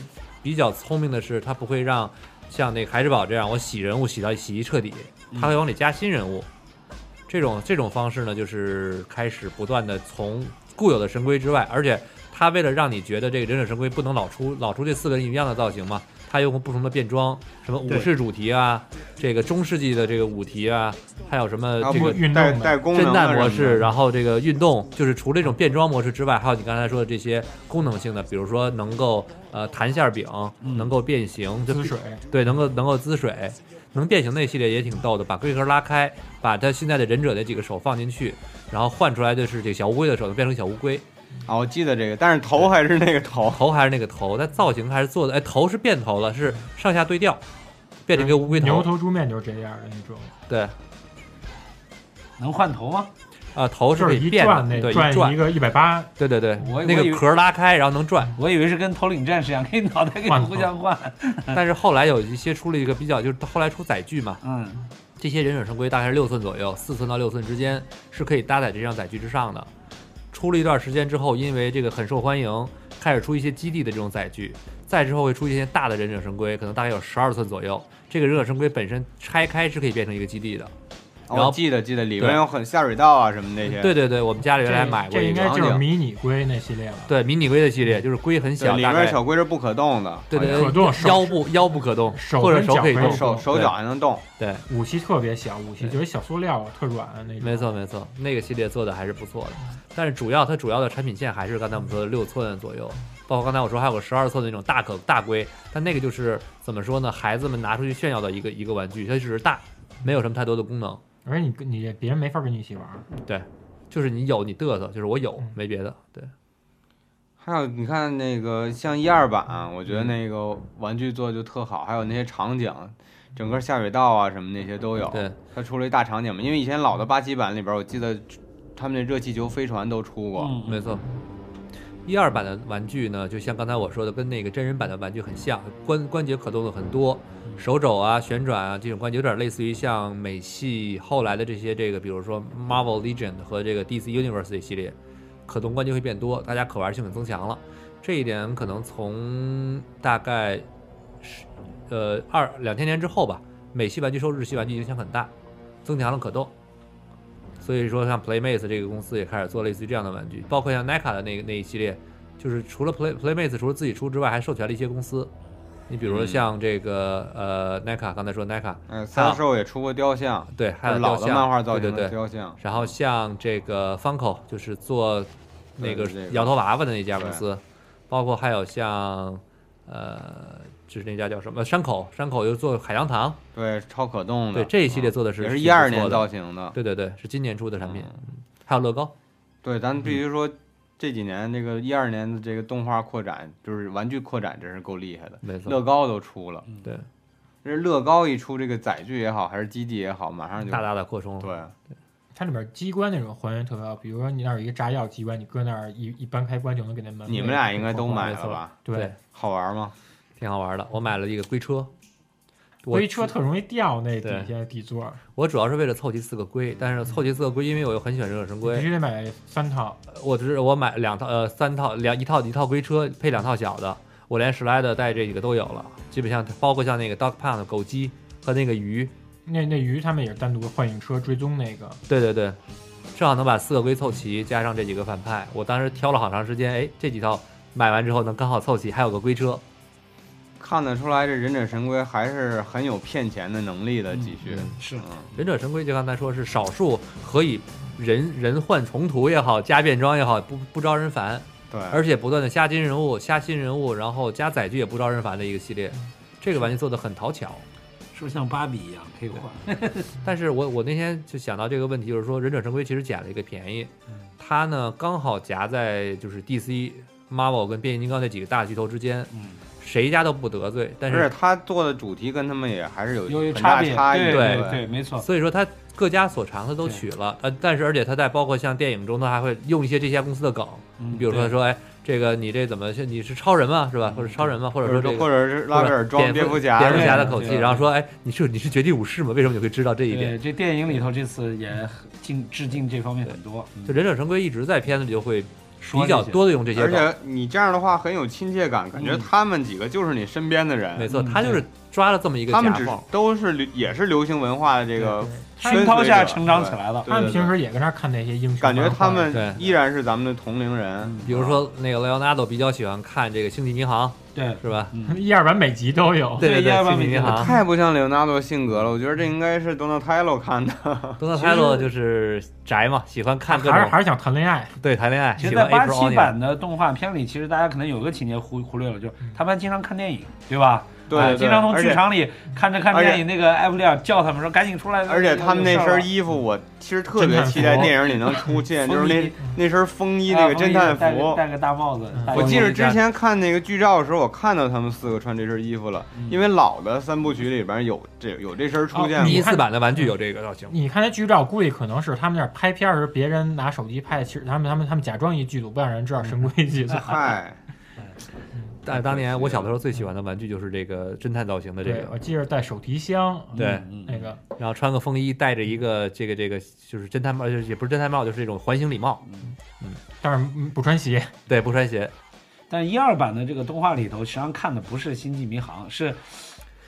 E: 比较聪明的是，他不会让像那个孩之宝这样，我洗人物洗到洗一彻底，他会往里加新人物。这种这种方式呢，就是开始不断的从固有的神龟之外，而且他为了让你觉得这个忍者神龟不能老出老出这四个人一样的造型嘛，他用不同的变装，什么武
I: 对
E: 士主题啊，这个中世纪的这个舞题啊，还有什么
D: 啊，
E: 这
D: 不
E: 个
F: 运动
D: 带
F: 的
D: 带功能
E: 侦
D: 的
E: 探模
D: 什么的
E: 式，然后这个运动，就是除了这种变装模式之外，还有你刚才说的这些功能性的，比如说能够呃弹馅儿饼，能够变形， 就
F: 嗯滋水，
E: 对，能够能够滋水，能变形那系列也挺逗的，把龟壳拉开，把他现在的忍者那几个手放进去，然后换出来的是这个小乌龟的手，能变成小乌龟，
D: 啊，我记得这个，但是头还是那个头，
E: 头还是那个头，但造型还是做的，哎，头是变头了，是上下对调，变成一个乌龟
F: 嗯牛
E: 头，
F: 头猪面就是这样的那种，
E: 对，啊、
G: 能换头吗？
E: 头是
F: 就
E: 可
F: 是
E: 以
F: 一
E: 变
F: 转
E: 的，
F: 那
E: 对，一
F: 转一
E: 转，
F: 个一百八，
E: 对对对
G: 我，我
E: 那
G: 以
E: 个
G: 为
E: 壳拉开，然后能转。
G: 我以为是跟头领战士一样，可以 脑袋给你
F: 换头
G: 互相换，
E: 但是后来有一些出了一个比较，就是后来出载具嘛，
G: 嗯，
E: 这些忍者神龟大概是六寸左右，四寸到六寸之间是可以搭载这张载具之上的。出了一段时间之后，因为这个很受欢迎，开始出一些基地的这种载具。再之后会出一些大的忍者神龟，可能大概有十二寸左右。这个忍者神龟本身拆开是可以变成一个基地的。然后
D: 哦我记得记得里
E: 对
D: 面有很下水道啊什么那些，
E: 对对对，我们家里
F: 这
E: 原来买过
F: 哎这
E: 一
F: 应该嗯
E: 个。
F: 就是迷你龟那系列了。
E: 对迷你龟的系列，就是龟很
D: 对，
E: 小，
D: 里
E: 大
D: 面
E: 概
D: 小龟是不可动的，啊
E: 对对
F: 可动
E: 对，
F: 手
E: 腰部腰部可动，
F: 手
E: 或者
F: 跟
E: 手
F: 脚
E: 可以
F: 可以动
E: 动，
D: 手手
E: 对
D: 脚还能动。
E: 对，
F: 武器特别小，武器就是一小塑料，特软的那种。
E: 没错没错，那个系列做的还是不错的，但是主要它主要的产品线还是刚才我们说的六寸左右，包括刚才我说还有个十二寸的那种大可大龟，但那个就是怎么说呢，孩子们拿出去炫耀的一个一个玩具，它只是大，没有什么太多的功能，
F: 而且你跟你别人没法跟你一起玩，
E: 就是你有你嘚瑟，就是我有
F: 嗯
E: 没别的，对，
D: 还有你看那个像一二版、我觉得那个玩具做得就特好，还有那些场景，整个下水道啊什么那些都有。
E: 对，
D: 它出了一大场景嘛，因为以前老的八七版里边，我记得他们那热气球飞船都出过。
G: 嗯
E: 没错。一二版的玩具呢，就像刚才我说的，跟那个真人版的玩具很像，关关节可动的很多，
G: 嗯
E: 手肘啊、旋转啊这种关节有点类似于像美系后来的这些这个，比如说 Marvel Legend 和这个 DC Universe 这系列，可动关节会变多，大家可玩性很增强了。这一点可能从大概是呃二两千年之后吧，美系玩具受日系玩具影响很大，增强了可动。所以说，像 Playmates 这个公司也开始做类似于这样的玩具，包括像 NECA 的那个那一系列，就是除了 Play Playmates 除了自己出之外，还授权了一些公司。你比如说像这个、呃 NECA，刚才说 NECA，
D: 嗯，三兽也出过雕像，
E: 对，还有
D: 老
E: 雕
D: 的
E: 像
D: 漫画造型
E: 对对
D: 的
E: 对。
D: 雕像，
E: 然后像这个 Funko，就是做那个
D: 对这个
E: 摇头娃娃的那家公司，包括还有像呃，就是那家叫什么山口，山口又做海洋堂，
D: 对，超可动的，啊
E: 对这一系列做的
D: 嗯也
E: 是
D: 是
E: 挺
D: 一二
E: 不错
D: 年
E: 的嗯
D: 造型嗯的，
E: 对对对，是今年出的产品，还有乐高。
D: 对，咱们必
E: 嗯
D: 须说。这几年这个一二年的这个动画扩展，就是玩具扩展，真是够厉害的。
E: 没错
D: 乐高都出了，
E: 对，
D: 这乐高一出，这个载具也好，还是基地也好，马上就
E: 大大的扩充了。
D: 对，
F: 它里面机关那种还原特别好，比如说你那儿有一个炸药机关，你搁那儿一一扳开关就能给那门。
D: 你们俩应该都买了吧？
F: 对，
D: 好玩吗？
E: 挺好玩的。我买了一个龟车，我
F: 龟车特容易掉那底
E: 对
F: 下底座，
E: 我主要是为了凑齐四个龟，但是凑齐四个龟，因为我又很喜欢忍者神
F: 必
E: 龟，
F: 须得买三套。
E: 我只是我买两套呃三套两一套一套龟车配两套小的，我连史莱的带这几个都有了，基本上包括像那个 Dog Pound 狗鸡和那个鱼，
F: 那那鱼他们也是单独幻影车追踪那个，
E: 对对对，正好能把四个龟凑齐，加上这几个反派，我当时挑了好长时间，哎，这几套买完之后能刚好凑齐，还有个龟车，
D: 看得出来，这忍者神龟还是很有骗钱的能力
E: 嗯
D: 的。继续，
G: 是
E: 忍者神龟就刚才说是少数可以人人换重涂也好，加变装也好，不不招人烦。
D: 对，
E: 而且不断的加新人物、加新人物，然后加载具也不招人烦的一个系列。这个玩具做的很讨巧，
G: 是不是像芭比一样可以换？
E: 但是我我那天就想到这个问题，就是说忍者神龟其实捡了一个便宜，
G: 嗯
E: 它呢刚好夹在就是 DC、Marvel 跟变形金刚这几个大巨头之间，
G: 嗯
E: 谁家都不得罪，但
D: 而且
E: 是
D: 他做的主题跟他们也还是有
G: 由于
D: 很大
G: 别，
D: 异。
G: 对
E: 对
G: 对对，没
D: 嗯
G: 错，
E: 所以说它各家所长它都取了，呃，但是而且它在包括像电影中，它还会用一些这家公司的梗，
G: 嗯
E: 你比如说
G: 对嗯
E: 说哎这个你这怎么是你是超人吗是吧，或者超人吗，或者
D: 或
E: 说
D: 者
E: 这
D: 说，
E: 个
D: 或者是拉贝尔装蝙蝠侠，
E: 蝙蝠
G: 对
E: 侠的口气，
G: 对
E: 然后说：“哎，你是你是绝地武士吗？为什么你会知道这一
G: 对，
E: 点
G: 这电影里头这次也很敬致敬这方面很多，？”嗯
E: 就忍者神龟一直在片子里就会
G: 说
E: 比较
G: 这些
E: 多的用这些
D: 而
E: 梗，
D: 且你这样的话很有亲切感，感觉他们几个就是你身边的
E: 没
D: 人，
E: 错，
G: 嗯
E: 他就是抓了这么一个
D: 他
E: 夹
D: 们只
E: 缝。
D: 都是流也是流行文化的这个
G: 熏陶下成长起来了。
D: 对
F: 他们平时也跟那儿看那些英雄漫画，
D: 感觉他
E: 对
D: 们依然是咱们的同龄人
G: 嗯。
E: 比如说那个莱昂纳多比较喜欢看这个《星际迷航
G: 对》，，
E: 是吧？
G: 嗯
F: 一二版每集都有。
E: 对
G: 对
E: 对，
G: 128
E: 《星际迷航》
D: 太不像雷欧纳多性格了，我觉得这应该是 Donatello 看
G: 哎
D: 的。
E: 东特泰勒就是宅嘛，喜欢看各
F: 还是还
E: 种
F: 是想谈恋爱，
E: 对谈恋爱，
G: 其实，
E: 喜
G: 在
E: 欢
G: 八
E: April
G: 七
E: O'Neil。
G: 版的动画片里，其实大家可能有个情节忽忽略了，就是他们经常看电影，对吧？
D: 嗯对
G: 啊
D: 对
G: 经常从
D: 而且
G: 剧场里看着看电影，那个艾弗利亚叫他们说赶紧出来。
D: 而且他们那
G: 有事儿了
D: 身衣服，我其 实特别期待电影里能出现，就是
G: 风
D: 那
G: 衣啊
D: 那身风衣那个侦探
G: 戴个
D: 服。
G: 戴个大帽子。
F: 嗯
G: 戴个
D: 我记得
G: 帽子
D: 之前看那个剧照的时候，我看到他们四个穿这身衣服了，
G: 嗯
D: 因为老的三部曲里边有这有这身出现
F: 哦
E: 第一
D: 过。
E: 四版的玩具有这个造型，
F: 你看那剧照，估计可能是他们那儿拍片儿时，别人拿手机拍，其实他们他们他们假装一剧组，不让人知道神龟剧组。
D: 嗨，
E: 但当年我小的时候最喜欢的玩具就是这个侦探造型的这
F: 对，嗯
E: 个
F: 我，记着带手提箱，
E: 对，
G: 嗯
F: 那个
E: 然后穿个风衣，戴着一个这个这个就是侦探帽，就是也不是侦探帽，就是这种环形礼帽，
F: 但是嗯不穿鞋，
E: 对，不穿鞋，
G: 但一二版的这个动画里头，实际上看的不是《星际迷航》，是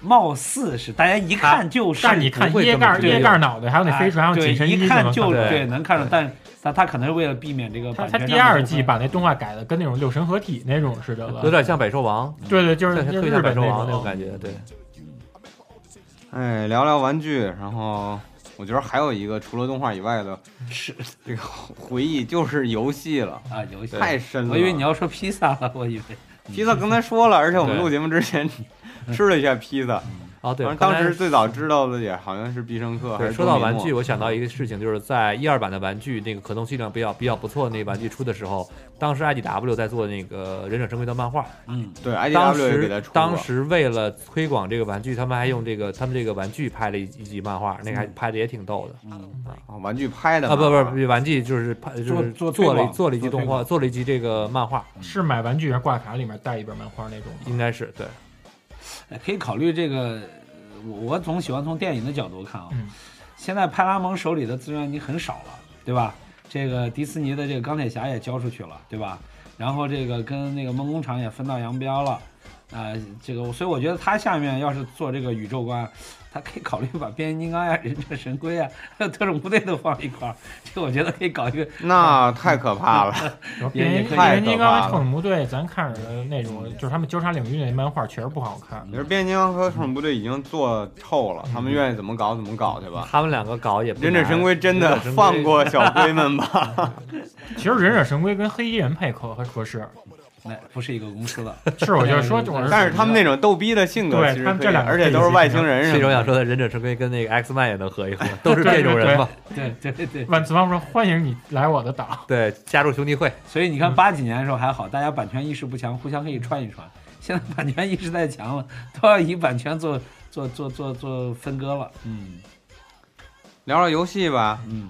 G: 貌似是大家一看就是，
F: 但是你看
E: 不会这
F: 椰
E: 么
F: 盖儿
E: 对
F: 椰盖儿脑袋，还有那飞船，还有
G: 对
F: 紧身衣
G: 一
F: 什么
G: 看
F: 的，
G: 就
E: 对
G: 能看出，但但他可能是为了避免这个
F: 他
G: 版
F: 他
G: 权上的
F: 第二季
G: 纠纷
F: 把那动画改的跟那种六神合体那种似的了
E: 有，点像百兽王，
F: 对对，就是
E: 特
F: 就是
E: 别
F: 日
E: 像百
F: 本
E: 兽王
F: 那
E: 那种
F: 种
E: 感觉，对，
D: 哎，聊聊玩具，然后我觉得还有一个除了动画以外的
G: 是
D: 这个回忆就是游戏了，
G: 啊游戏
D: 太深了。
G: 我以为你要说披萨了，我以为
D: 披萨刚才说了，而且我们
E: 嗯对
D: 录节目之前吃了一下披萨，
E: 哦，对，
D: 反正
E: 刚
D: 当
E: 才
D: 时最早知道的也好像是必胜客，还
E: 对，
D: 是
E: 说到
D: 多米
E: 玩
D: 诺
E: 具，我想到一个事情，就是在一二版的玩具那个可动性量比较比较不错的那个玩具出的时候，当时 IDW 在做那个忍者神龟的漫画，
G: 嗯，
D: 对
E: 当
D: IDW 也给他
E: 时
D: 出过
E: 当时为了推广这个玩具，他们还用这个他们这个玩具拍了一一集漫画，那
D: 嗯
E: 个还拍的也挺逗的。
D: 啊玩具拍的
E: 啊，不
D: 嘛
E: 不，玩具就是拍就是
G: 做做推
E: 做了
G: 广
E: 做了一集
G: 做
E: 动
G: 推
E: 画，
G: 广
E: 做了一集这个漫画，
F: 是买玩具还是挂卡里面带一本漫画那种吗？
E: 应该是对。
G: 哎可以考虑这个。呃我我总喜欢从电影的角度看啊。
F: 嗯
G: 现在派拉蒙手里的资源已经很少了，对吧？这个迪士尼的这个钢铁侠也交出去了，对吧？然后这个跟那个梦工厂也分道扬镳了，呃，这个我所以我觉得他下面要是做这个宇宙观，他可以考虑把变形金刚呀、忍者神龟呀、 还有特种部队都放一块儿，这个我觉得可以搞一个
D: 那太可怕了，
F: 然后
G: 也
F: 变
G: 也
F: 形
G: 可以
F: 变形金
D: 太可怕
F: 刚
D: 了
F: 跟特种部队，咱看着的那种，就是他们交叉领域那漫画确实不好看
D: 你。说变形金刚和特种部队已经做臭
E: 嗯
D: 了，他们愿意怎么搞怎么搞去吧。
E: 他们两个搞也不
D: 忍者
E: 难
D: 神龟真的
E: 嗯忍者神龟嗯
D: 放过小龟们 吧，
F: 其实忍者神龟跟黑衣人配合合适，
G: 那不是一个公司的，
F: 是我就说，
G: 对
F: 我
D: 但是他们那种逗逼的性格
F: 对
D: 其实
F: 他们
D: 可
F: 这
D: 以
F: 两个
D: 而且
F: 可以
D: 都是
F: 形
D: 外
F: 成
D: 星人
E: 这
D: 什
E: 种
D: 么的
E: 想说的忍者神龟跟那个 X Man 也能合一合，都是这种人嘛。
G: 对对对。
F: 万磁王说欢迎你来我的岛。
E: 对，加入兄弟会，
G: 所以你看八几年的时候还好，大家版权意识不强，互相可以串一串。现在版权意识太强了， 都要以版权做做做做做分割了。嗯
D: 聊聊游戏吧，
G: 嗯，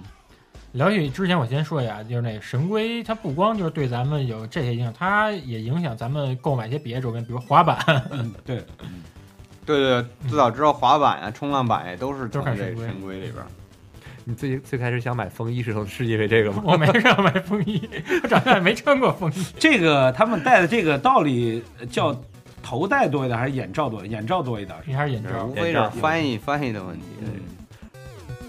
F: 聊起之前，我先说一下，就是那神龟，它不光就是对咱们有这些影响，它也影响咱们购买一些别的周边，比如滑板
G: 嗯对，
D: 对对，
E: 嗯
D: 对最早知道滑板啊、冲浪板也都是
F: 都
D: 从
F: 看
D: 这
F: 神龟
D: 神龟里边儿。
E: 你最最开始想买风衣是从是因为这个吗？
D: 哦
F: 我没事买风衣，我长大也没穿过风衣。
G: 这个他们戴的这个道理呃叫头戴多一点还是眼罩多？眼罩多一点。
F: 你还是眼
D: 这
F: 罩
D: 无，非是翻译翻译的问题。
G: 嗯，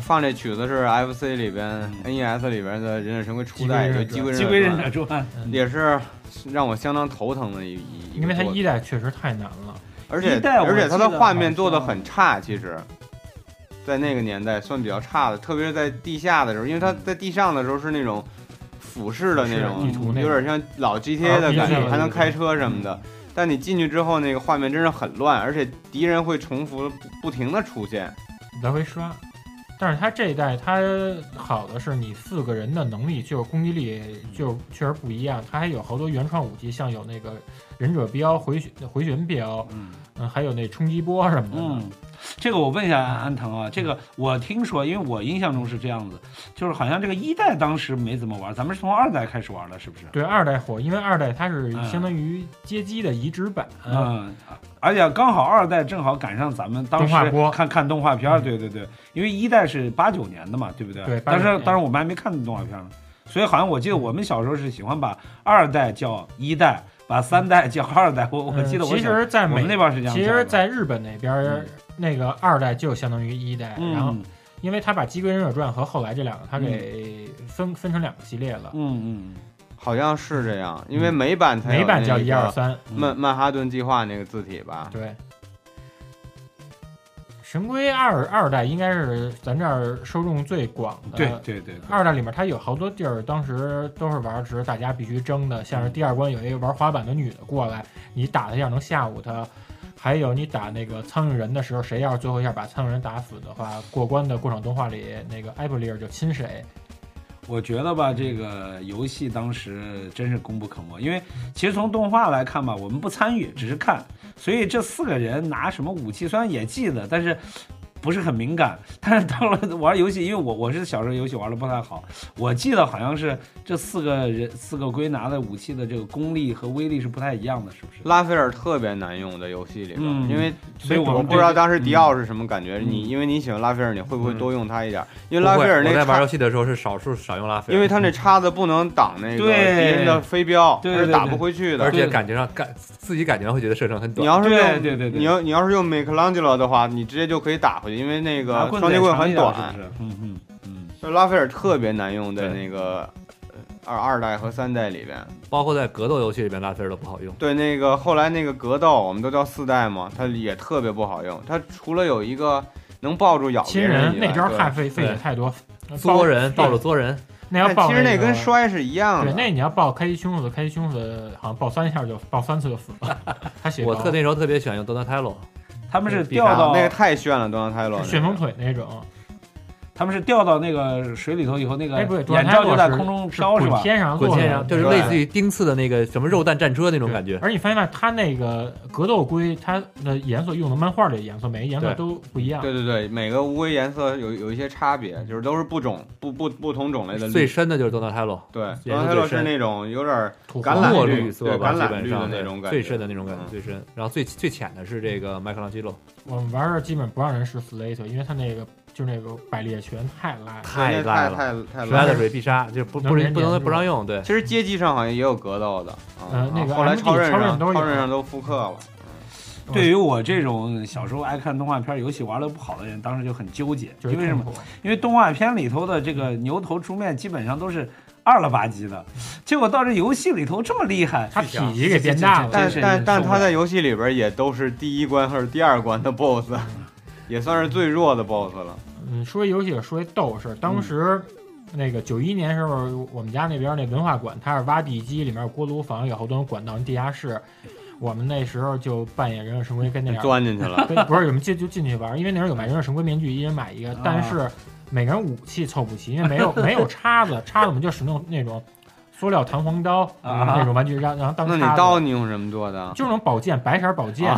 D: 放这曲子是 FC 里边
G: 嗯、
D: NES 里边的《忍者神龟》初代，就《
F: 机
D: 机
F: 龟
D: 龟
G: 鸡龟忍
D: 传
G: 者传，
D: 也是让我相当头疼的一一，
F: 嗯因为它
D: 一个作
F: 一
D: 品，
F: 代确实太难了。
D: 而且
G: 一代我
D: 而且它
G: 记
D: 的
G: 得
D: 画面做的
G: 好像
D: 很差，其实，在那个年代算比较差的，特别是在地下的时候，因为它在地上的时候是那种俯视的那
F: 是
D: 种
F: 嗯地图，那
D: 有点
F: 种，
D: 像老 GTA 的感觉，
F: 啊对嗯
D: 还能开车什么的。但你进去之后，那个画面真是很乱，而且敌人会重复不不停的出现。
F: 来回刷。但是它这一代，它好的是你四个人的能力，就是攻击力就确实不一样。它还有好多原创武器，像有那个忍者镖、回旋回旋镖，
G: 嗯
F: 嗯，还有那冲击波什么的。
G: 嗯，这个我问一下安藤啊，这个我听说，因为我印象中是这样子，就是好像这个一代当时没怎么玩，咱们是从二代开始玩的，是不是？
F: 对，二代火，因为二代它是
G: 嗯
F: 相当于街机的移植版，
G: 嗯，而且刚好二代正好赶上咱们当
F: 动画
G: 时
F: 播
G: 看看动画片儿，
F: 嗯
G: 对对对，因为一代是八九年的嘛，对不对？
F: 对
G: 当时
F: 89年
G: 当时我们还没看动画片儿呢，所以好像我记得我们小时候是喜欢把二代叫一代，把三代叫二代。我我
F: 嗯
G: 记得我
F: 其
G: 小
F: 实，在
G: 我
F: 美
G: 们那边是这样
F: 其
G: 叫
F: 实，
G: 的
F: 在日本那边儿
G: 嗯，
F: 那个二代就相当于一代，
G: 嗯
F: 然后因为他把《机龟忍者传》和后来这两个，他给分分成两个系列了，
G: 嗯嗯
D: 好像是这样，因为美版才有
F: 嗯美版叫
D: 那个
F: 一二三，
G: 嗯
D: 曼曼哈顿计划那个字体吧？
F: 对。神龟二二代应该是咱这儿受众最广的，
G: 对对对对，
F: 二代里面它有好多地儿，当时都是玩儿时大家必须争的，像是第二关有一个玩滑板的女的过来，你打她一下能吓唬她。还有你打那个苍蝇人的时候，谁要是最后一下把苍蝇人打死的话，过关的过场动画里那个艾布利尔就亲谁。
G: 我觉得吧，这个游戏当时真是功不可没，因为其实从动画来看吧，我们不参与，只是看，所以这四个人拿什么武器，虽然也记得，但是不是很敏感。但是到了 玩游戏，因为我我是小时候游戏玩的不太好，我记得好像是这四个人四个龟拿的武器的这个功力和威力是不太一样的，是不是？
D: 拉斐尔特别难用在游戏里边，
G: 嗯
D: 因为
G: 所以我们
D: 不知道当时迪
G: 奥
D: 奥是什么感觉。
G: 嗯
D: 你因为你喜欢拉斐尔，你会不会
E: 嗯
D: 多用他一点？因为
E: 不
D: 拉
E: 会
D: 斐尔那
E: 我在玩游
D: 叉，
E: 戏的时候是少数少用拉菲尔，
D: 因为他那叉子不能挡那个敌
G: 对
D: 人的飞镖，
G: 对
D: 而
G: 对
D: 且打
G: 对
D: 不回去
E: 而
D: 的。
E: 且感觉上感自己感觉上会觉得射程很
D: 你
E: 短。
D: 要是
G: 对
D: 用
G: 对对对，
D: 你要你要是用 Michelangelo 的话，你直接就可以打回去，因为那
G: 拿
D: 个
G: 棍
D: 双
G: 子也
D: 截棍
G: 长
D: 很
G: 一点
D: 短。
G: 是不是？嗯嗯嗯，
D: 就拉斐尔特别难用在
E: 对
D: 那个呃二二代和三代里边。
E: 包括在格斗游戏里面，拉菲尔都不好用。
D: 对，那个后来那个格斗，我们都叫四代嘛，它也特别不好用。它除了有一个能抱住咬
F: 亲
D: 别人以外，
F: 那招
D: 对
F: 太费费解太多，
E: 作人
F: 到
E: 到
F: 了
E: 处作人，
F: 那要
D: 但
F: 爆
D: 其实
F: 那
D: 那
F: 个
D: 跟摔是一样
F: 对，
D: 的。
F: 那你要爆开一胸子，开一胸子好像爆三下就爆三次就死了。他写
E: 我特那时候特别喜欢用 Donatello，
F: 啊
G: 他们是
E: 比
G: 掉
E: 较
G: 到
D: 那个太炫了，端泰罗那个
F: 旋风腿那种，
G: 他们是掉到那个水里头以后，那个
F: 哎不对，
G: 眼罩就在空中飘
F: 是
G: 是
F: 滚
G: 吧？
F: 天上
E: 滚
F: 落
E: 线
F: 下
E: 上
F: 来
E: 就是
F: 对啊
E: 类似于钉刺的那个什么肉弹战车那种
F: 对
E: 感觉。
F: 而你发现吗？他那个格斗龟，它的颜色用的漫画里的颜色，每个颜色
E: 对
F: 都不一样。
D: 对对对，每个乌龟颜色有有一些差别，就是都是不种不不不同种类的
E: 最
D: 绿。
E: 深的就是 Donatello，
D: 对，
E: 颜
D: 端
E: 色
D: 泰罗是
E: 最深
D: 那种有点儿
F: 土
D: 橄
F: 黄
D: 榄
E: 墨
D: 绿
E: 绿色吧，
D: 对橄榄
E: 基本
D: 绿的
E: 上
D: 那种感觉
E: 最深的那种感觉
D: 嗯
E: 最深。然后最最浅的是这个麦克朗基罗，
F: 我们玩儿基本不让人试 Slate，因为他那个就那个百裂拳太烂了。
E: 太
D: 对那
E: 烂了，
D: 太太太
E: 摔
D: 烂
E: 的
D: 了。
E: 水必杀，就是不
F: 能
E: 不
F: 连
E: 不能
F: 连
E: 不让用， 对。
D: 其实街机上好像也有格斗的，啊
F: 呃那个
D: 后来
F: MD
D: 超任
F: 超任
D: 上
F: 都有
D: 超任上都复刻了。
G: 对于我这种小时候爱看动画片，游戏玩的不好的人，当时就很纠结，
F: 就是
G: 因为什么
F: 痛？苦
G: 因为动画片里头的这个牛头猪面基本上都是二了吧唧的，结果到这游戏里头这么厉害，
F: 他体积给变大了。
D: 但
G: 真是
D: 但但
G: 受不
D: 他
G: 了
D: 在游戏里边也都是第一关或者第二关的 BOSS，也算是最弱的 BOSS 了。
F: 嗯，说一游戏也说一斗士，当时。那个九一年时候，我们家那边那文化馆，它是挖地基，里面有锅炉房，有好多种管道、地下室。我们那时候就扮演忍者神龟，跟那样
D: 钻进去 了，
F: 跟不是我们进就进去玩，因为那时候有卖忍者神龟面具，一人买一
D: 啊
F: 个，但是每个人武器凑不齐，因为没有没有叉子，叉子我们就使用那种塑料弹簧刀、嗯
G: 啊
F: 那种玩具，让然后当
D: 那你
F: 叉子
D: 刀啊你用什么做的？
F: 就是那种宝剑，白色宝剑，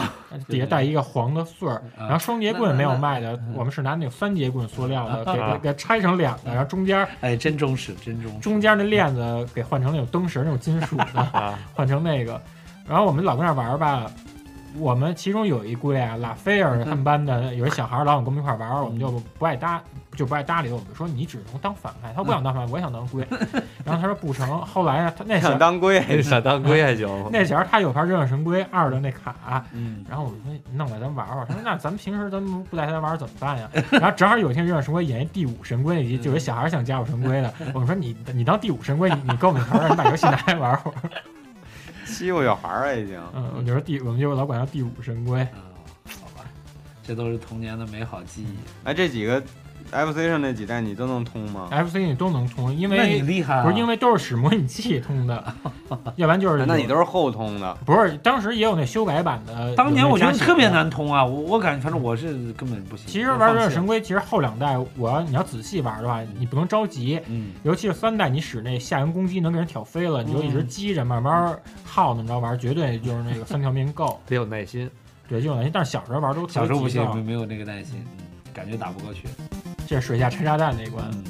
F: 底下带一个黄的穗儿，
D: 啊
F: 然后双节棍没有卖的，
D: 嗯
F: 我们是拿那种三节棍塑 料的，给
E: 啊
F: 给给拆成两个，然后中间
G: 哎，真忠实，真忠实。
F: 中间那链子给换成那种灯绳那种金属的
E: 啊，
F: 换成那个，然后我们老跟那玩儿吧。我们其中有一龟啊，拉斐尔他们班的有一小孩儿老想跟我们一块儿玩儿，我们就不爱搭，就不爱搭理他。我们说你只能当反派，他说不想当反派，我也想当龟。然后他说不成。后来啊，他那小
D: 想当龟，
F: 嗯
E: 那闪当归还行，
F: 那前儿他有盘《忍者神龟二》的那卡，
G: 嗯，
F: 然后我说弄来咱玩玩。他说那咱们平时咱们不带他玩怎么办呀？然后正好有一天《忍者神龟》演一第五神龟那集，就有小孩想加入神龟的。我们说你你当第五神龟，你你跟我们一块儿玩，你把游戏拿来玩会儿。
D: 欺负小孩儿了已经。
F: 嗯，我就说第，我们就老管叫第五神龟。
G: 啊好吧，这都是童年的美好记忆。
D: 哎，这几个 FC 上那几代你都能通吗？
F: FC 你都能通，因
G: 那你
F: 为
G: 厉害、啊，
F: 不是因为都是使模拟器通 的，要不然就是
D: 哎那你都是后通的，
F: 不是当时也有那修改版的。
G: 当年我觉
F: 有
G: 得
F: 那加
G: 特别
F: 写的
G: 难通啊，我我感觉反正我是根本不行。
F: 其实玩
G: 我
F: 《
G: 放
F: 忍者
G: 弃了
F: 神龟》，其实后两代，我要你要仔细玩的话，你不能着急，
G: 嗯，
F: 尤其是三代，你使那吓人攻击能给人挑飞了，你就一直
G: 嗯
F: 激着慢慢耗那么着玩，绝对就是那个三条命够。
E: 得有耐心。
F: 对，就有那，但是小时候玩都特别
G: 小时候不
F: 急
G: 行
F: 躁，
G: 没没有那个耐心，嗯感觉打不过去。
F: 这水下拆炸弹那一关，
G: 嗯，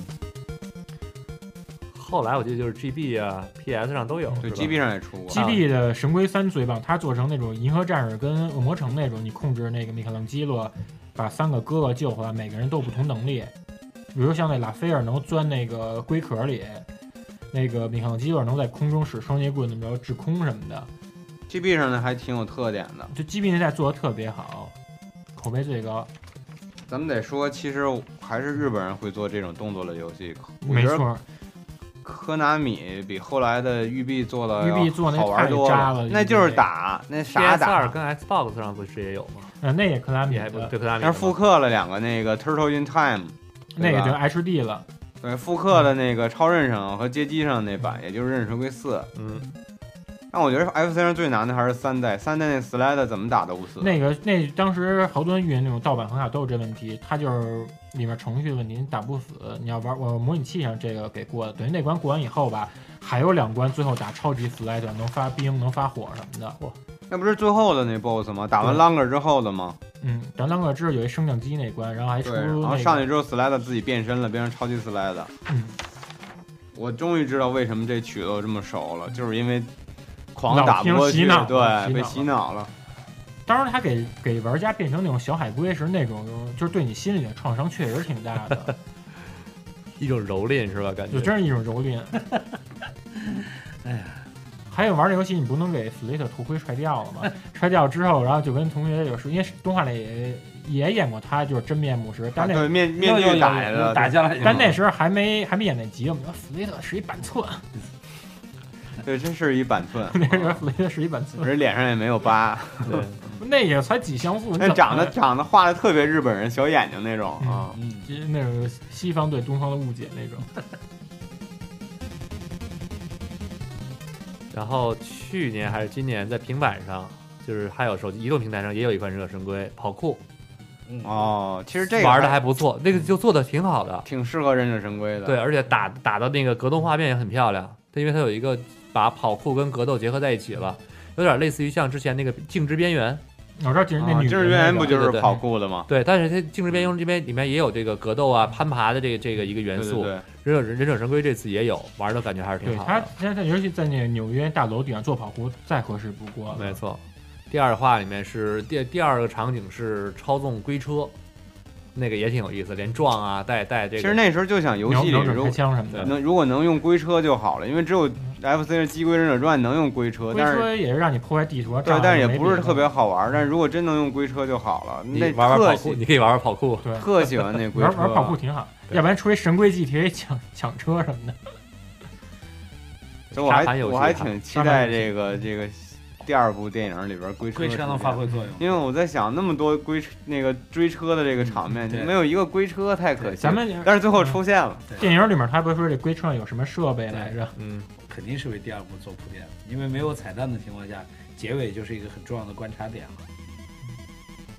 E: 后来我记得就是 GB 啊、PS 上都有，
D: 对
E: 是吧
D: GB 上也出过。啊
F: GB 的神龟三最棒，它做成那种银河战士跟恶魔城那种，你控制那个米开朗基罗，把三个哥哥救回来，每个人都有不同能力。比如像那拉斐尔能钻那个龟壳里，那个米开朗基罗能在空中使双截棍怎么着制空什么的，
D: GB 上的还挺有特点的。
F: 就 GB 那代做的特别好，口碑最高。
D: 咱们得说，其实还是日本人会做这种动作类游戏。我
F: 没
D: 觉得
F: 错，
D: 科南米比后来的育碧做的
F: 育碧做那
D: 好玩多
F: 太渣了
D: 那就是打那啥
E: PS
D: 打，
E: 二跟 Xbox 上不是也有吗？
F: 呃，那也克拉米
E: 也还不
F: 的，
E: 对，克拉米
D: 但是复刻了两个那个 Turtle in Time，
F: 那
D: 对
F: 个
D: 吧
F: 就 HD 了。
D: 对，复刻的那个超任上和街机上那版，也就是任神龟四。
E: 嗯，
D: 但我觉得 FC 上最难的还是三代，三代那 Slide 怎么打都不死。
F: 那个那当时好多人预言那种盗版横卡都有这问题，它就是里面程序的问题，你打不死。你要玩我模拟器上这个给过了，等于那关过完以后吧，还有两关最后打超级 slide 能发冰、能发火什么的。
D: 那不是最后的那 BOSS 吗？打完
F: 对
D: Longer 之后的吗？
F: 嗯，然后当个知道有一升降机那关，然后还出
D: 对，
F: 那
D: 然
F: 个、
D: 后上去之后 Slide 自己变身了，变成超级 Slide。
F: 嗯，
D: 我终于知道为什么这曲子我这么熟了，就是因为狂
F: 嗯老
D: 打不
F: 听
D: 过
F: 洗
D: 去，
F: 脑了
D: 对，被
F: 洗
D: 洗脑了。
F: 当时他给给玩家变成那种小海龟时，那种就是对你心理的创伤确实挺大的，
E: 一种蹂躏是吧？感
F: 就
E: 觉
F: 真是一种蹂躏。啊
G: 哎呀，
F: 还有玩这游戏，你不能给 Slate 头盔踹掉了吗？ 踹掉之后，然后就跟同学有说，因为动画里也也演过他就是真面目时，但那、
D: 对面面
G: 又
D: 具打下来
G: 又
D: 了，
G: 打架了，
F: 但那时候还没还没演那集，我们说 Slate 是一板寸， ，
D: 对，真是一板寸
F: 那时候 Slate 是一板寸，
D: 人脸上也没有疤，
E: 对，
F: 那也才几像 素，你怎
D: 但
F: 么
D: 嗯长得长得画的特别日本人，小眼睛那种
F: 嗯
D: 啊。
G: 嗯，
F: 那种西方对东方的误解那种。
E: 然后去年还是今年在平板上，就是还有手机移动平台上也有一款忍者神龟跑酷，
D: 哦，其实这个
E: 玩的还不错，那个就做的挺好的。
D: 挺适合忍者神龟的。
E: 对，，而且打打的那个格斗画面也很漂亮。它因为它有一个把跑酷跟格斗结合在一起了，有点类似于像之前那个《静止边缘》。
F: 我知道就是那
D: 啊，
F: 女
D: 这
F: 的
D: 是渊
F: 那
D: 源
F: 个
D: 不就
E: 对
D: 是
E: 对对
D: 跑酷的吗？
E: 对，但是它《静止边缘》这边里面也有这个格斗啊、攀爬的这个这个一个元
D: 对
E: 素。
D: 对对，
E: 忍者忍者神龟这次也有玩的感觉还是
F: 对
E: 挺好
F: 他
E: 的。，
F: 他他尤其在那个纽约大楼顶上做跑酷，再合适不过
E: 没
F: 了。
E: 错，第二话里面是第第二个场景是操纵龟车，那个也挺有意思，连撞啊带带这
D: 其
E: 个。
D: 实那时候就想游
F: 瞄
D: 戏里
F: 瞄
D: 如
F: 准
D: 果
F: 开枪什么的，
D: 能如果能用龟车就好了，因为只有 FC 的《机龟忍者传》能用龟车，
F: 龟
D: 但是
F: 车也是让你破坏地图，
D: 对，
F: 障碍
D: 但是也
F: 没
D: 不是
F: 别的
D: 特别好玩。但是如果真能用龟车就好了，
E: 你
D: 那
E: 玩玩跑
D: 特
E: 酷，
D: 喜
E: 你可以玩玩跑酷。
F: 对。
D: 特喜欢那龟
F: 玩
D: 车。
F: 玩跑酷挺好，
E: 对
F: 要不然出一神龟 GTA 抢 抢车什么的。
D: 所以我
E: 沙盘
D: 还
E: 游戏
D: 我还
E: 哈
D: 挺期待这个这个第二部电影里边龟车
G: 龟
D: 的
G: 车
D: 出
G: 能
D: 现
G: 发挥作用。
D: 因为我在想那么多龟车那个追车的这个场面，
G: 对
D: 没有一个龟车太可惜了。
F: 咱们
D: 但是最后出现了，
F: 电影里面他不是说这龟车上有什么设备来着？
E: 嗯，
G: 肯定是为第二部做铺垫的，因为没有彩蛋的情况下，结尾就是一个很重要的观察点了。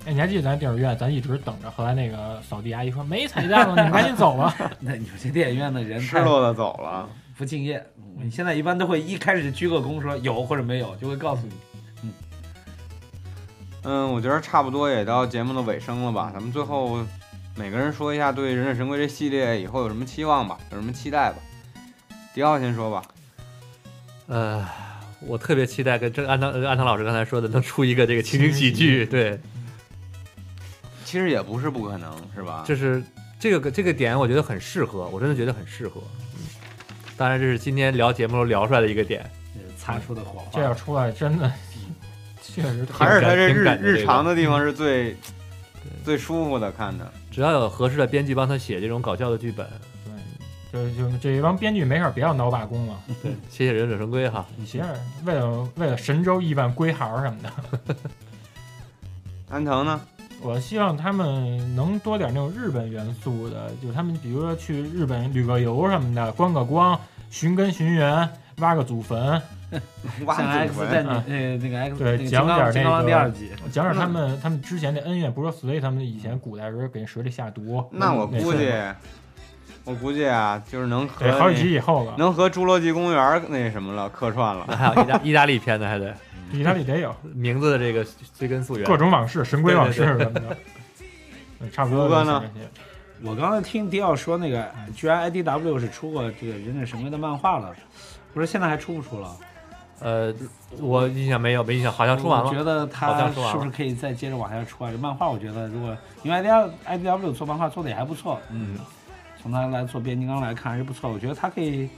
F: 哎，你还记得咱电影院，咱一直等着，后来那个扫地阿姨说没彩蛋了，你们赶紧走吧。
G: 那你们这电影院的人
D: 失
G: 太
D: 落的嗯走了。
G: 不敬业，嗯你现在一般都会一开始鞠个躬说有或者没有，就会告诉你。
D: 嗯，我觉得差不多也到节目的尾声了吧。咱们最后每个人说一下对《忍者神龟》这系列以后有什么期望吧，有什么期待吧。迪奥先说吧。
E: 呃，我特别期待跟这安唐安唐老师刚才说的，能出一个这个情景喜剧。对，
D: 其实也不是不可能，是吧？
E: 就是这个这个点，我觉得很适合，我真的觉得很适合。嗯，当然这是今天聊节目时候聊出来的一个点。
G: 呃擦出的火
F: 这要
G: 花，
F: 出来真的确实挺
D: 还是他这
E: 挺
D: 日
E: 感觉这个
D: 日常的地方是最最舒服的，看着。
E: 只要有合适的编剧帮他写这种搞笑的剧本，
F: 就就这帮编剧没事儿别要挠罢工 了，
E: 写写忍者神龟哈。
F: 你其实为了为了神州亿万龟孩儿什么的，
D: 安藤呢？
F: 我希望他们能多点那种日本元素的，就是他们比如说去日本旅个游什么的，观个光，寻根寻源，挖个祖坟，
D: 哇，
G: 像 X
D: 文
G: 战警呃那个 X
F: 对
G: 那个金
F: 讲点
G: 刚金刚
F: 那个
G: 狼第二集，
F: 讲讲他们、他们之前的恩怨，不是说 s l a 他们以前古代时候给人蛇里下毒，
D: 那我
F: 那
D: 估
F: 是
D: 计，我估计啊，就是能和
F: 对，好几
D: 那
F: 集以后
G: 啊
F: 了，
D: 能和《侏罗纪公园》那什么了客串 了。
E: 还有意大意大利片的，还得
F: 意大利得有
E: 名字的这个追根溯源。
F: 各种往事，神龟
E: 对对
F: 往事什么的，嗯差不多
D: 胡歌
F: 就
D: 呢
F: 是这些。
G: 我刚才听迪奥说那个，居然 IDW 是出过这个忍者神龟的漫画了，不是现在还出不出了？
E: 呃，我印象没有，没印象，好像出完
G: 我觉
E: 了。
G: 得
E: 好
G: 他
E: 像说完
G: 是不
E: 了
G: 是可以再接着往下出啊？这漫画我觉得，如果因为 IDW IDW 做漫画做的也还不错，嗯，从他来做变形金刚来看还是不错。我觉得他可以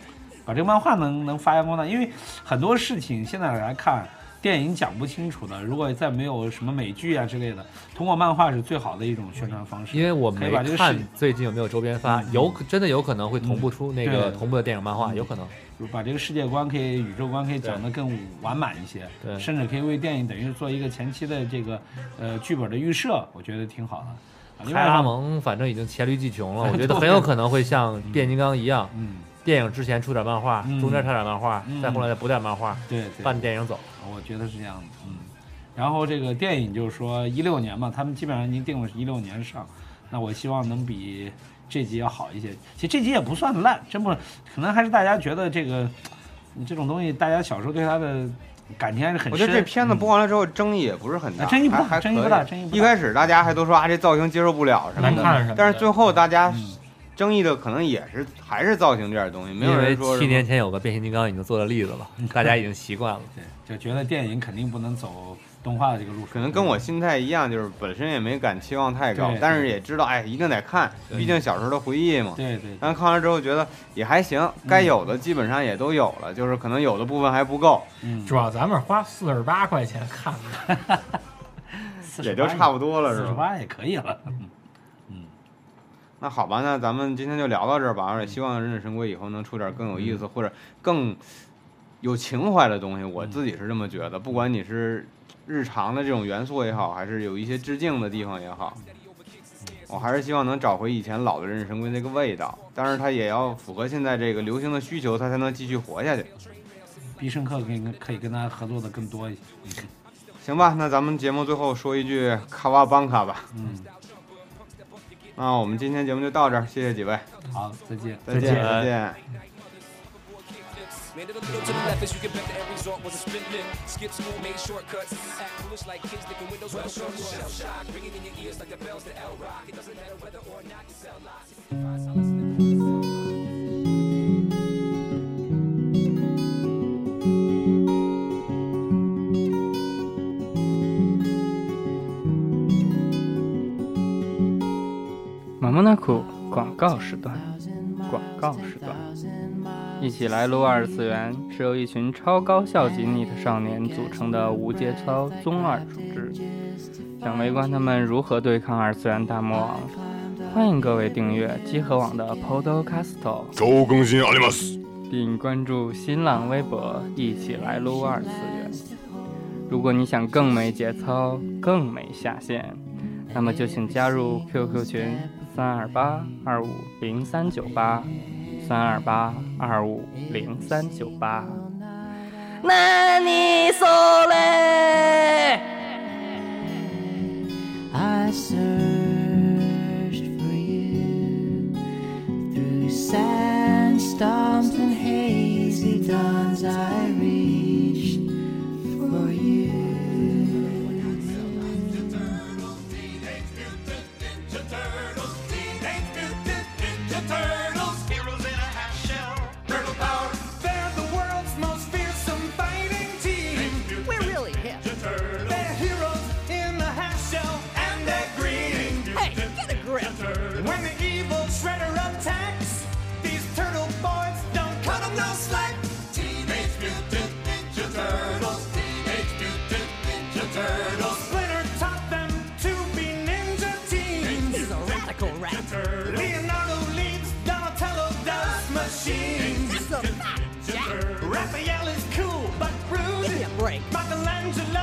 G: 把这个漫画能能发扬光大，因为很多事情现在来看。电影讲不清楚的，如果再没有什么美剧啊之类的，通过漫画是最好的一种宣传方式。
E: 因为我
G: 可以
E: 没
G: 把这个事
E: 看最近有没有周边发，
G: 嗯
E: 有可真的有可能会同步出那个
G: 对啊
E: 同步的电影漫画，有可能。
G: 就是把这个世界观可以、宇宙观可以讲得更完满一些，
E: 对
G: 甚至可以为电影等于是做一个前期的这个呃剧本的预设，我觉得挺好的。啊另
E: 派
G: 外
E: 拉
G: 呢，
E: 蒙反正已经黔驴技穷了，我觉得很有可能会像变形金刚一样，
G: 嗯，
E: 电影之前出点漫画，
G: 嗯
E: 中间插点漫画，
G: 嗯
E: 再后来再补点漫画，
G: 对对，
E: 伴电影走。
G: 我觉得是这样的，嗯。然后这个电影就是说一六年嘛，他们基本上已经定了是一六年上，那我希望能比这集要好一些。其实这集也不算烂，真不可能还是大家觉得这个嗯这种东西，大家小时候对它的感情还是很深。
D: 我觉得这片子播完了之后争议也不是很大，
G: 啊争议不大
D: 还还
G: 争议
D: 可
G: 不大
D: 以
G: 争议不大
D: 一开始大家还都说啊这造型接受不了什么
F: 难看
D: 的，
F: 什么的
D: 但是最后大家
G: 嗯
D: 争议的可能也是还是造型这点东西，没有
E: 因为
D: 人说
E: 七
D: 什么
E: 年前有个变形金刚已经做了例子了，大家已经习惯了。
G: 对，就觉得电影肯定不能走动画的这个路数，
D: 可能跟我心态一样，就是本身也没敢期望太高
G: 对，
D: 但是也知道哎一定得看，
E: 对
D: 毕竟小时候的回忆嘛。
G: 对对
D: 但看完之后觉得也还行，该有的基本上也都有了，就是可能有的部分还不够，
G: 嗯，
F: 主要咱们花四十八块钱看的，
D: 也就差不多了，
G: 四
D: 是
G: 十
D: 吧？
G: 八也可以了。
D: 那好吧，那咱们今天就聊到这儿吧。而且希望《忍者神龟》以后能出点更有意思、或者更有情怀的东西，我自己是这么觉得。不管你是日常的这种元素也好，还是有一些致敬的地方也好，我还是希望能找回以前老的《忍者神龟》那个味道。当然，它也要符合现在这个流行的需求，它才能继续活下去。
G: 必胜客可以跟可以跟他合作的更多一些。
D: 行吧，那咱们节目最后说一句卡哇邦卡吧。
G: 嗯，
D: 那我们今天节目就到这儿，谢谢几位，
G: 好，再见。
D: 再见，
F: 再见
D: 再见。
I: Man, it'll go to the left as you can bet the end result was a spin bit. Skip school, make shortcuts. Act foolish like kids, thinking windows well short. Shell shock, ringing in your ears like the bells to L Rock. It doesn't matter whether or not you sell lots. If you find solace in the
J: Mamonaco 广告时段，广告时段，一起来撸二次元是由一群超高校级 NET 少年组成的无节操中二组织，想围观他们如何对抗二次元大魔王，欢迎各位订阅集合网的 Podcast，
A: 周更新あります。
J: 并关注新浪微博“一起来撸二次元”。如果你想更没节操、更没下限，那么就请加入 QQ 群三二八二五零三九八三二八二五零三九八。那你说嘞？
K: I searched for you through sandstorms and hazy dawns. I reached for you.
H: Heroes in a half shell. Turtle power. They're the world's most fearsome fighting team. We're really hip. They're heroes in a half shell and they're green. Hey, get a grip. When the evil shredder attacks, these turtle boys don't cut 'em no slack. Teenage Mutant Ninja Turtles. Teenage Mutant Ninja Turtles. Splinter taught them to be ninja teens. He's a radical rat. Leonardo leads, Donatello does machines. Raphael is cool but rude. Michelangelo